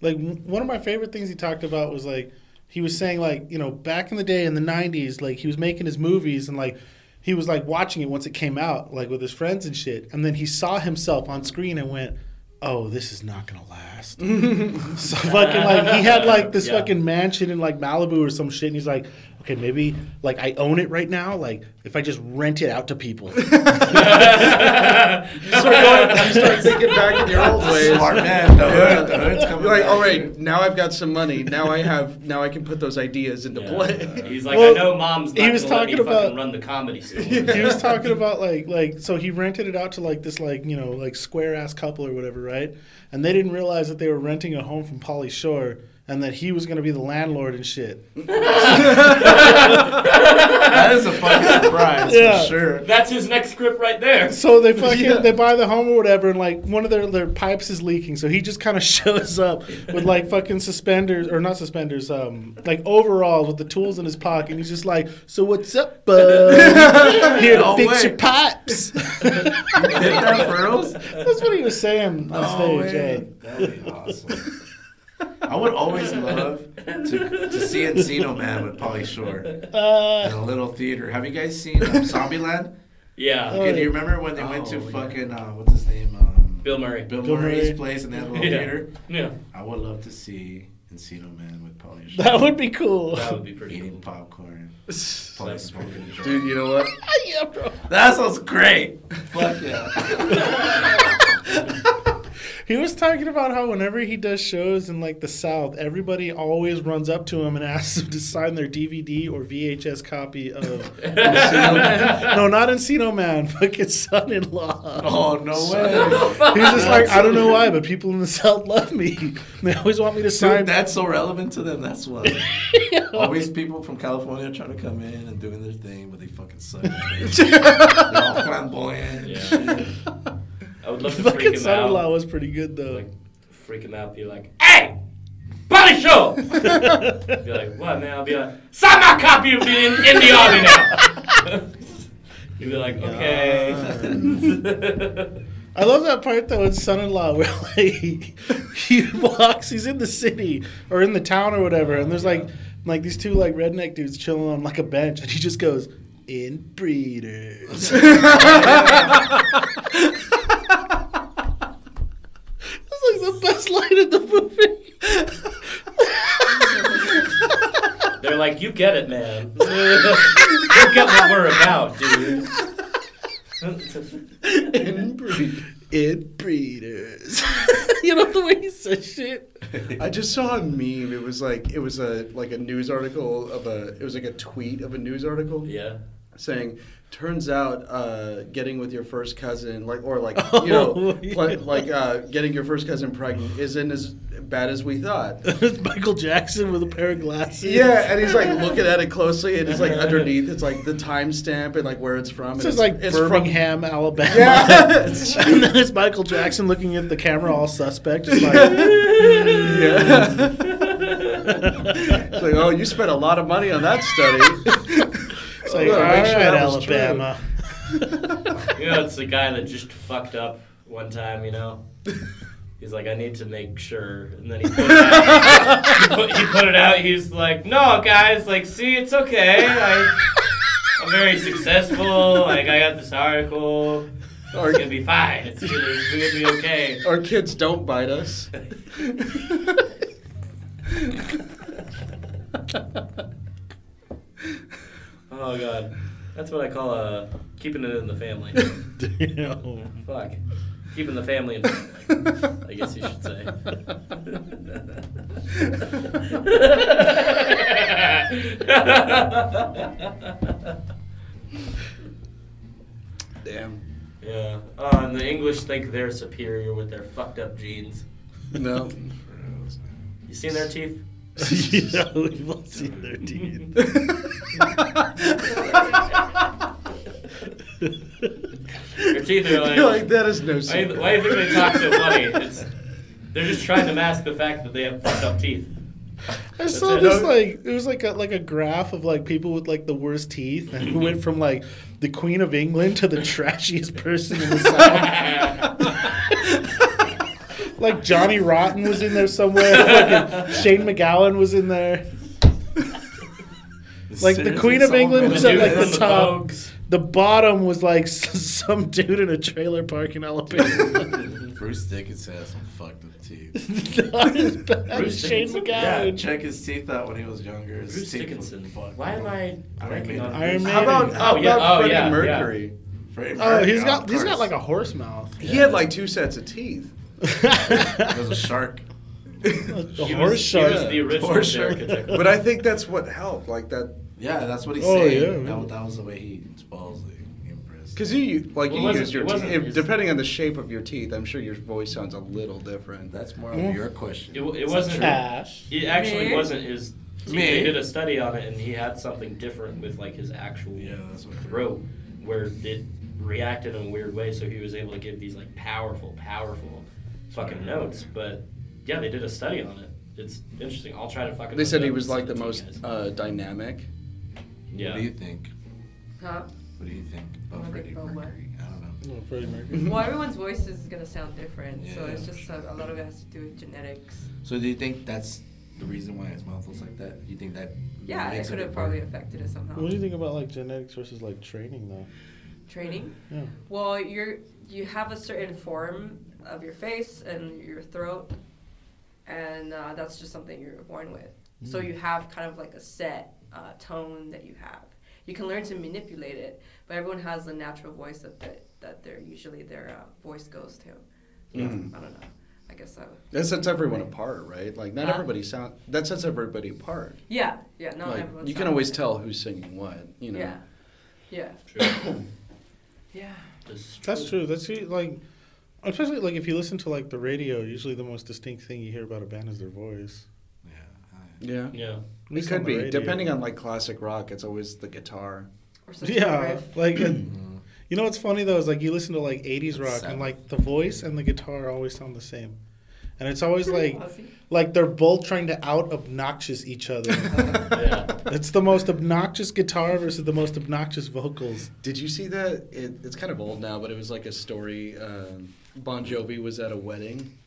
Speaker 5: like m- one of my favorite things he talked about was like, he was saying like, you know, back in the day in the '90s, like he was making his movies and like. He was like watching it once it came out, like with his friends and shit. And then he saw himself on screen and went, "Oh, this is not gonna last." so fucking like he had like this
Speaker 2: Yeah.
Speaker 5: fucking mansion in like Malibu or some shit, and he's like, "Okay, maybe like I own it right now. Like if I just rent it out to people."
Speaker 3: You start, going, you start thinking back in your old ways.
Speaker 4: Smart man. The hood. The hood's
Speaker 3: You're
Speaker 4: coming
Speaker 3: like,
Speaker 4: back.
Speaker 3: all right, now I've got some money. Now I have. Now I can put those ideas into
Speaker 2: Yeah.
Speaker 3: play.
Speaker 2: He's like, I
Speaker 5: Well,
Speaker 2: know mom's not
Speaker 5: he was
Speaker 2: gonna let me
Speaker 5: talking about-
Speaker 2: fucking run the comedy store.
Speaker 5: he was talking about like like so he rented it out to like this like you know like square ass couple or whatever right and they didn't realize that they were renting a home from polly shore and that he was going to be the landlord and shit
Speaker 4: That is a fucking surprise
Speaker 5: Yeah.
Speaker 4: for sure.
Speaker 2: That's his next script right there.
Speaker 5: so they fucking
Speaker 3: Yeah.
Speaker 5: they buy the home or whatever and like one of their, their pipes is leaking so he just kind of shows up with like fucking suspenders or not suspenders um like overalls with the tools in his pocket and he's just like so what's up bud here to
Speaker 4: No
Speaker 5: fix
Speaker 4: way.
Speaker 5: your pipes
Speaker 4: You did that for reals?
Speaker 5: that's what he was saying on stage yeah.
Speaker 4: That'd be awesome. I would always love to, to see Encino Man with Polly Shore in
Speaker 5: Uh,
Speaker 4: a little theater. Have you guys seen um, Zombieland?
Speaker 2: Yeah.
Speaker 5: Oh,
Speaker 4: Okay, do
Speaker 5: yeah.
Speaker 4: you remember when they went
Speaker 2: Oh,
Speaker 4: to
Speaker 2: yeah.
Speaker 4: fucking uh, what's his name? Um,
Speaker 2: Bill Murray.
Speaker 4: Bill
Speaker 5: Bill
Speaker 4: Murray's
Speaker 5: Murray.
Speaker 4: place in that little
Speaker 2: Yeah.
Speaker 4: theater.
Speaker 2: Yeah.
Speaker 4: I would love to see Encino Man with Polly Shore
Speaker 5: that would be cool.
Speaker 2: That would be pretty
Speaker 4: eating
Speaker 2: cool.
Speaker 4: popcorn. Polly
Speaker 3: Dude,
Speaker 4: smoking a joint.
Speaker 3: you know what?
Speaker 5: yeah, bro.
Speaker 4: that sounds great. Fuck yeah.
Speaker 5: He was talking about how whenever he does shows in like the South, everybody always runs up to him and asks him to sign their DVD or VHS copy of Encino Man. No, not Encino Man, fucking Son in Law.
Speaker 4: oh no way.
Speaker 5: He's just like, I don't know why, but people in the South love me. They always want me to sign.
Speaker 4: Dude, that's so relevant to them. That's why. Always people from California trying to come in and doing their thing, but they fucking suck. They're all flamboyant. and
Speaker 2: Yeah.
Speaker 4: shit.
Speaker 2: I would love to freak
Speaker 5: fucking
Speaker 2: him
Speaker 5: Son in Law
Speaker 2: out.
Speaker 5: was pretty good though.
Speaker 2: Like, freak him out. Be like, hey, Polly Shore. be like, what, man? I'll be like, sign my copy of the in, in the army now. You'd be like, okay.
Speaker 5: I love that part though in Son in Law where like he walks, he's in the city or in the town or whatever, and there's like like these two like redneck dudes chilling on like a bench, and he just goes, "Inbreeders." That's like the best line in the movie.
Speaker 2: They're like, you get it, man. you get what we're about, dude.
Speaker 3: Inbreed.
Speaker 5: Inbreeders. you know the way he says shit.
Speaker 3: I just saw a meme. It was like it was a like a news article of a it was like a tweet of a news article
Speaker 2: yeah.
Speaker 3: saying, "Turns out uh, getting with your first cousin like or like
Speaker 5: Oh,
Speaker 3: you know
Speaker 5: yeah.
Speaker 3: pl- like uh, getting your first cousin pregnant isn't as bad as we thought."
Speaker 5: it's Michael Jackson with a pair of glasses.
Speaker 3: Yeah, and he's like looking at it closely, and it's like underneath, it's like the timestamp and like where it's from. and
Speaker 5: This is
Speaker 3: it's-
Speaker 5: like
Speaker 3: it's from-
Speaker 5: Birmingham, Alabama.
Speaker 3: Yeah.
Speaker 5: and then it's Michael Jackson looking at the camera, all suspect. Just like,
Speaker 3: Yeah. it's like, oh, you spent a lot of money on that study. Oh,
Speaker 5: it's like
Speaker 3: Yeah,
Speaker 5: all
Speaker 3: make
Speaker 5: right,
Speaker 3: sure that was true."
Speaker 5: Alabama.
Speaker 2: You know, it's the guy that just fucked up one time, you know? He's like, I need to make sure. And then he put it out. he, put, he put it out. He's like, no, guys, like, see, it's okay. Like, I'm very successful. Like, I got this article.
Speaker 3: Our-
Speaker 2: It's going to be fine. It's going to be okay.
Speaker 3: Our kids don't bite us.
Speaker 2: Oh, God. That's what I call uh, keeping it in the family.
Speaker 5: Damn.
Speaker 2: Fuck. Keeping the family in the family. I guess you should say. Oh, Jewish think they're superior with their fucked up genes.
Speaker 3: No.
Speaker 2: You seen their teeth?
Speaker 5: you know, we will see their teeth.
Speaker 2: Their teeth are like.
Speaker 3: You're like, that is no
Speaker 2: why,
Speaker 3: secret.
Speaker 2: why do you think they talk so funny? It's, they're just trying to mask the fact that they have fucked up teeth.
Speaker 5: I saw
Speaker 2: it.
Speaker 5: this like it was like a, like a graph of like people with like the worst teeth and who went from like the Queen of England to the trashiest person in the South. like Johnny Rotten was in there somewhere. Fucking Shane McGowan was in there. Like the Queen of England was
Speaker 2: The
Speaker 5: at
Speaker 2: dude
Speaker 5: like
Speaker 2: from
Speaker 5: the
Speaker 2: the
Speaker 5: top.
Speaker 2: Pogues.
Speaker 5: The bottom was like s- some dude in a trailer park in Alabama.
Speaker 4: Bruce Dickinson has some fucked up teeth.
Speaker 5: Not as bad as Shane
Speaker 2: Dickinson?
Speaker 5: McGowan.
Speaker 4: yeah, check his teeth out when he was younger. His
Speaker 2: Bruce
Speaker 4: teeth were
Speaker 2: Dickinson.
Speaker 4: fucked.
Speaker 2: Why am I
Speaker 4: Iron
Speaker 2: ranking
Speaker 4: Maiden.
Speaker 2: on
Speaker 5: Iron
Speaker 2: Bruce?
Speaker 5: Maiden.
Speaker 3: How about, how
Speaker 2: Oh, yeah.
Speaker 3: about
Speaker 2: Oh,
Speaker 3: Freddie
Speaker 2: yeah, yeah.
Speaker 3: Mercury?
Speaker 4: Freddie
Speaker 5: Oh,
Speaker 4: Mercury,
Speaker 5: he's
Speaker 4: of
Speaker 5: got he's got
Speaker 4: course.
Speaker 5: like a horse mouth.
Speaker 3: He had like two sets of teeth.
Speaker 4: There's a shark.
Speaker 5: The
Speaker 2: He
Speaker 5: horse
Speaker 2: was,
Speaker 5: shark.
Speaker 2: He was the original
Speaker 3: Horse shark.
Speaker 2: architect.
Speaker 3: But I think that's what helped. Like that,
Speaker 4: Yeah, that's what he
Speaker 5: Oh,
Speaker 4: said.
Speaker 5: yeah,
Speaker 4: that,
Speaker 5: yeah.
Speaker 4: that was the way he spells the impressed.
Speaker 3: because you you- like
Speaker 2: Well, it
Speaker 3: you
Speaker 2: wasn't-
Speaker 3: used your
Speaker 2: it
Speaker 3: teeth.
Speaker 2: wasn't
Speaker 3: if-
Speaker 2: his-
Speaker 3: Depending on the shape of your teeth, I'm sure your voice sounds a little different.
Speaker 4: That's more of
Speaker 5: Yeah.
Speaker 4: your question.
Speaker 2: It, w- it wasn't.
Speaker 5: Ash.
Speaker 2: It actually
Speaker 1: Me?
Speaker 2: wasn't his. teeth.
Speaker 4: Me?
Speaker 2: They did a study on it, and he had something different with like his actual
Speaker 4: Yeah, that's what I heard.
Speaker 2: throat, where it reacted in a weird way. So he was able to give these like powerful, powerful fucking notes. But yeah, they did a study on it. It's interesting. I'll try to fucking.
Speaker 3: They
Speaker 2: look
Speaker 3: said
Speaker 2: it
Speaker 3: he
Speaker 2: up
Speaker 3: was
Speaker 2: and
Speaker 3: like the
Speaker 2: send it
Speaker 3: most
Speaker 2: to you guys.
Speaker 3: uh, dynamic.
Speaker 2: yeah.
Speaker 4: What do you think?
Speaker 1: Huh?
Speaker 4: What do you think
Speaker 1: What
Speaker 4: about
Speaker 1: do I
Speaker 4: Freddie
Speaker 1: think about what?
Speaker 4: Mercury? I don't know.
Speaker 5: Oh,
Speaker 1: Well, everyone's voice is gonna sound different, so
Speaker 4: Yeah.
Speaker 1: it's just a, a lot of it has to do with genetics.
Speaker 4: So do you think that's the reason why his mouth looks like that? You think that?
Speaker 1: Yeah, it
Speaker 4: makes
Speaker 1: could
Speaker 4: it
Speaker 1: have probably affected it somehow.
Speaker 5: What do you think about like genetics versus like training though?
Speaker 1: Training.
Speaker 5: Yeah.
Speaker 1: Well, you're you have a certain form of your face and your throat, and uh, that's just something you're born with. So
Speaker 5: Mm.
Speaker 1: you have kind of like a set uh, tone that you have. You can learn to manipulate it, but everyone has a natural voice that that, that they're usually their uh, voice goes to. Yeah,
Speaker 3: Mm.
Speaker 1: I don't know. I guess so.
Speaker 3: That sets everyone apart, right? Like not
Speaker 1: Huh?
Speaker 3: everybody sound. That sets everybody apart.
Speaker 1: Yeah, yeah. Not
Speaker 3: like
Speaker 1: everyone's
Speaker 3: you can
Speaker 1: not-
Speaker 3: always tell who's singing what. You know.
Speaker 1: Yeah, yeah, yeah.
Speaker 2: This is
Speaker 5: That's true. That's u- like especially like if you listen to like the radio, usually the most distinct thing you hear about a band is their voice.
Speaker 4: Yeah. I-
Speaker 3: Yeah.
Speaker 2: Yeah.
Speaker 5: At
Speaker 3: It
Speaker 5: least on
Speaker 3: could
Speaker 5: the
Speaker 3: be
Speaker 5: radio.
Speaker 3: depending on like classic rock. It's always the guitar.
Speaker 1: Or such a
Speaker 5: Yeah.
Speaker 1: riff.
Speaker 5: Like
Speaker 3: Mm-hmm.
Speaker 5: you know what's funny though is like you listen to like 80s
Speaker 4: That's
Speaker 5: rock
Speaker 4: sad.
Speaker 5: and like the voice and the guitar always sound the same. And it's always like
Speaker 1: Aussie.
Speaker 5: like they're both trying to out obnoxious each other.
Speaker 2: Yeah.
Speaker 5: it's the most obnoxious guitar versus the most obnoxious vocals.
Speaker 3: Did you see that? It, it's kind of old now, but it was like a story. Um, bon Jovi was at a wedding,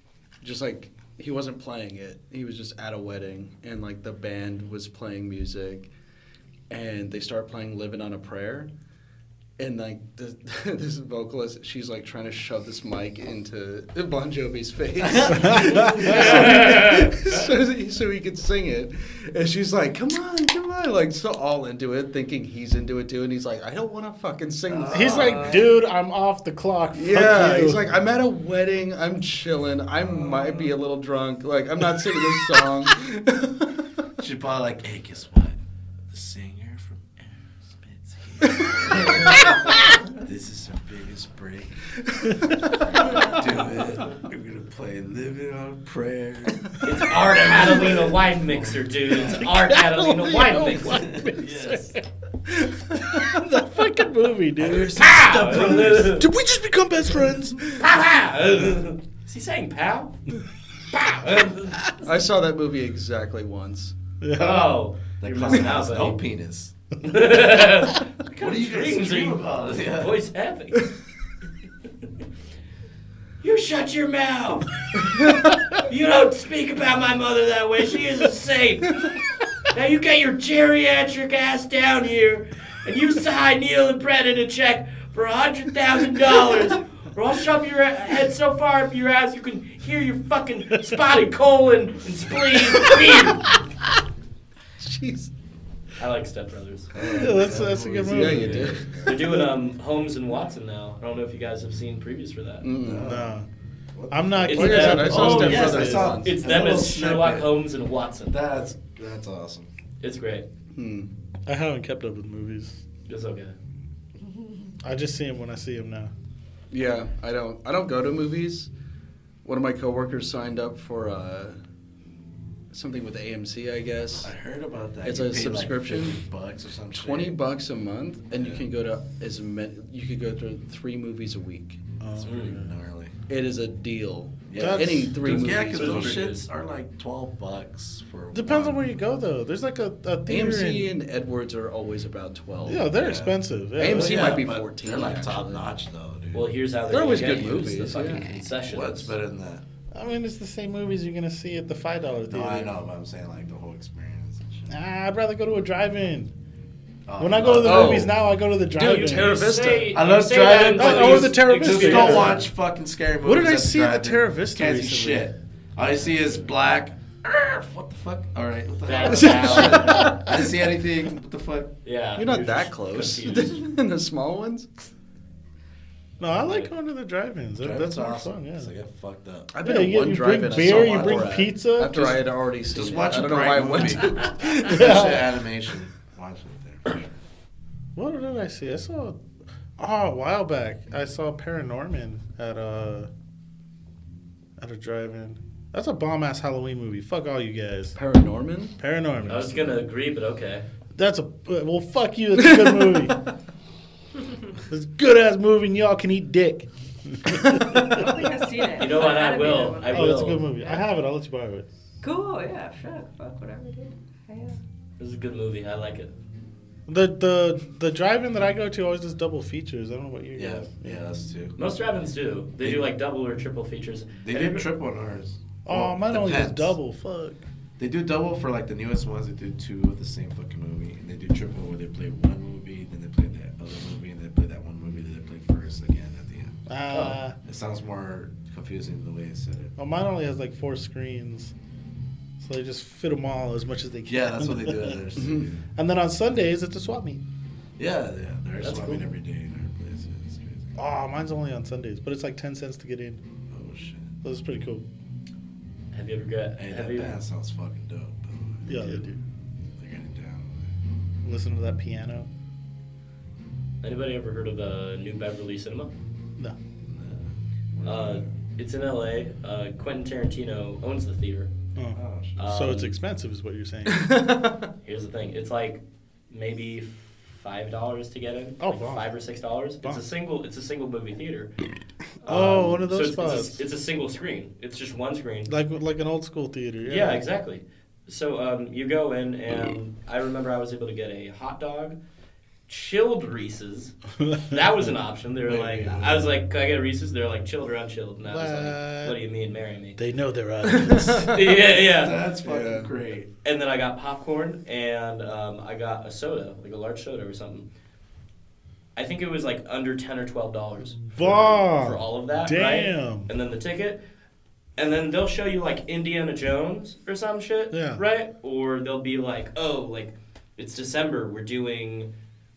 Speaker 3: just like he wasn't playing it. He was just at a wedding, and like the band was playing music, and they start playing "Living on a Prayer," and like the, this vocalist, she's like trying to shove this mic into Bon Jovi's face, so, he- so he could sing it. And she's like, "Come on, come on!" Like so, all into it, thinking he's into it too, and he's like, "I don't want to fucking sing." This
Speaker 5: He's like, dude, I'm off the clock. Fuck
Speaker 3: Uh, Yeah,
Speaker 5: you."
Speaker 3: he's like, I'm at a wedding. I'm chilling. I might be a little drunk. Like, I'm not singing this song.
Speaker 4: She's probably like, hey, guess what? The singer from Aerosmith's here. this is our biggest break. Do it. We're gonna play "Living on a Prayer."
Speaker 2: It's Art Adelina wine mixer, dude. It's Art Adelina wine mixer.
Speaker 4: yes.
Speaker 5: that fucking movie, dude.
Speaker 2: Pow! Brothers.
Speaker 5: Did we just become best friends?
Speaker 2: Pow! Is he saying pow? Pow!
Speaker 3: I saw that movie exactly once.
Speaker 2: Oh,
Speaker 4: That
Speaker 2: you're
Speaker 4: class
Speaker 2: missing out,
Speaker 4: has no
Speaker 2: buddy.
Speaker 4: penis.
Speaker 2: what kind
Speaker 4: What
Speaker 2: of
Speaker 4: do you guys
Speaker 2: dreams are
Speaker 4: dream
Speaker 2: you
Speaker 4: about? Yeah.
Speaker 2: Voice heavy. you shut your mouth. you don't speak about my mother that way. She is a saint. now you get your geriatric ass down here, and you sign Neil and Brennan a check for a hundred thousand dollars. Or I'll shove your head so far up your ass you can hear your fucking spotted colon and spleen. I
Speaker 3: Jeez.
Speaker 2: like Step Brothers.
Speaker 5: Yeah, that's, that's a good movie.
Speaker 3: Yeah, you did.
Speaker 2: They're doing um, Holmes and Watson now. I don't know if you guys have seen previews for that.
Speaker 4: Uh,
Speaker 5: Nah. I'm not.
Speaker 2: It's
Speaker 3: Mm. Oh, yeah,
Speaker 2: them.
Speaker 3: I saw
Speaker 2: oh,
Speaker 3: Step
Speaker 2: yes,
Speaker 3: Brothers
Speaker 2: I saw-
Speaker 3: once.
Speaker 2: It's
Speaker 4: A
Speaker 2: them
Speaker 4: little
Speaker 2: as Sherlock
Speaker 4: snippet.
Speaker 2: Holmes and Watson.
Speaker 4: That's that's awesome.
Speaker 2: It's great.
Speaker 3: Hmm.
Speaker 5: I haven't kept up with movies.
Speaker 2: It's okay.
Speaker 5: I just see him when I see him now.
Speaker 3: Yeah, I don't. I don't go to movies. One of my coworkers signed up for uh, something with AMC, I guess.
Speaker 4: I heard about that.
Speaker 3: It's
Speaker 4: You
Speaker 3: a
Speaker 4: pay, like,
Speaker 3: subscription.
Speaker 4: 50 bucks or something.
Speaker 3: Twenty bucks a month, and you
Speaker 4: Yeah.
Speaker 3: can go to as many. You could go to three movies a week.
Speaker 4: It's
Speaker 5: Um,
Speaker 4: really gnarly.
Speaker 3: It is a deal.
Speaker 4: Yeah.
Speaker 3: Any three movies.
Speaker 4: Yeah, because
Speaker 3: a
Speaker 4: Mm. those
Speaker 3: week.
Speaker 4: shits are like twelve bucks for.
Speaker 5: Depends on
Speaker 4: one.
Speaker 5: where you go though. There's like a, a theater.
Speaker 3: AMC
Speaker 5: in-
Speaker 3: and Edwards are always about twelve.
Speaker 5: yeah, they're
Speaker 4: Yeah.
Speaker 5: expensive. Yeah.
Speaker 3: AMC
Speaker 4: Yeah,
Speaker 3: might be
Speaker 4: but
Speaker 3: 14,
Speaker 4: They're like top
Speaker 3: actually.
Speaker 4: notch though, dude.
Speaker 2: Well, here's how they're,
Speaker 3: They're
Speaker 2: gonna
Speaker 3: always
Speaker 2: get
Speaker 3: good
Speaker 2: you, it's
Speaker 3: movies,
Speaker 2: The fucking
Speaker 3: yeah.
Speaker 2: concessions.
Speaker 4: what's better than that?
Speaker 5: I mean, it's the same movies you're gonna see at the five dollar theater.
Speaker 4: No, I know, but I'm saying like the whole experience. And shit.
Speaker 5: Nah, I'd rather go to a drive-in.
Speaker 4: Oh,
Speaker 5: When I go to the
Speaker 3: oh.
Speaker 5: movies now, I go to the drive-in.
Speaker 3: Terra Vista.
Speaker 2: Oh,
Speaker 3: Oh,
Speaker 2: say-
Speaker 4: I
Speaker 2: you
Speaker 4: love
Speaker 2: say that,
Speaker 4: driving,
Speaker 2: but
Speaker 5: but- or
Speaker 2: these
Speaker 5: oh, the Terra Vista,
Speaker 4: Just
Speaker 2: exhibits-
Speaker 5: yeah.
Speaker 4: don't watch fucking scary movies.
Speaker 5: What did I
Speaker 4: that's
Speaker 5: see at the
Speaker 4: driving.
Speaker 5: Terra Vista
Speaker 4: Can't see
Speaker 5: recently?
Speaker 4: shit. All I see is black. Arr, what the fuck? All right. What the hell?
Speaker 2: That's valid.
Speaker 4: I didn't see anything. What the fuck?
Speaker 2: Yeah,
Speaker 3: You're not that
Speaker 2: just
Speaker 3: close.
Speaker 2: confused.
Speaker 3: In the small ones.
Speaker 5: No, I like going to the drive-ins. That-
Speaker 4: Driving's
Speaker 5: That's more
Speaker 4: awesome.
Speaker 5: fun. Yeah.
Speaker 4: It's like I fucked up.
Speaker 3: I've
Speaker 5: Yeah,
Speaker 3: been
Speaker 5: you-
Speaker 3: to one
Speaker 5: you
Speaker 3: drive-in.
Speaker 5: bring
Speaker 3: I saw
Speaker 5: beer, you
Speaker 3: Borat
Speaker 5: bring pizza.
Speaker 3: After I had already seen
Speaker 4: Just
Speaker 3: it.
Speaker 4: watch
Speaker 3: I
Speaker 4: a
Speaker 3: don't know why I
Speaker 4: bright
Speaker 3: went
Speaker 4: movie.
Speaker 3: to it.
Speaker 4: That shit animation. Watch it there.
Speaker 5: What did I see? I saw oh, a while back. I saw Paranorman at a at a drive-in. That's a bomb ass Halloween movie. Fuck all you guys.
Speaker 3: Paranorman.
Speaker 5: Paranorman.
Speaker 2: I was gonna agree, but okay.
Speaker 5: That's a well. Fuck you. That's a good movie. It's a good ass movie, and y'all can eat dick.
Speaker 1: I don't think I've seen it.
Speaker 2: You know what? I
Speaker 1: That'd be
Speaker 2: will.
Speaker 1: the one.
Speaker 2: I
Speaker 5: Oh, it's a
Speaker 2: will.
Speaker 5: good movie. I have it. I'll let you borrow it.
Speaker 1: Cool. Yeah. Fuck. Fuck. Whatever, dude. Yeah.
Speaker 2: This is a good movie. I like it.
Speaker 5: The the the drive-in that I go to always does double features. I don't know what you
Speaker 4: Yeah,
Speaker 5: guys.
Speaker 4: yeah, that's two.
Speaker 2: Most drive-ins do. They do like double or triple features.
Speaker 4: They
Speaker 2: Have you
Speaker 4: did
Speaker 2: ever-
Speaker 4: triple on ours.
Speaker 5: Oh,
Speaker 4: Well,
Speaker 5: mine only does
Speaker 4: depends.
Speaker 5: double. Fuck.
Speaker 4: They do double for like the newest ones. They do two of the same fucking movie, and they do triple where they play one movie, then they play that other movie, and they play that one movie that they play first again at the end.
Speaker 5: Uh,
Speaker 4: It sounds more confusing the way I said it.
Speaker 5: Well, Oh, mine only has like four screens, so they just fit them all as much as they can.
Speaker 4: Yeah, that's what they do at their studio.
Speaker 5: and then on Sundays it's a swap meet.
Speaker 4: Yeah, yeah, they're
Speaker 5: That's
Speaker 4: swapping
Speaker 5: cool.
Speaker 4: every day in our place. It's crazy.
Speaker 5: Oh, mine's only on Sundays, but it's like ten cents to get in.
Speaker 4: Oh shit!
Speaker 5: So it's pretty cool.
Speaker 2: Have you ever got?
Speaker 4: Hey,
Speaker 2: have
Speaker 4: that
Speaker 2: you?
Speaker 4: band sounds fucking dope. Though.
Speaker 5: Yeah, they do.
Speaker 4: They're getting down.
Speaker 5: Listen to that piano.
Speaker 2: Anybody ever heard of uh, New Beverly Cinema?
Speaker 5: No.
Speaker 4: with it.
Speaker 2: Uh, it's in L.A. Uh, Quentin Tarantino owns the theater.
Speaker 5: Oh.
Speaker 4: oh shit!
Speaker 2: Um,
Speaker 5: so it's expensive, is what you're saying.
Speaker 2: Here's the thing. It's like maybe five dollars to get in.
Speaker 5: Oh,
Speaker 2: like
Speaker 5: wow.
Speaker 2: five or six dollars. It's
Speaker 5: Wow.
Speaker 2: a single. It's a single movie theater.
Speaker 5: Oh,
Speaker 2: Um,
Speaker 5: one of
Speaker 2: so it's- it's
Speaker 5: those
Speaker 2: a-
Speaker 5: spots.
Speaker 2: It's a, single screen. It's just one screen.
Speaker 5: like like an old school theater. Yeah.
Speaker 2: Yeah, exactly. So um, you go in, and I remember I was able to get a hot dog, chilled Reese's. That was an option. They were
Speaker 4: Wait,
Speaker 2: like,
Speaker 4: wait, wait.
Speaker 2: I was like, "Can I get a Reese's?" They were like, "Chilled or unchilled?" And I was like,
Speaker 5: What?
Speaker 2: "What do you mean, marry me?"
Speaker 5: they know their audience.
Speaker 2: yeah, yeah.
Speaker 4: That's fucking
Speaker 3: Yeah.
Speaker 4: great.
Speaker 2: And then I got popcorn, and um, I got a soda, like a large soda or something. I think it was like under ten or twelve dollars for,
Speaker 5: Wow.
Speaker 2: for all of that.
Speaker 5: Damn.
Speaker 2: Right? And then the ticket. And then they'll show you like Indiana Jones or some shit,
Speaker 5: Yeah.
Speaker 2: right? Or they'll be like, "Oh, like it's December. We're doing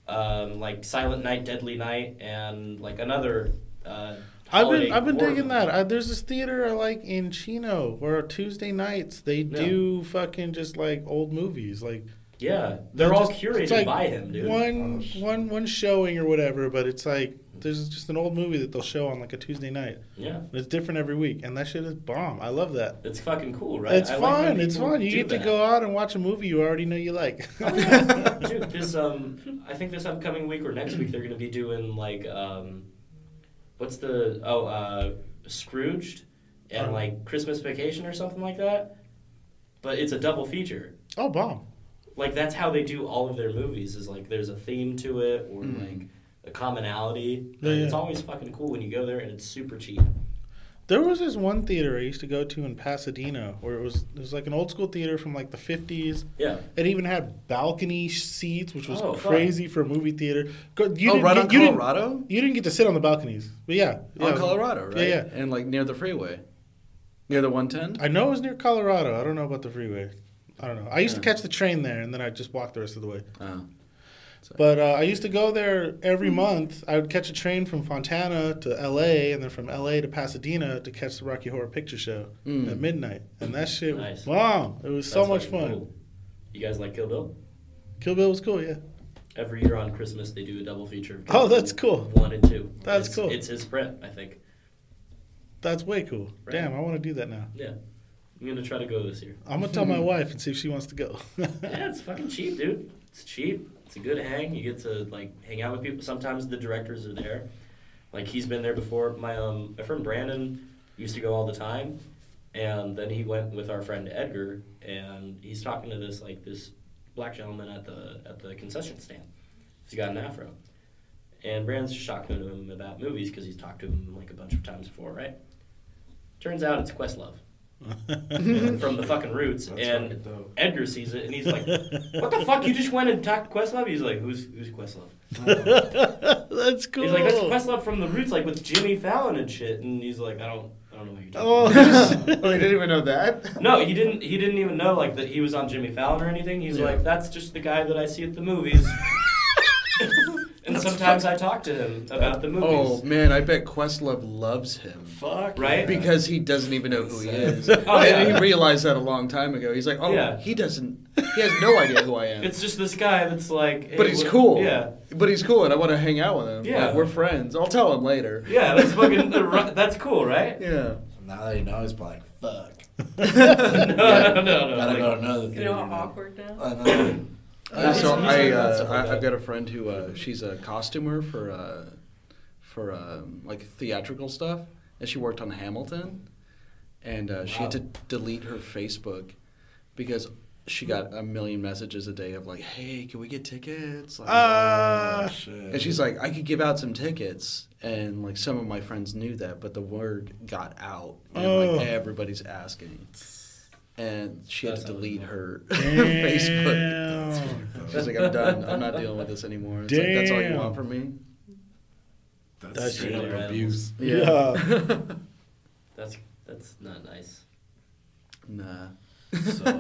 Speaker 2: um, like Silent Night, Deadly Night, and like another." Uh,
Speaker 5: I've
Speaker 2: holiday
Speaker 5: been I've been
Speaker 2: horror
Speaker 5: digging
Speaker 2: film."
Speaker 5: that. I, there's this theater I like in Chino where Tuesday nights they do fucking just like old movies like
Speaker 2: Yeah, they're all
Speaker 5: just-
Speaker 2: curated
Speaker 5: it's like
Speaker 2: by him, dude.
Speaker 5: One,
Speaker 4: Oh, shit.
Speaker 5: one- one showing or whatever, but it's like there's just an old movie that they'll show on like a Tuesday night.
Speaker 2: Yeah.
Speaker 5: And It's different every week, and that shit is bomb. I love that.
Speaker 2: It's fucking cool, right?
Speaker 5: it's
Speaker 2: I like when
Speaker 5: fun. it's
Speaker 2: people
Speaker 5: fun. You
Speaker 2: do
Speaker 5: get
Speaker 2: that.
Speaker 5: to go out and watch a movie you already know you like.
Speaker 2: Oh, yeah. Dude, this um, I think this upcoming week or next week they're gonna be doing like um, what's the oh uh, Scrooged and like Christmas Vacation or something like that. But it's a double feature.
Speaker 5: oh, bomb.
Speaker 2: Like that's how they do all of their movies. Is like there's a theme to it or like a commonality.
Speaker 5: Hmm. Yeah,
Speaker 2: Like,
Speaker 5: yeah.
Speaker 2: It's always fucking cool when you go there and it's super cheap.
Speaker 5: There was this one theater I used to go to in Pasadena where it was it was like an old school theater from like the 50s.
Speaker 2: Yeah.
Speaker 5: It even had balcony seats, which was
Speaker 2: Oh, fuck.
Speaker 5: crazy for a movie theater. Go- You
Speaker 3: oh,
Speaker 5: didn't
Speaker 3: right
Speaker 5: get-
Speaker 3: on
Speaker 5: you didn't-
Speaker 3: Colorado.
Speaker 5: You didn't get to sit on the balconies, but yeah, yeah.
Speaker 3: on Colorado, right?
Speaker 5: Yeah, yeah.
Speaker 3: And like near the freeway, near the 110.
Speaker 5: I know it was near Colorado. I don't know about the freeway. I don't know. I used to catch the train there, and then I just walked the rest of the way.
Speaker 3: Oh.
Speaker 5: But uh, I used to go there every month. I would catch a train from Fontana to L.A. and then from L.A. to Pasadena to catch the Rocky Horror Picture Show
Speaker 3: Mm.
Speaker 5: at midnight, and that shit was
Speaker 2: Hmm. Nice.
Speaker 5: bomb. It was so
Speaker 2: That's
Speaker 5: much
Speaker 2: fucking
Speaker 5: fun.
Speaker 2: cool. You guys like Kill Bill?
Speaker 5: Kill Bill was cool, yeah.
Speaker 2: Every year on Christmas, they do a double feature. Of
Speaker 5: Oh,
Speaker 2: Jaws
Speaker 5: that's cool.
Speaker 2: One and two.
Speaker 5: That's
Speaker 2: It's-
Speaker 5: cool.
Speaker 2: It's his print, I think.
Speaker 5: That's way cool.
Speaker 2: Right.
Speaker 5: Damn, I want to do that now.
Speaker 2: Yeah, I'm gonna try to go this year.
Speaker 5: I'm gonna tell my wife and see if she wants to go.
Speaker 2: Hmm. Yeah, it's fucking cheap, dude. It's cheap. It's a good hang. You get to like hang out with people. Sometimes the directors are there. Like he's been there before. My um, my friend Brandon used to go all the time, and then he went with our friend Edgar, and he's talking to this like this black gentleman at the at the concession stand. He's got an afro, and Brandon's just talking to him about movies because he's talked to him like a bunch of times before, right? Turns out it's Questlove from the fucking Roots,
Speaker 4: That's fucking
Speaker 2: and
Speaker 4: dope.
Speaker 2: Edgar sees it and he's like, "What the fuck? You just went and talked to Questlove?" He's like, "Who's who's Questlove?"
Speaker 5: that's cool.
Speaker 2: He's like, "That's Questlove from the Roots, like with Jimmy Fallon and shit." And he's like, "I don't, I don't know who you're talking."
Speaker 5: Oh,
Speaker 7: oh, you didn't even know that?
Speaker 2: about. No, he didn't. He didn't even know like that he was on Jimmy Fallon or anything. He's
Speaker 4: Yeah.
Speaker 2: like, "That's just the guy that I see at the movies." and sometimes I talk to him about the movies.
Speaker 3: Oh man, I bet Questlove loves him.
Speaker 4: Fuck.
Speaker 2: Right? yeah.
Speaker 3: Because he doesn't even know who he is.
Speaker 2: Oh,
Speaker 3: And
Speaker 2: yeah.
Speaker 3: he realized that a long time ago. He's like, oh,
Speaker 2: Yeah.
Speaker 3: he doesn't. He has no idea who I am.
Speaker 2: It's just this guy that's like, hey,
Speaker 3: but he's
Speaker 2: what-
Speaker 3: cool.
Speaker 2: Yeah.
Speaker 3: But he's cool, and I want to hang out with him.
Speaker 2: Yeah.
Speaker 3: Like, we're friends. I'll tell him later.
Speaker 2: Yeah, that's fucking. That's cool, right?
Speaker 3: Yeah.
Speaker 4: Now that you know, it's probably like, fuck.
Speaker 2: No, no, no, no.
Speaker 4: Gotta
Speaker 2: like-
Speaker 4: go to another
Speaker 1: You
Speaker 4: theater.
Speaker 1: know how awkward now?
Speaker 4: Another.
Speaker 3: Uh, so
Speaker 2: it's
Speaker 3: I,
Speaker 2: usually not
Speaker 3: uh,
Speaker 2: stuff like
Speaker 3: I, I've
Speaker 2: that.
Speaker 3: got a friend who uh, she's a costumer for uh, for um, like theatrical stuff, and she worked on Hamilton, and uh, she had to delete her Facebook because she got a million messages a day of like, "Hey, can we get tickets?" Like,
Speaker 5: uh,
Speaker 4: Oh, Shit.
Speaker 3: and she's like, "I could give out some tickets." And like some of my friends knew that, but the word got out, and
Speaker 5: Oh.
Speaker 3: like everybody's asking, and she had
Speaker 2: That's
Speaker 3: to delete her Facebook.
Speaker 5: damn.
Speaker 3: She's like, I'm done. I'm not dealing with this anymore. It's like, that's all you want from me?
Speaker 4: That's straight
Speaker 2: really
Speaker 4: up
Speaker 2: radical.
Speaker 4: abuse.
Speaker 5: Yeah.
Speaker 2: That's that's not nice.
Speaker 3: nah.
Speaker 4: So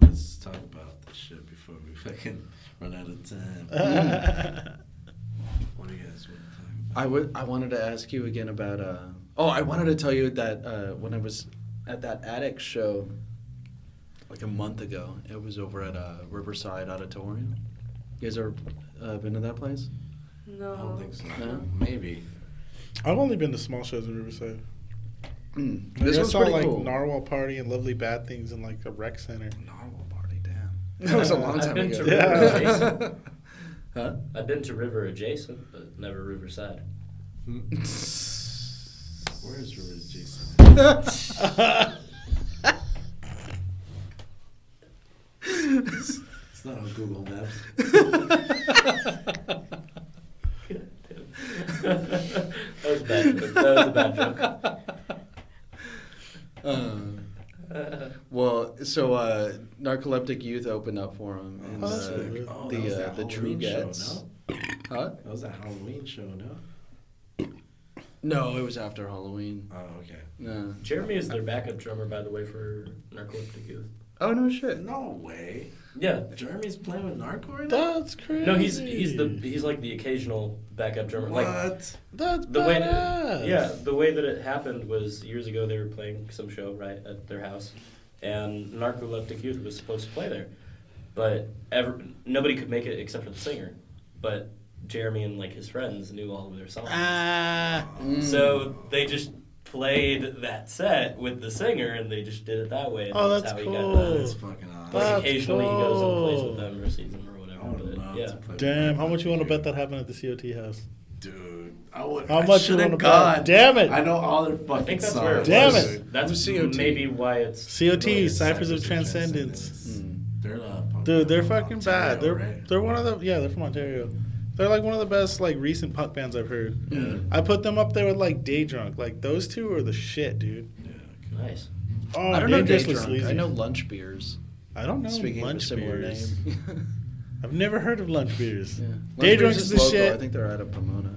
Speaker 4: let's talk about this shit before we fucking run out of time.
Speaker 2: Hmm.
Speaker 4: what do you guys want to talk about?
Speaker 3: I would. I wanted to ask you again about. Uh, oh, I wanted to tell you that uh, when I was at that attic show, like a month ago, it was over at uh, Riverside Auditorium. You guys ever uh, been to that place?
Speaker 1: No.
Speaker 4: I don't think so.
Speaker 3: No?
Speaker 4: Maybe.
Speaker 5: I've only been to small shows in Riverside.
Speaker 3: Mm.
Speaker 5: Like,
Speaker 3: This
Speaker 5: I
Speaker 3: was
Speaker 5: saw
Speaker 3: pretty
Speaker 5: like
Speaker 3: cool.
Speaker 5: Narwhal Party and Lovely Bad Things in like a rec center.
Speaker 4: Narwhal party, damn.
Speaker 3: that was a long
Speaker 2: I've
Speaker 3: time
Speaker 2: been
Speaker 3: ago.
Speaker 2: to
Speaker 5: Yeah.
Speaker 2: Riverside.
Speaker 3: huh?
Speaker 2: I've been to river adjacent, but never riverside.
Speaker 4: Where's your Jason? It's not on Google Maps.
Speaker 2: that was a bad. Joke. That was a bad joke.
Speaker 3: Um, well, so uh, narcoleptic youth opened up for him, and
Speaker 5: Oh,
Speaker 3: uh,
Speaker 5: that's really
Speaker 3: the
Speaker 5: good.
Speaker 4: Oh, that was
Speaker 3: uh,
Speaker 4: that
Speaker 3: the True
Speaker 4: Halloween show,
Speaker 3: Gets.
Speaker 4: no?
Speaker 3: Huh?
Speaker 4: That was that Halloween show, no?
Speaker 3: No, it was after Halloween.
Speaker 4: Oh, okay.
Speaker 3: No.
Speaker 2: Jeremy is their backup drummer, by the way, for Narcoleptic Youth.
Speaker 3: Oh no shit.
Speaker 4: No way.
Speaker 2: Yeah.
Speaker 4: Jeremy's playing with Narco right now?
Speaker 5: That's crazy.
Speaker 2: No, he's he's the he's like the occasional backup drummer.
Speaker 4: What?
Speaker 2: Like
Speaker 5: That's
Speaker 2: the way
Speaker 5: badass.
Speaker 2: yeah the way that it happened was years ago they were playing some show right at their house and narcoleptic youth was supposed to play there but ever nobody could make it except for the singer but jeremy and like his friends knew all of their songs
Speaker 5: Ah.
Speaker 3: Mm.
Speaker 2: so
Speaker 4: Hmm.
Speaker 2: they just played that set with the singer and they just did it that way and
Speaker 5: Oh, that's
Speaker 2: how
Speaker 5: cool.
Speaker 2: he got
Speaker 4: That's fucking awesome.
Speaker 2: that
Speaker 5: But- That's
Speaker 2: occasionally he goes and plays
Speaker 5: cool.
Speaker 2: with them or sees them or
Speaker 4: I would
Speaker 2: whatever
Speaker 4: love
Speaker 2: but yeah
Speaker 4: to play with
Speaker 5: Damn, how
Speaker 4: Narco,
Speaker 5: much you want
Speaker 4: dude.
Speaker 5: to bet that happened at the COT house?
Speaker 4: Dude, I would.
Speaker 5: How
Speaker 4: I
Speaker 5: much you
Speaker 4: shoulda
Speaker 5: wanna bet?
Speaker 4: gone.
Speaker 5: Damn it.
Speaker 4: I know all their
Speaker 2: I
Speaker 4: fucking
Speaker 2: think that's
Speaker 4: songs.
Speaker 2: where it
Speaker 5: Damn
Speaker 2: was.
Speaker 5: it.
Speaker 2: That's
Speaker 3: COT.
Speaker 2: maybe why it's
Speaker 5: COT, Ciphers of Transcendence.
Speaker 3: Hmm.
Speaker 4: They're not.
Speaker 5: Dude, they're fucking bad. They're
Speaker 4: right?
Speaker 5: they're one of the yeah, they're from Ontario. They're like one of the best like recent punk bands I've heard.
Speaker 4: Yeah.
Speaker 5: I put them up there with like Day Drunk. Like those two are the shit, dude.
Speaker 2: nice.
Speaker 5: Oh,
Speaker 3: I don't know day
Speaker 5: Day Drunk was
Speaker 3: drunk.
Speaker 5: sleazy.
Speaker 3: I know lunch beers.
Speaker 5: I don't know
Speaker 3: speaking of a
Speaker 5: lunch
Speaker 3: similar
Speaker 5: beers.
Speaker 3: name.
Speaker 5: I've never heard of lunch beers.
Speaker 3: yeah. Lunch
Speaker 5: Day
Speaker 3: Beers
Speaker 5: Drunk is the
Speaker 3: local.
Speaker 5: shit.
Speaker 3: I think they're out of Pomona.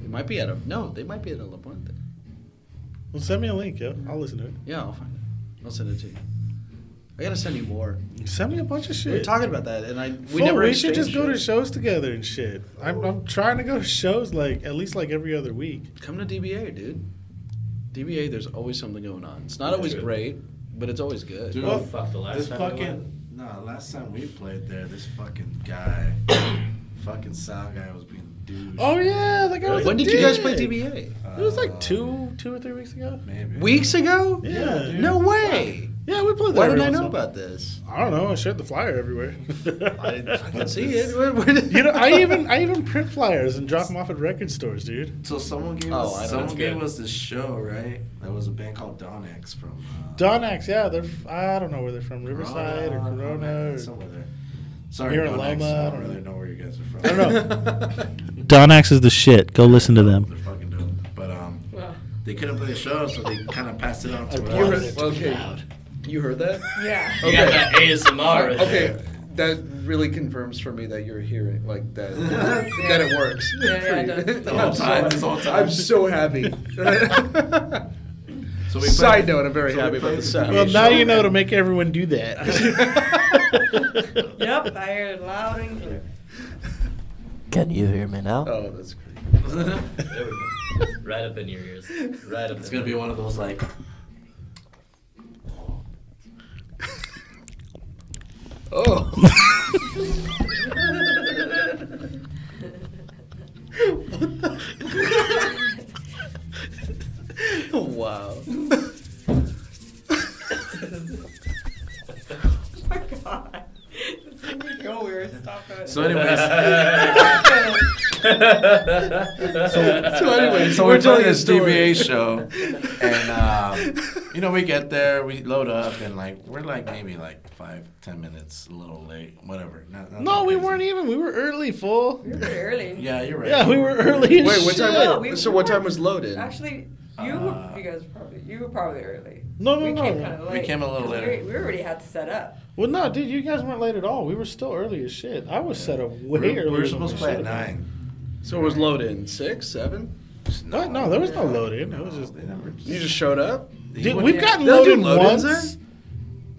Speaker 3: They might be out of no. They might be out of La Puente.
Speaker 5: Well, send me a link, yo. I'll listen to it.
Speaker 3: Yeah, I'll find it. I'll send it to you. I gotta send you more.
Speaker 5: Send me a bunch of
Speaker 3: We were
Speaker 5: shit.
Speaker 3: talking about that, and I we
Speaker 5: We,
Speaker 3: never.
Speaker 5: we should just
Speaker 3: exchanged
Speaker 5: go to
Speaker 3: it.
Speaker 5: shows together and shit. I'm, I'm trying to go to shows like at least like every other week.
Speaker 3: Come to DBA, dude. DBA, there's always something going on. It's not always
Speaker 2: True.
Speaker 3: great, but it's always good.
Speaker 4: Dude,
Speaker 2: Oh, fuck the last
Speaker 4: this
Speaker 2: time we
Speaker 4: fucking
Speaker 2: went.
Speaker 4: No, last time we played there, this fucking guy, fucking Sal guy, was being a douche.
Speaker 5: Oh yeah, the guy was a
Speaker 3: When did you guys
Speaker 5: dick.
Speaker 3: play DBA?
Speaker 5: It was like two, two or three weeks ago.
Speaker 4: Maybe.
Speaker 3: Weeks ago?
Speaker 5: Yeah, dude.
Speaker 3: No way.
Speaker 5: Yeah, we played. that
Speaker 3: Why didn't
Speaker 5: every
Speaker 3: I
Speaker 5: once
Speaker 3: know
Speaker 5: in a while.
Speaker 3: about this?
Speaker 5: I don't know. I shared the flyer everywhere.
Speaker 3: I didn't fucking see it. Where- where did-
Speaker 5: you know, I even I even print flyers and drop them off at record stores, dude.
Speaker 4: So someone gave
Speaker 3: Oh, I know
Speaker 4: us someone
Speaker 3: it's
Speaker 4: gave
Speaker 2: good.
Speaker 4: us this show, right? That was a band called Donex from uh,
Speaker 5: Donax, yeah, they're f- I don't know where they're from, Riverside or
Speaker 3: Ah,
Speaker 4: Corona,
Speaker 5: Corona. Or,
Speaker 4: somewhere there. Sorry,
Speaker 5: Near
Speaker 4: Donex,
Speaker 5: Loma,
Speaker 4: I
Speaker 5: I
Speaker 4: don't
Speaker 5: don't
Speaker 4: really know where you guys are from.
Speaker 5: I don't
Speaker 8: Donax is the shit. Go listen to them.
Speaker 4: They're fucking dope, but um,
Speaker 1: Well,
Speaker 4: they couldn't play the show, so they kind of passed it on to
Speaker 3: You
Speaker 4: us.
Speaker 3: heard, okay. You heard that?
Speaker 1: yeah.
Speaker 2: You got that ASMR. in there.
Speaker 3: Okay. That really confirms for me that you're hearing like that that it works.
Speaker 1: Yeah, yeah, it does.
Speaker 3: For you.
Speaker 1: The
Speaker 4: whole
Speaker 3: I'm so-
Speaker 4: time, this whole time.
Speaker 3: I'm so happy.
Speaker 4: So
Speaker 3: Side note, I'm very
Speaker 4: so we
Speaker 3: happy about
Speaker 4: played
Speaker 3: the
Speaker 4: the
Speaker 3: sound.
Speaker 5: well,
Speaker 4: Yeah,
Speaker 5: now
Speaker 4: sure,
Speaker 5: you know
Speaker 4: man.
Speaker 5: to make everyone do that.
Speaker 1: Yep, I heard it loud and clear.
Speaker 8: Can you hear me now?
Speaker 3: Oh, that's great.
Speaker 2: There we go. Right up in your ears. Right up.
Speaker 4: It's
Speaker 2: in
Speaker 4: gonna be
Speaker 2: there.
Speaker 4: one of those like.
Speaker 3: Oh.
Speaker 1: Oh
Speaker 3: wow.
Speaker 1: Oh my god. This is gonna go weird. Stop it.
Speaker 4: So, anyways,
Speaker 3: So anyway,
Speaker 4: so
Speaker 3: we're
Speaker 4: we're doing
Speaker 3: telling a
Speaker 4: this
Speaker 3: story.
Speaker 4: DBA show, and um, you know we get there, we load up, and like we're like maybe like five, ten minutes a little late, whatever. Not, not
Speaker 5: no, we
Speaker 4: crazy.
Speaker 5: weren't even. We were early, fool.
Speaker 1: You're pretty early.
Speaker 4: Yeah, you're right.
Speaker 5: Yeah, we were early. as
Speaker 3: Wait, what
Speaker 5: shit.
Speaker 3: time?
Speaker 1: No, we-
Speaker 3: so what time was loaded?
Speaker 1: Actually, you
Speaker 4: Uh,
Speaker 1: you guys were probably you were probably early.
Speaker 5: No, no,
Speaker 1: we
Speaker 5: no.
Speaker 1: Came kinda late,
Speaker 4: came a little
Speaker 1: 'cause
Speaker 4: later.
Speaker 1: We, we already had to set up.
Speaker 5: Well, no, duere you guys weren't late at all. We were still early as shit. I was set up way
Speaker 4: We're,
Speaker 5: earlier.
Speaker 4: we were
Speaker 5: than
Speaker 4: supposed to play at
Speaker 5: should have been.
Speaker 4: nine.
Speaker 3: so it was loaded in six, seven.
Speaker 5: No, no, there was no load in. It was just.
Speaker 4: They never.
Speaker 3: You just showed up.
Speaker 5: Dude,
Speaker 4: What-
Speaker 5: we've gotten
Speaker 3: They don't do
Speaker 5: loaded
Speaker 3: load-ins
Speaker 5: once.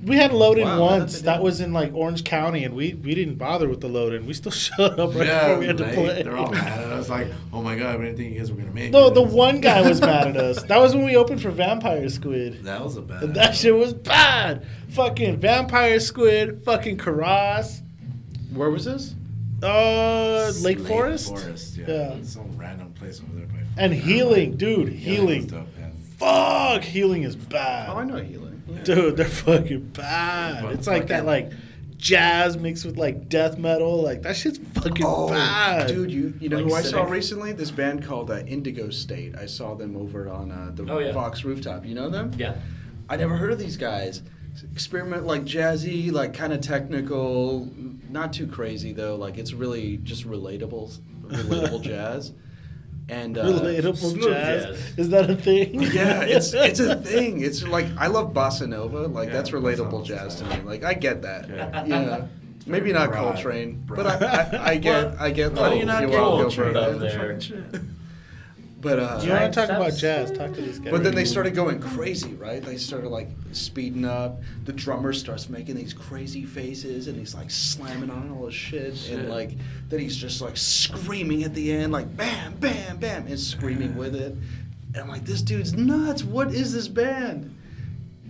Speaker 5: We had loaded
Speaker 3: Wow,
Speaker 5: once.
Speaker 3: that's a
Speaker 5: That
Speaker 3: deal.
Speaker 5: was in like Orange County, and we, we didn't bother with the load in. We still showed up right
Speaker 4: yeah,
Speaker 5: before we had to
Speaker 4: like,
Speaker 5: play.
Speaker 4: They're all mad at us. Like, oh my god, we didn't think you guys were gonna make.
Speaker 5: no,
Speaker 4: it.
Speaker 5: the one guy was mad at us. That was when we opened for Vampire Squid.
Speaker 4: That was a bad.
Speaker 5: And that shit was bad. Fucking Vampire Squid, fucking Karas,
Speaker 3: Where was this?
Speaker 5: uh, Lake, Forest,
Speaker 4: Forest, yeah.
Speaker 5: Yeah.
Speaker 4: Some random place over there by.
Speaker 5: and Healing. Dude,
Speaker 4: Healing. was
Speaker 5: Healing.
Speaker 4: dope, yeah.
Speaker 5: Fuck, Healing is bad.
Speaker 3: Oh, I know healing.
Speaker 5: Dude, they're fucking bad.
Speaker 4: But
Speaker 5: it's like that,
Speaker 4: fucking-
Speaker 5: like jazz mixed with like death metal. Like that shit's fucking bad,
Speaker 3: Oh, dude, you you know
Speaker 5: Like
Speaker 3: who I saw
Speaker 5: sick.
Speaker 3: recently? This band called uh, Indigo State. I saw them over on uh, the
Speaker 2: Oh, yeah.
Speaker 3: Fox rooftop. You know them?
Speaker 2: Yeah.
Speaker 3: I never heard of these guys. Experiment like jazzy, like kind of technical, n- not too crazy though. Like it's really just relatable, relatable jazz. And uh,
Speaker 5: Relatable
Speaker 2: smooth
Speaker 5: jazz.
Speaker 2: jazz.
Speaker 5: Is that a thing?
Speaker 3: Yeah, it's it's a thing. It's like I love bossa nova. Like
Speaker 4: Yeah,
Speaker 3: that's
Speaker 4: bossa
Speaker 3: relatable
Speaker 4: nova's
Speaker 3: jazz to
Speaker 4: tight.
Speaker 3: me. Like I get that.
Speaker 4: Yeah.
Speaker 3: Yeah. Maybe not
Speaker 4: broad,
Speaker 3: Coltrane,
Speaker 4: broad.
Speaker 3: but I, I, I get I get
Speaker 2: How do you
Speaker 3: like,
Speaker 2: not
Speaker 3: Joao
Speaker 2: get Coltrane
Speaker 3: Gilbert
Speaker 2: up
Speaker 3: and-
Speaker 2: there?
Speaker 3: But uh,
Speaker 5: Do you want
Speaker 2: Right,
Speaker 5: to talk about
Speaker 2: that's-
Speaker 5: jazz? Talk to this guy.
Speaker 3: But then they started going crazy, right? They started like speeding up. The drummer starts making these crazy faces, and he's like slamming on all his shit, and like then he's just like screaming at the end, like bam, bam, bam, and screaming with it. And I'm like, this dude's nuts. What is this band?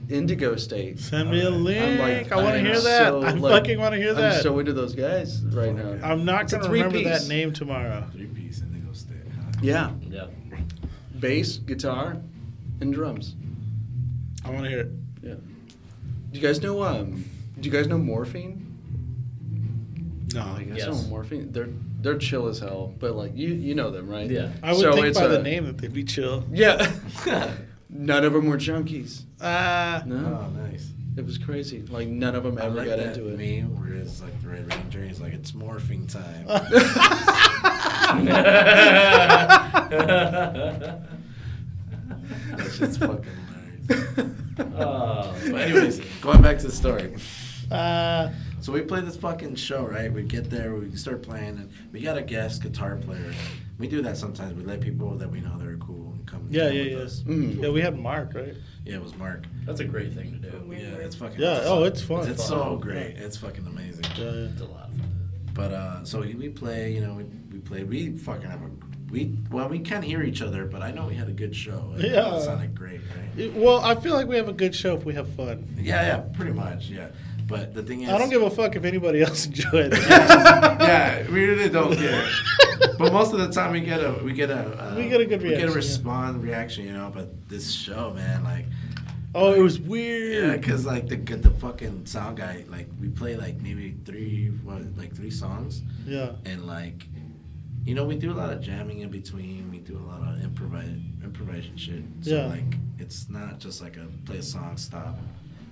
Speaker 3: Indigo State.
Speaker 5: Send me a link. I want to
Speaker 3: am
Speaker 5: hear that.
Speaker 3: so,
Speaker 5: I
Speaker 3: like,
Speaker 5: fucking want to hear that.
Speaker 3: I'm
Speaker 5: I'm,
Speaker 3: so into those guys right now.
Speaker 5: not
Speaker 3: It's a
Speaker 5: gonna remember
Speaker 3: three-piece.
Speaker 5: that name tomorrow.
Speaker 4: Three piece and they go stay.
Speaker 3: Yeah,
Speaker 2: Yeah.
Speaker 3: bass, guitar, and drums.
Speaker 5: I want to hear it.
Speaker 3: Yeah. Do you guys know um? Do you guys know morphine?
Speaker 5: No,
Speaker 3: I guess
Speaker 2: Yes.
Speaker 3: I don't morphine. They're they're chill as hell, but like you you know them, right?
Speaker 2: Yeah.
Speaker 5: I would
Speaker 3: So
Speaker 5: think
Speaker 3: it's
Speaker 5: by
Speaker 3: a-
Speaker 5: the name that they'd be chill.
Speaker 3: Yeah. none of them were junkies.
Speaker 5: Ah,
Speaker 3: No,
Speaker 4: Oh, nice.
Speaker 3: it was crazy. Like none of them
Speaker 4: I
Speaker 3: ever
Speaker 4: like
Speaker 3: got
Speaker 4: that
Speaker 3: into it.
Speaker 4: meme where it's like the Red Ranger. He's like, it's morphing time. That's just fucking hilarious.
Speaker 2: oh,
Speaker 4: But anyways, going back to the story.
Speaker 3: uh,
Speaker 5: ah.
Speaker 4: So we play this fucking show, right? We get there, we start playing, and we got a guest guitar player. We do that sometimes. We let people that we know that are cool and come.
Speaker 5: Yeah,
Speaker 4: jam
Speaker 5: yeah,
Speaker 4: with
Speaker 5: yeah.
Speaker 4: us.
Speaker 3: Mm.
Speaker 5: yeah, we had Mark, right?
Speaker 4: Yeah, it was Mark.
Speaker 2: that's a great thing to do.
Speaker 4: Yeah, it's fucking.
Speaker 5: Yeah. Oh, it's fun.
Speaker 4: It's so great. It's fucking amazing.
Speaker 5: Yeah, yeah.
Speaker 2: It's a lot of fun.
Speaker 4: But uh, so we, we play, you know, we, we play. We fucking have a we well, we can't hear each other, but I know we had a good show. It
Speaker 5: Yeah.
Speaker 4: sounded great, right?
Speaker 5: It- Well, I feel like we have a good show if we have fun.
Speaker 4: Yeah, yeah, pretty much, yeah. But the thing is,
Speaker 5: I don't give a fuck if anybody else enjoyed it.
Speaker 4: yeah, we really don't care. but most of the time, we get a we get a uh,
Speaker 5: We get a good
Speaker 4: we
Speaker 5: reaction,
Speaker 4: get
Speaker 5: yeah.
Speaker 4: a response reaction, you know. But this show, man, like
Speaker 5: Oh, it was
Speaker 4: yeah,
Speaker 5: weird.
Speaker 4: because like the the fucking sound guy, like we play like maybe three what like three songs,
Speaker 5: Yeah.
Speaker 4: and like you know we do a lot of jamming in between. We do a lot of improvise improvising shit. So
Speaker 5: Yeah.
Speaker 4: like it's not just like a play a song stop,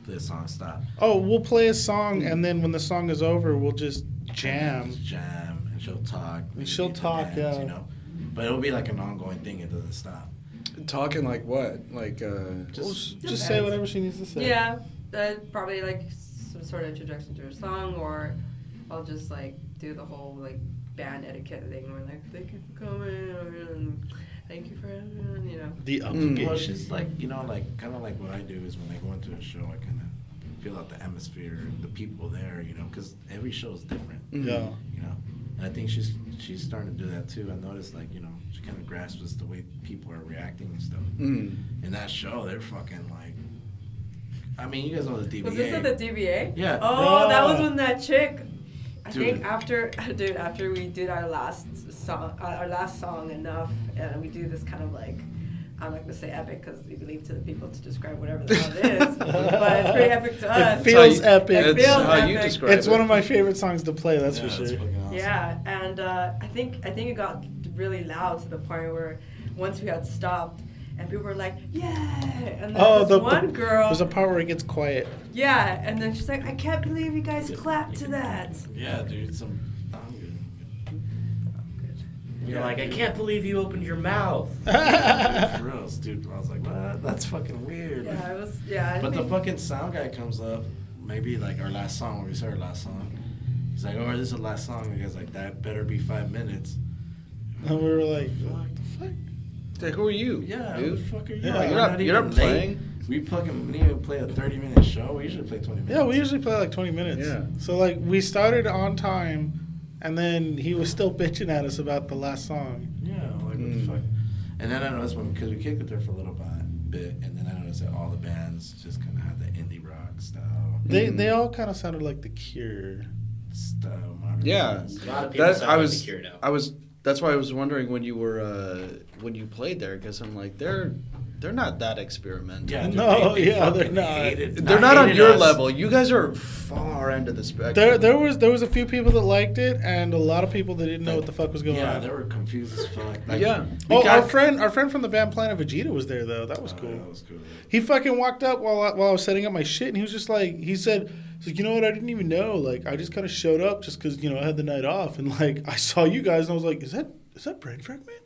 Speaker 4: play a song stop.
Speaker 5: Oh, we'll play a song, and then when the song is over, we'll just jam.
Speaker 4: Just jam, and she'll talk. maybe
Speaker 5: she'll
Speaker 4: it
Speaker 5: talk, yeah.
Speaker 4: You know, but it'll be like an ongoing thing. It doesn't stop.
Speaker 3: Talking like what? Like uh,
Speaker 4: Just
Speaker 5: Just say whatever she needs to say.
Speaker 1: Yeah, that probably like some sort of introduction to a song, or I'll just like do the whole like band etiquette thing. Where like, thank you for coming, and thank you for, having-" you know.
Speaker 5: The
Speaker 3: Mm.
Speaker 4: well,
Speaker 5: obligation.
Speaker 4: it's like you know, like kind of like what I do is when I go into a show, I kind of feel out the atmosphere, the people there, you know, because every show is different.
Speaker 3: Mm.
Speaker 5: Mm-hmm. Yeah.
Speaker 4: You know, and I think she's she's starting to do that too. I noticed like you know she kind of grasps the way people are reacting and stuff.
Speaker 3: mm.
Speaker 4: In that show, they're fucking like, I mean, you guys know the DBA.
Speaker 1: Was this at the DBA?
Speaker 4: Yeah.
Speaker 1: Oh, that was
Speaker 5: Yeah.
Speaker 1: when that chick. I
Speaker 4: Dude.
Speaker 1: think after, dude, after we did our last song, uh, our last song enough, and we do this kind of like, I'm not gonna say epic because we leave to the people to describe whatever the hell it is, but it's pretty epic to us.
Speaker 5: It feels
Speaker 3: how you-
Speaker 5: epic.
Speaker 1: It
Speaker 3: That's
Speaker 1: feels
Speaker 3: how you
Speaker 1: epic.
Speaker 3: describe
Speaker 5: It's
Speaker 3: it.
Speaker 5: one of my favorite songs to play. That's for sure.
Speaker 1: Yeah, and uh, I think I think it got really loud to the point where once we had stopped and people were like, "Yeah!" and then
Speaker 5: Oh,
Speaker 1: this
Speaker 5: the
Speaker 1: one
Speaker 5: the-
Speaker 1: girl,
Speaker 5: There's a part where it gets quiet.
Speaker 1: yeah, and then she's like, "I can't believe you guys clapped to that."
Speaker 4: Yeah, dude. Some. I'm good.
Speaker 2: You're like, I can't believe you opened your mouth.
Speaker 4: For real, dude. I was like, what? That's fucking weird.
Speaker 1: Yeah, it was. Yeah, I
Speaker 4: But the
Speaker 1: think-
Speaker 4: fucking sound guy comes up, maybe like our last song, when we said our last song. He's like, oh, this is the last song. And the guy's like, that better be five minutes.
Speaker 5: And we were like,
Speaker 4: Fuck.
Speaker 3: Like, who are you?
Speaker 4: Yeah, who
Speaker 3: dude.
Speaker 4: the fuck are you?
Speaker 5: Yeah,
Speaker 4: Like,
Speaker 5: you're
Speaker 4: we're
Speaker 3: not- you're
Speaker 4: even
Speaker 3: not
Speaker 4: late.
Speaker 3: playing.
Speaker 4: We fucking we didn't even play a 30 minute show. We usually play 20 minutes.
Speaker 5: yeah, we usually play like 20 minutes.
Speaker 3: Yeah.
Speaker 5: So like we started on time, and then he was still bitching at us about the last song.
Speaker 4: Yeah, like, what
Speaker 3: Mm.
Speaker 4: the fuck? And then I noticed when, because we kicked it there for a little bit, bit, and then I noticed that all the bands just kind of had the indie rock style,
Speaker 5: They
Speaker 3: Mm.
Speaker 5: they all kind of sounded like The Cure.
Speaker 4: style modern
Speaker 3: Yeah.
Speaker 4: bands.
Speaker 2: A lot of people
Speaker 3: That,
Speaker 2: sound
Speaker 3: I
Speaker 2: like
Speaker 3: was.
Speaker 2: Secure now.
Speaker 3: I was. That's why I was wondering when you were uh, when you played there because I'm like they're they're not that experimental.
Speaker 4: Yeah, dude,
Speaker 5: No,
Speaker 4: they- they
Speaker 5: yeah, they're
Speaker 4: fucking
Speaker 5: not.
Speaker 4: hated-
Speaker 3: They're not on
Speaker 4: hated
Speaker 3: your
Speaker 4: us.
Speaker 3: level. You guys are far end of the spectrum.
Speaker 5: There there was there was a few people that liked it, and a lot of people that didn't know what the fuck was going
Speaker 4: Yeah,
Speaker 5: on.
Speaker 4: they were confused as fuck.
Speaker 3: Yeah.
Speaker 4: we
Speaker 5: oh,
Speaker 4: got-
Speaker 5: our friend our friend from the band Planet Vegeta was there though. That was
Speaker 4: Oh,
Speaker 5: cool.
Speaker 4: That was cool.
Speaker 5: He fucking walked up while I, while I was setting up my shit, and he was just like, he said, he's like, you know what? I didn't even know. Like, I just kind of showed up just because you know I had the night off, and like I saw you guys, and I was like, is that is that Brad Fragman?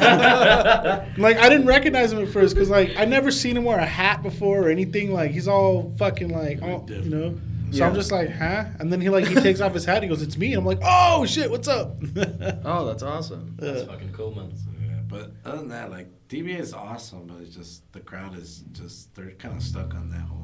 Speaker 5: like I didn't recognize him at first because like I never seen him wear a hat before or anything. Like he's all fucking like, oh, you know. So I'm
Speaker 3: Yeah.
Speaker 5: just like, huh? And then he like he takes off his hat. He goes, "It's me." And I'm like, "Oh shit, what's up?" Uh,
Speaker 3: Oh, that's awesome.
Speaker 2: That's fucking cool, man.
Speaker 4: Yeah, but other than that, like DBA is awesome, but it's just the crowd is just they're kind of stuck on that whole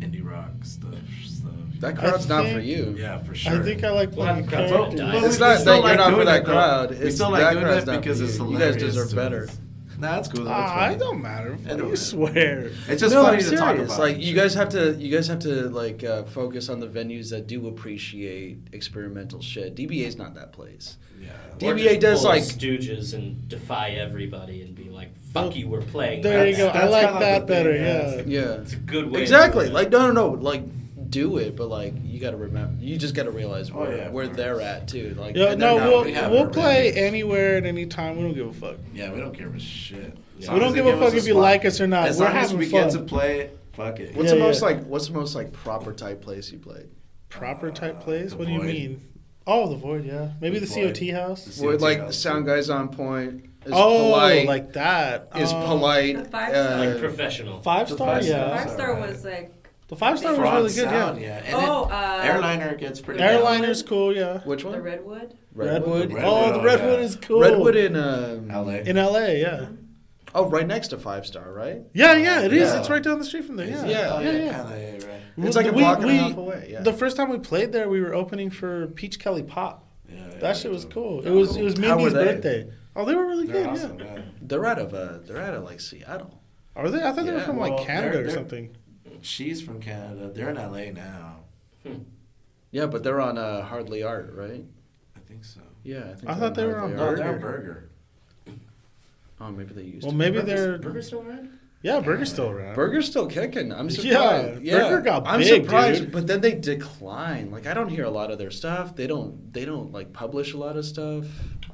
Speaker 4: indie rock stuff. stuff.
Speaker 3: That crowd's not for
Speaker 5: think-
Speaker 3: you.
Speaker 4: yeah, for
Speaker 5: I
Speaker 4: sure.
Speaker 5: think I like
Speaker 2: Well,
Speaker 5: playing a
Speaker 2: crowd
Speaker 5: character.
Speaker 2: died.
Speaker 4: But
Speaker 3: It's
Speaker 4: we- we
Speaker 3: not
Speaker 4: still
Speaker 3: that you're
Speaker 4: like
Speaker 3: not for
Speaker 4: doing
Speaker 3: that
Speaker 4: it, though.
Speaker 3: crowd.
Speaker 4: we
Speaker 3: It's
Speaker 4: still
Speaker 3: that
Speaker 4: like doing
Speaker 3: crowd's
Speaker 4: it
Speaker 3: not for
Speaker 4: because it's
Speaker 3: you. You guys
Speaker 4: hilarious.
Speaker 3: deserve
Speaker 4: to
Speaker 3: better.
Speaker 4: us. Nah, that's cool. That's
Speaker 5: Ah,
Speaker 4: funny.
Speaker 5: it don't matter. What do
Speaker 4: don't
Speaker 5: you
Speaker 4: matter.
Speaker 5: swear?
Speaker 4: It's just
Speaker 3: no,
Speaker 4: funny
Speaker 3: I'm
Speaker 4: to
Speaker 3: serious.
Speaker 4: talk about.
Speaker 3: like you guys have to, you guys have to like uh, focus on the venues that do appreciate experimental shit. DBA's not that place.
Speaker 4: Yeah.
Speaker 2: Or
Speaker 3: DBA
Speaker 2: just
Speaker 3: does,
Speaker 2: pull a
Speaker 3: like-
Speaker 2: Stooges and defy everybody and be like, "Fuck you, we're playing."
Speaker 5: There you
Speaker 4: That's-
Speaker 5: go. I
Speaker 4: that's
Speaker 5: like
Speaker 4: kinda
Speaker 5: that
Speaker 4: the thing,
Speaker 5: better.
Speaker 4: yeah.
Speaker 5: Yeah.
Speaker 3: Yeah,
Speaker 2: It's a good way.
Speaker 3: exactly.
Speaker 2: To do it.
Speaker 3: Like no, no, no. Like do it, but like you got to remember, you just got to realize
Speaker 4: Oh,
Speaker 3: where,
Speaker 4: yeah, of
Speaker 3: where
Speaker 4: course.
Speaker 3: they're at too. Like
Speaker 5: Yeah,
Speaker 3: and they're
Speaker 5: no,
Speaker 3: not-
Speaker 5: we'll,
Speaker 4: we have
Speaker 5: we'll
Speaker 4: our
Speaker 5: play
Speaker 4: venues.
Speaker 5: anywhere at any time. We don't give a fuck.
Speaker 4: Yeah, we don't give a shit.
Speaker 5: We don't give a fuck if you like us or not.
Speaker 4: As
Speaker 5: We're
Speaker 4: long as
Speaker 5: having
Speaker 4: we
Speaker 5: fun.
Speaker 4: get to play, it, fuck it.
Speaker 3: What's
Speaker 5: Yeah,
Speaker 3: the most
Speaker 5: yeah.
Speaker 3: like? What's the most like proper type place you played?
Speaker 5: Proper type
Speaker 4: Uh,
Speaker 5: plays?
Speaker 4: the
Speaker 5: What do you
Speaker 4: Void.
Speaker 5: mean? Oh, the void, yeah. Maybe the,
Speaker 4: The Void.
Speaker 5: COT house.
Speaker 4: See
Speaker 3: Where
Speaker 4: what you
Speaker 3: like
Speaker 4: got.
Speaker 3: sound guys on point is
Speaker 5: oh,
Speaker 3: polite,
Speaker 5: like that.
Speaker 3: is
Speaker 5: Um,
Speaker 3: polite,
Speaker 1: The five
Speaker 3: uh,
Speaker 2: like professional.
Speaker 5: Five
Speaker 4: The
Speaker 5: star,
Speaker 4: five
Speaker 5: yeah.
Speaker 4: star.
Speaker 1: Five star
Speaker 4: alright.
Speaker 1: was like,
Speaker 5: The five star was
Speaker 4: Front
Speaker 5: really good,
Speaker 4: sound,
Speaker 5: yeah.
Speaker 4: yeah. And
Speaker 1: oh,
Speaker 4: then
Speaker 1: uh,
Speaker 4: airliner gets pretty.
Speaker 1: Airliner-
Speaker 4: down.
Speaker 5: Airliner's cool, yeah.
Speaker 3: Which
Speaker 1: the
Speaker 3: one?
Speaker 1: Redwood.
Speaker 5: Redwood.
Speaker 4: Redwood,
Speaker 5: Oh, the
Speaker 4: oh,
Speaker 5: Redwood
Speaker 4: yeah.
Speaker 5: is cool.
Speaker 3: Redwood in um,
Speaker 4: LA.
Speaker 5: in LA, yeah.
Speaker 3: Oh, right next to Five Star, right?
Speaker 5: Yeah, yeah, it is.
Speaker 3: Yeah.
Speaker 5: It's right down the street from there. Yeah,
Speaker 3: Yeah,
Speaker 5: yeah, yeah.
Speaker 4: Kinda, right.
Speaker 3: It's like a
Speaker 5: We-
Speaker 3: block and
Speaker 5: we-
Speaker 3: a half away. Yeah.
Speaker 5: The first time we played there, we were opening for Peach Kelly Pop.
Speaker 4: Yeah, yeah,
Speaker 5: That shit was
Speaker 4: yeah.
Speaker 5: cool. It was it was
Speaker 3: How were
Speaker 5: Mindy's
Speaker 3: they?
Speaker 5: birthday. Oh, they were really
Speaker 4: They're
Speaker 5: good.
Speaker 4: awesome,
Speaker 5: yeah.
Speaker 4: yeah.
Speaker 3: they're out of uh, they're out of like Seattle.
Speaker 5: Are they? I thought they were
Speaker 3: Yeah,
Speaker 5: from like
Speaker 4: well,
Speaker 5: Canada
Speaker 4: they're-
Speaker 5: or
Speaker 4: they're-
Speaker 5: something.
Speaker 4: she's from Canada. They're in LA now.
Speaker 3: Yeah, but they're on uh, Hardly Art, right?
Speaker 4: I think so.
Speaker 3: Yeah, think
Speaker 5: I thought
Speaker 3: they're
Speaker 5: they were
Speaker 3: Hardly
Speaker 5: on
Speaker 4: No,
Speaker 3: Art.
Speaker 4: they're
Speaker 5: Burger.
Speaker 4: a burger.
Speaker 3: Oh, maybe they used.
Speaker 5: Well,
Speaker 3: to.
Speaker 5: maybe they're
Speaker 2: Burger still around?
Speaker 5: yeah. Burger's still around.
Speaker 3: Burger's still kicking. I'm
Speaker 5: Yeah,
Speaker 3: surprised. Yeah,
Speaker 5: Burger got
Speaker 3: I'm
Speaker 5: big,
Speaker 3: surprised,
Speaker 5: dude.
Speaker 3: but then they decline. Like I don't hear a lot of their stuff. They don't. They don't like publish a lot of stuff.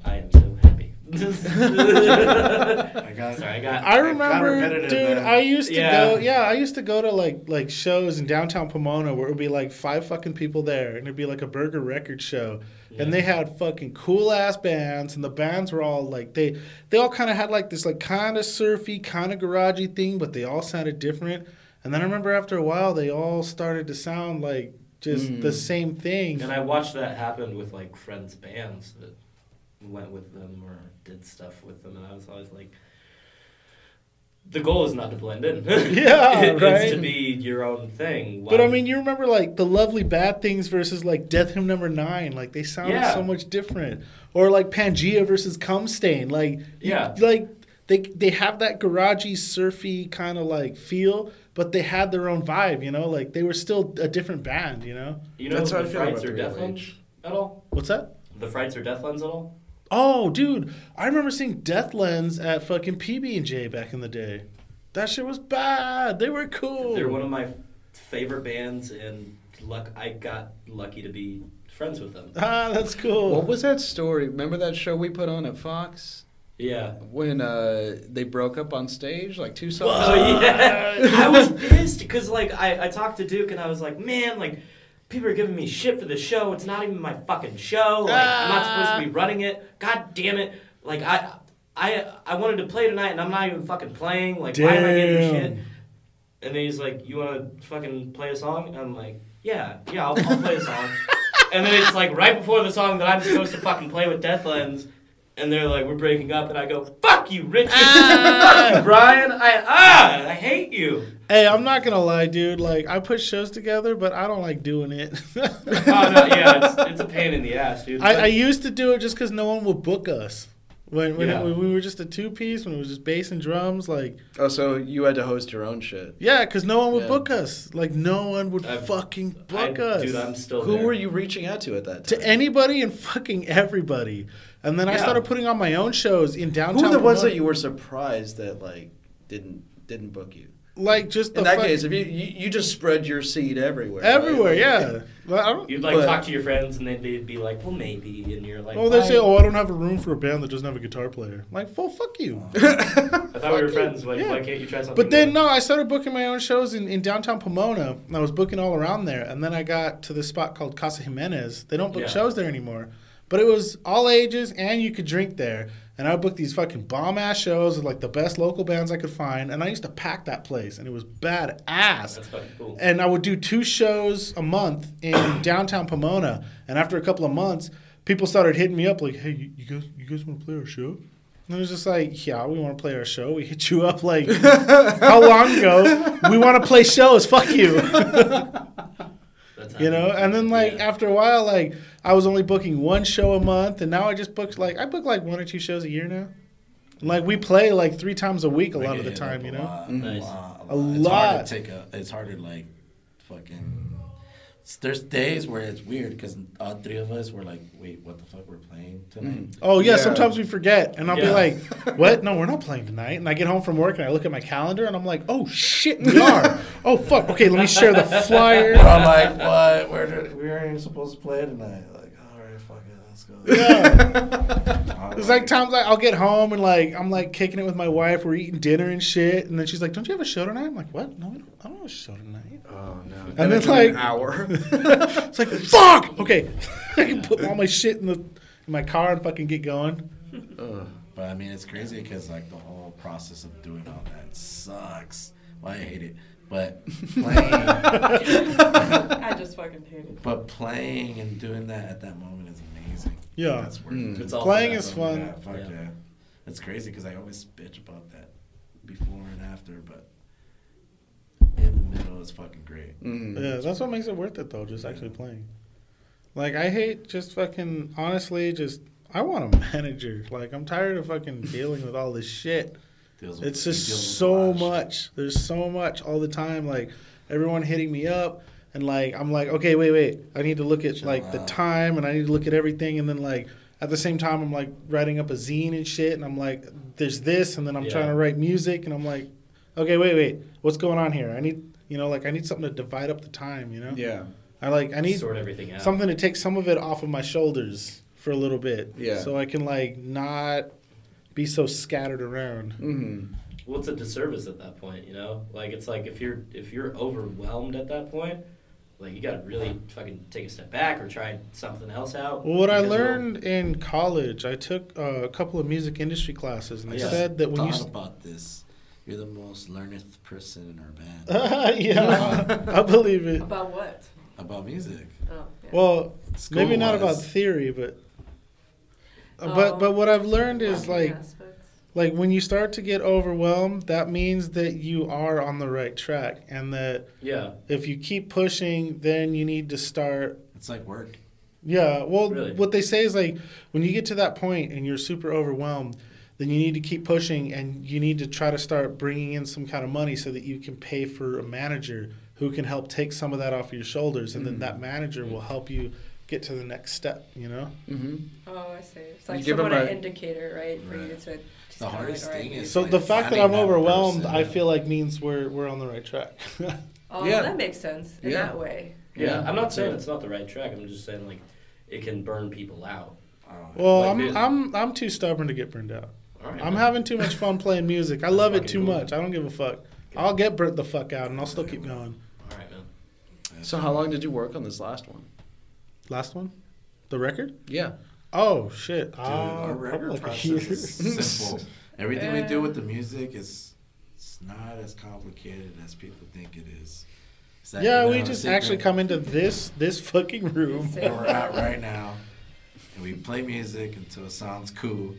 Speaker 2: I am so happy.
Speaker 4: I got.
Speaker 2: Sorry, I got.
Speaker 5: I
Speaker 4: It got
Speaker 5: remember,
Speaker 4: repetitive,
Speaker 5: dude.
Speaker 4: man.
Speaker 5: I used to
Speaker 2: Yeah.
Speaker 5: go, yeah, I used to go to like like shows in downtown Pomona where it would be like five fucking people there, and it'd be like a burger record show, and they had fucking cool ass bands, and the bands were all like they they all kind of had like this like kind of surfy, kind of garagey thing, but they all sounded different. And then I remember after a while, they all started to sound like just
Speaker 4: Mm.
Speaker 5: the same thing.
Speaker 2: And I watched that happen with like friends' bands that went with them or did stuff with them, and I was always like, the goal is not to blend in.
Speaker 5: Yeah,
Speaker 2: It- It's to
Speaker 5: right.
Speaker 2: be your own thing.
Speaker 5: But I
Speaker 2: Why-
Speaker 5: mean, you remember like the lovely bad things versus like Death Hymn Number Nine. Like they sounded
Speaker 2: Yeah.
Speaker 5: so much different. Or like Pangea versus Cumstain. Like you-
Speaker 2: Yeah.
Speaker 5: like they they have that garagey, surfy kind of like feel, but they had their own vibe. You know, like they were still a different band. You know,
Speaker 2: you know,
Speaker 3: That's how I
Speaker 2: the
Speaker 3: feel about
Speaker 2: Frights or
Speaker 3: the Real
Speaker 2: Deathlands
Speaker 3: Age.
Speaker 2: at all?
Speaker 5: what's that?
Speaker 2: The Frights or Deathlands at all?
Speaker 5: Oh, dude, I remember seeing Death Lens at fucking PB and J back in the day. That shit was bad. They were cool.
Speaker 2: They're one of my favorite bands, and luck I got lucky to be friends with them.
Speaker 5: ah, that's cool.
Speaker 3: What was that story? Remember that show we put on at Fox
Speaker 2: Yeah.
Speaker 3: when uh, they broke up on stage, like two songs.
Speaker 2: Oh yeah, I was pissed because like I, I talked to Duke and I was like, man, like people are giving me shit for the show. It's not even my fucking show. Like I'm not supposed to be running it. God damn it! Like I I I wanted to play tonight and I'm not even fucking playing. Like why am I getting shit?
Speaker 5: Damn.
Speaker 2: And then he's like, you want to fucking play a song? And I'm like, yeah, yeah, I'll, I'll play a song. and then it's like right before the song that I'm supposed to fucking play with Deathlands. And they're like, we're breaking up, and I go, "Fuck you, Richard! Fuck you, Brian! I ah, I hate you."
Speaker 5: Hey, I'm not gonna lie, dude. Like, I put shows together, but I don't like doing it.
Speaker 2: Oh no, yeah, it's, it's a pain in the ass, dude.
Speaker 5: I, I used to do it just because no one would book us. When when, it-
Speaker 2: Yeah.
Speaker 5: when we were just a two piece, when it was just bass and drums, like
Speaker 3: Oh, so you had to host your own shit.
Speaker 5: yeah, because no one would
Speaker 3: Yeah.
Speaker 5: book us. Like no one would
Speaker 2: I've-
Speaker 5: fucking
Speaker 2: I-
Speaker 5: book us.
Speaker 2: dude, I'm still
Speaker 3: Who
Speaker 2: there.
Speaker 3: were you reaching out to at that time?
Speaker 5: to anybody and fucking everybody. And then I
Speaker 2: Yeah.
Speaker 5: started putting on my own shows in downtown.
Speaker 3: Who the ones
Speaker 5: Pomona.
Speaker 3: that you were surprised that like didn't didn't book you?
Speaker 5: like? Just the
Speaker 3: In that
Speaker 5: fuck-
Speaker 3: case, if you, you you just spread your seed everywhere. right?
Speaker 5: everywhere,
Speaker 3: Like,
Speaker 5: yeah. Well, I don't,
Speaker 2: You'd like
Speaker 3: But-
Speaker 2: talk to your friends, and then they'd be like, "Well, maybe," and you're like,
Speaker 5: well, they say,
Speaker 2: "I-
Speaker 5: oh, I don't have a room for a band that doesn't have a guitar player. Like, well, fuck you.
Speaker 2: I thought we were friends. Like,
Speaker 5: Yeah.
Speaker 2: why can't you try something?"
Speaker 5: But then
Speaker 2: new?
Speaker 5: no, I started booking my own shows in, in downtown Pomona. And I was booking all around there, and then I got to this spot called Casa Jimenez. They don't book
Speaker 2: Yeah.
Speaker 5: shows there anymore, but it was all ages, and you could drink there. And I booked these fucking bomb ass shows with like the best local bands I could find, and I used to pack that place, and it was badass
Speaker 2: that's fucking cool.
Speaker 5: and I would do two shows a month in downtown Pomona. And after a couple of months, people started hitting me up like, "Hey, you, you guys, you guys want to play our show?" And I was just like, "Yeah, we want to play our show. We hit you up like how long ago? We want to play shows. Fuck you."
Speaker 2: That's how
Speaker 5: you know and then like
Speaker 2: Yeah.
Speaker 5: after a while like i was only booking one show a month and now i just booked like i book like one or two shows a year now And, like we play like three times a week a lot of the time you know
Speaker 2: Nice.
Speaker 4: A lot.
Speaker 5: A
Speaker 4: It's harder
Speaker 5: lot.
Speaker 4: to take a. It's harder like, fucking. There's days where it's weird because all three of us were like, "Wait, what the fuck? We're playing tonight?"
Speaker 5: oh yeah,
Speaker 3: Yeah.
Speaker 5: sometimes we forget and i'll be
Speaker 2: Yeah.
Speaker 5: like what no we're not playing tonight and i get home from work and i look at my calendar and i'm like oh shit we are oh fuck okay let me share the flyer
Speaker 4: But I'm like, "What? Where did we aren't even supposed to play tonight?" Like, all right, fuck it, let's go.
Speaker 5: It's like times like I'll get home and like I'm like kicking it with my wife. We're eating dinner and shit, and then she's like, "Don't you have a show tonight?" I'm like, "What? No, I don't, I don't have a show tonight."
Speaker 6: Oh no.
Speaker 5: And then
Speaker 3: it's like
Speaker 5: like
Speaker 3: an hour.
Speaker 5: It's like fuck. Okay, I can put all my shit in the in my car and fucking get going.
Speaker 3: Uh,
Speaker 4: But I mean, it's crazy because like the whole process of doing all that sucks. Well, I hate it, but playing,
Speaker 1: I just fucking hate it.
Speaker 4: but playing and doing that at that moment is amazing.
Speaker 5: Yeah.
Speaker 4: that's worth it.
Speaker 2: It's all
Speaker 5: Playing
Speaker 2: for
Speaker 5: is
Speaker 2: that.
Speaker 5: fun.
Speaker 4: Yeah, fuck
Speaker 2: Yeah.
Speaker 4: yeah. It's crazy because I always bitch about that before and after, but in the middle is fucking great.
Speaker 3: mm-hmm. Mm.
Speaker 5: Yeah, that's what makes it worth it though. Just actually playing. Like I hate just fucking honestly just. I want a manager. Like I'm tired of fucking dealing with all this shit.
Speaker 4: Deals with-
Speaker 5: It's
Speaker 4: it deals with
Speaker 5: just
Speaker 4: a
Speaker 5: so
Speaker 4: lot of shit.
Speaker 5: much. There's so much all the time. Like everyone hitting me up. And like I'm like, okay, wait, wait. I need to look at like the time, and I need to look at everything, and then like at the same time, I'm like writing up a zine and shit, and I'm like, there's this, and then I'm
Speaker 2: Yeah.
Speaker 5: trying to write music, and I'm like, okay, wait, wait, what's going on here? I need, you know, like I need something to divide up the time, you know?
Speaker 3: Yeah.
Speaker 5: I like I need
Speaker 2: sort everything out.
Speaker 5: something to take some of it off of my shoulders for a little bit.
Speaker 3: Yeah.
Speaker 5: So I can like not be so scattered around.
Speaker 3: Mm-hmm.
Speaker 2: well, it's a disservice at that point, you know. Like it's like if you're if you're overwhelmed at that point, like you gotta really fucking take a step back or try something else out.
Speaker 5: Well, what I
Speaker 2: because it'll-
Speaker 5: learned in college, I took uh, a couple of music industry classes, and they
Speaker 2: Yeah.
Speaker 5: said that when you
Speaker 4: thought
Speaker 5: s-
Speaker 4: about this. You're the most learned person in our band
Speaker 5: yeah, I believe it.
Speaker 1: About what?
Speaker 4: about music.
Speaker 1: Oh, yeah.
Speaker 5: Well, maybe not about
Speaker 4: School-wise.
Speaker 5: theory, but uh,
Speaker 1: Oh.
Speaker 5: but but what I've learned is
Speaker 1: Marketing
Speaker 5: like
Speaker 1: aspects.
Speaker 5: like when you start to get overwhelmed, that means that you are on the right track, and that
Speaker 2: yeah,
Speaker 5: if you keep pushing, then you need to start.
Speaker 4: It's like work.
Speaker 5: Yeah, well,
Speaker 2: Really?
Speaker 5: what they say is like when you get to that point and you're super overwhelmed, then you need to keep pushing and you need to try to start bringing in some kind of money so that you can pay for a manager who can help take some of that off your shoulders, and then that manager will help you get to the next step. You know.
Speaker 3: Mm-hmm.
Speaker 1: Oh, I see. It's like
Speaker 3: give 'em
Speaker 1: somewhat
Speaker 3: a-
Speaker 1: an indicator, right, for you
Speaker 4: Right.
Speaker 1: to. just
Speaker 4: The
Speaker 1: kinda
Speaker 4: hardest
Speaker 1: like, all
Speaker 4: thing
Speaker 1: right,
Speaker 4: is-
Speaker 5: So
Speaker 4: like
Speaker 5: the fact that
Speaker 4: finding
Speaker 5: I'm
Speaker 4: that
Speaker 5: overwhelmed,
Speaker 4: person,
Speaker 5: I
Speaker 4: yeah.
Speaker 5: feel like means we're we're on the right track.
Speaker 1: Oh,
Speaker 3: Yeah.
Speaker 1: that makes sense in
Speaker 3: Yeah.
Speaker 1: that way.
Speaker 2: yeah,
Speaker 3: Yeah.
Speaker 2: I'm not saying it's not the right track. I'm just saying like it can burn people out.
Speaker 5: well,
Speaker 2: Like
Speaker 5: I'm
Speaker 2: this.
Speaker 5: I'm I'm too stubborn to get burned out.
Speaker 2: All right,
Speaker 5: I'm having too much fun playing music. I love it
Speaker 2: fucking
Speaker 5: too
Speaker 2: cool.
Speaker 5: much. I don't give a fuck. I'll get burnt the fuck out, and I'll still keep going.
Speaker 2: all right, man.
Speaker 3: So how long did you work on this last one?
Speaker 5: Last one, the record.
Speaker 3: Yeah.
Speaker 5: Oh shit! Dude,
Speaker 4: our record process is simple. Everything we do with the music is it's not as complicated as people think it is. It's that
Speaker 5: yeah, we
Speaker 4: vanilla
Speaker 5: just
Speaker 4: secret
Speaker 5: actually come into this this fucking room.
Speaker 1: Same.
Speaker 4: where we're at right now, and we play music until it sounds cool.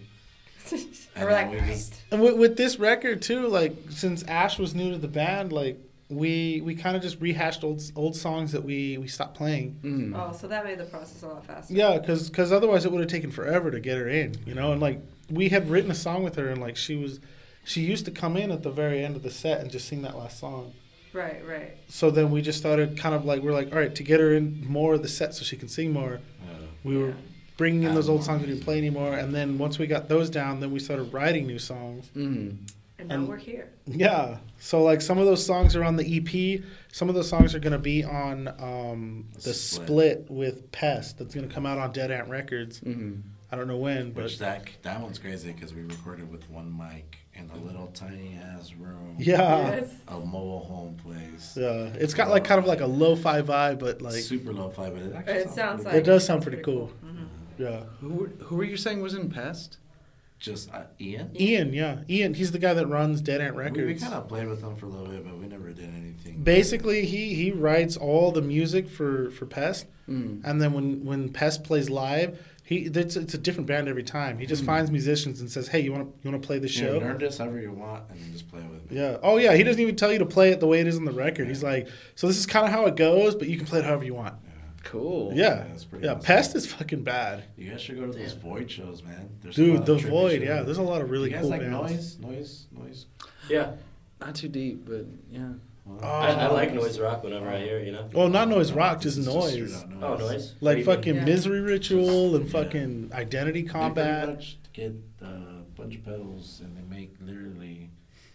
Speaker 1: And
Speaker 4: And
Speaker 1: we're
Speaker 4: then
Speaker 1: like,
Speaker 4: we just-
Speaker 1: "Christ."
Speaker 5: And with, with this record too, like since Ash was new to the band, like we we kind of just rehashed old old songs that we we stopped playing.
Speaker 3: Mm.
Speaker 1: Oh, so that made the process a lot faster.
Speaker 5: Yeah, because otherwise it would have taken forever to get her in, you know. And like we had written a song with her, and like she was, she used to come in at the very end of the set and just sing that last song.
Speaker 1: Right, right.
Speaker 5: So then we just started kind of like we're like, all right, to get her in more of the set so she can sing more,
Speaker 4: uh,
Speaker 5: we were bringing in those old songs we didn't play anymore. And then once we got those down, then we started writing new songs.
Speaker 3: Mm.
Speaker 1: And now
Speaker 5: And-
Speaker 1: we're here.
Speaker 5: Yeah. So like some of those songs are on the EP. Some of those songs are gonna be on um,
Speaker 4: Split.
Speaker 5: the split. with Pest that's gonna come out on Dead Ant Records.
Speaker 3: Mm.
Speaker 5: I don't know when, but
Speaker 4: Which that that one's crazy because we recorded with one mic in a little tiny ass room.
Speaker 5: yeah,
Speaker 1: yes.
Speaker 4: A mobile home place.
Speaker 5: yeah, it's got like kind of like a lo-fi vibe, but like
Speaker 4: super low fi, but it actually
Speaker 1: It sounds
Speaker 4: pretty
Speaker 1: like
Speaker 5: it does sound
Speaker 1: it's
Speaker 5: pretty cool. Mm-hmm.
Speaker 4: Uh-huh.
Speaker 5: Yeah.
Speaker 3: Who were, who were you saying was in Pest?
Speaker 4: good. just uh, Ian.
Speaker 5: Ian, yeah, Ian. He's the guy that runs Dead Ant
Speaker 4: We,
Speaker 5: Records.
Speaker 4: we kind of played with them for a little bit, but we never did anything.
Speaker 5: Basically, he he writes all the music for for Pest,
Speaker 3: Mm.
Speaker 5: and then when when Pest plays live, he it's, it's a different band every time. He just
Speaker 4: Hmm.
Speaker 5: finds musicians and says, "Hey, you want to you want to play the
Speaker 4: You
Speaker 5: show?"
Speaker 4: know, learn this however you want, and then just play with it.
Speaker 5: Yeah. Oh yeah. He doesn't even tell you to play it the way it is on the record. He's like, so this is kind of how it goes, but you can play it however you want.
Speaker 3: Cool.
Speaker 5: Yeah.
Speaker 4: Oh, that's
Speaker 5: Yeah.
Speaker 4: pretty awesome.
Speaker 5: Pest is fucking bad,
Speaker 4: You guys should go to those Void shows, man. There's a lot
Speaker 5: dude.
Speaker 4: of
Speaker 5: The
Speaker 4: tribute
Speaker 5: Void.
Speaker 4: shows.
Speaker 5: Yeah. There's a lot of really
Speaker 4: you guys
Speaker 5: cool
Speaker 4: like
Speaker 5: bands.
Speaker 4: noise, noise, noise.
Speaker 2: Yeah,
Speaker 3: Not too deep, but yeah.
Speaker 4: Well,
Speaker 2: I, I
Speaker 5: Oh.
Speaker 2: like noise rock whenever I hear it, you know.
Speaker 5: Well, not noise rock,
Speaker 4: this
Speaker 5: just
Speaker 4: is
Speaker 5: noise.
Speaker 4: straight out
Speaker 2: Oh, noise. What do you
Speaker 5: like
Speaker 2: mean?
Speaker 5: fucking
Speaker 1: Yeah.
Speaker 5: Misery Ritual and
Speaker 4: Yeah.
Speaker 5: fucking Identity
Speaker 4: They pretty
Speaker 5: Combat.
Speaker 4: much get uh, a bunch of pedals and they make literally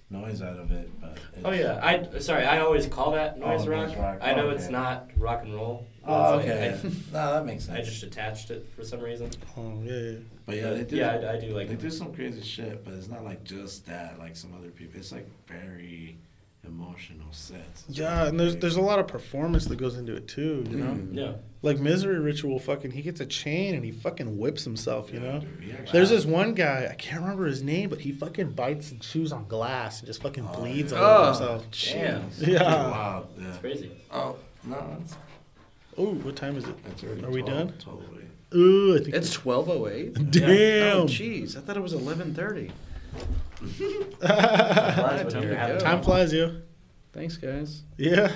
Speaker 4: noise out of it. But it's-
Speaker 2: Oh yeah, I sorry. I always call that noise
Speaker 4: Oh,
Speaker 2: rock.
Speaker 4: noise rock.
Speaker 2: I know
Speaker 4: Okay.
Speaker 2: it's not rock and roll.
Speaker 4: Oh,
Speaker 2: It's like-
Speaker 4: okay. no, that makes
Speaker 2: uh, I,
Speaker 4: sense.
Speaker 2: I just attached it for some reason.
Speaker 5: Oh yeah. yeah.
Speaker 4: but yeah, they do.
Speaker 2: Yeah, I, I do like.
Speaker 4: they
Speaker 2: it.
Speaker 4: do some crazy shit, but it's not like just that. Like some other people, it's like very emotional sets. It's
Speaker 5: Yeah,
Speaker 4: really
Speaker 5: and there's
Speaker 4: big.
Speaker 5: there's a lot of performance that goes into it too, you
Speaker 4: Hmm.
Speaker 5: know.
Speaker 3: Mm-hmm.
Speaker 2: No.
Speaker 5: Like Misery Ritual, fucking he gets a chain and he fucking whips himself, you
Speaker 4: Yeah,
Speaker 5: know.
Speaker 4: dude, he actually-
Speaker 5: There's this one guy I can't remember his name, but he fucking bites and chews on glass and just fucking
Speaker 4: Oh,
Speaker 5: bleeds
Speaker 4: yeah.
Speaker 5: all over
Speaker 3: Oh.
Speaker 5: himself.
Speaker 2: Damn.
Speaker 4: It's pretty
Speaker 5: Yeah.
Speaker 4: wild, yeah.
Speaker 2: It's crazy.
Speaker 4: Oh no, it's,
Speaker 5: Ooh, what time is it?
Speaker 4: it's already
Speaker 5: Are we
Speaker 4: 12,
Speaker 5: done?
Speaker 4: Totally.
Speaker 5: Ooh, I think
Speaker 3: It's twelve oh eight.
Speaker 5: damn.
Speaker 3: Oh, jeez, I thought it was eleven thirty.
Speaker 2: Flies when
Speaker 3: time
Speaker 2: you're
Speaker 3: to
Speaker 2: having
Speaker 3: go.
Speaker 2: fun.
Speaker 5: time flies, yo.
Speaker 3: Thanks, guys.
Speaker 5: Yeah.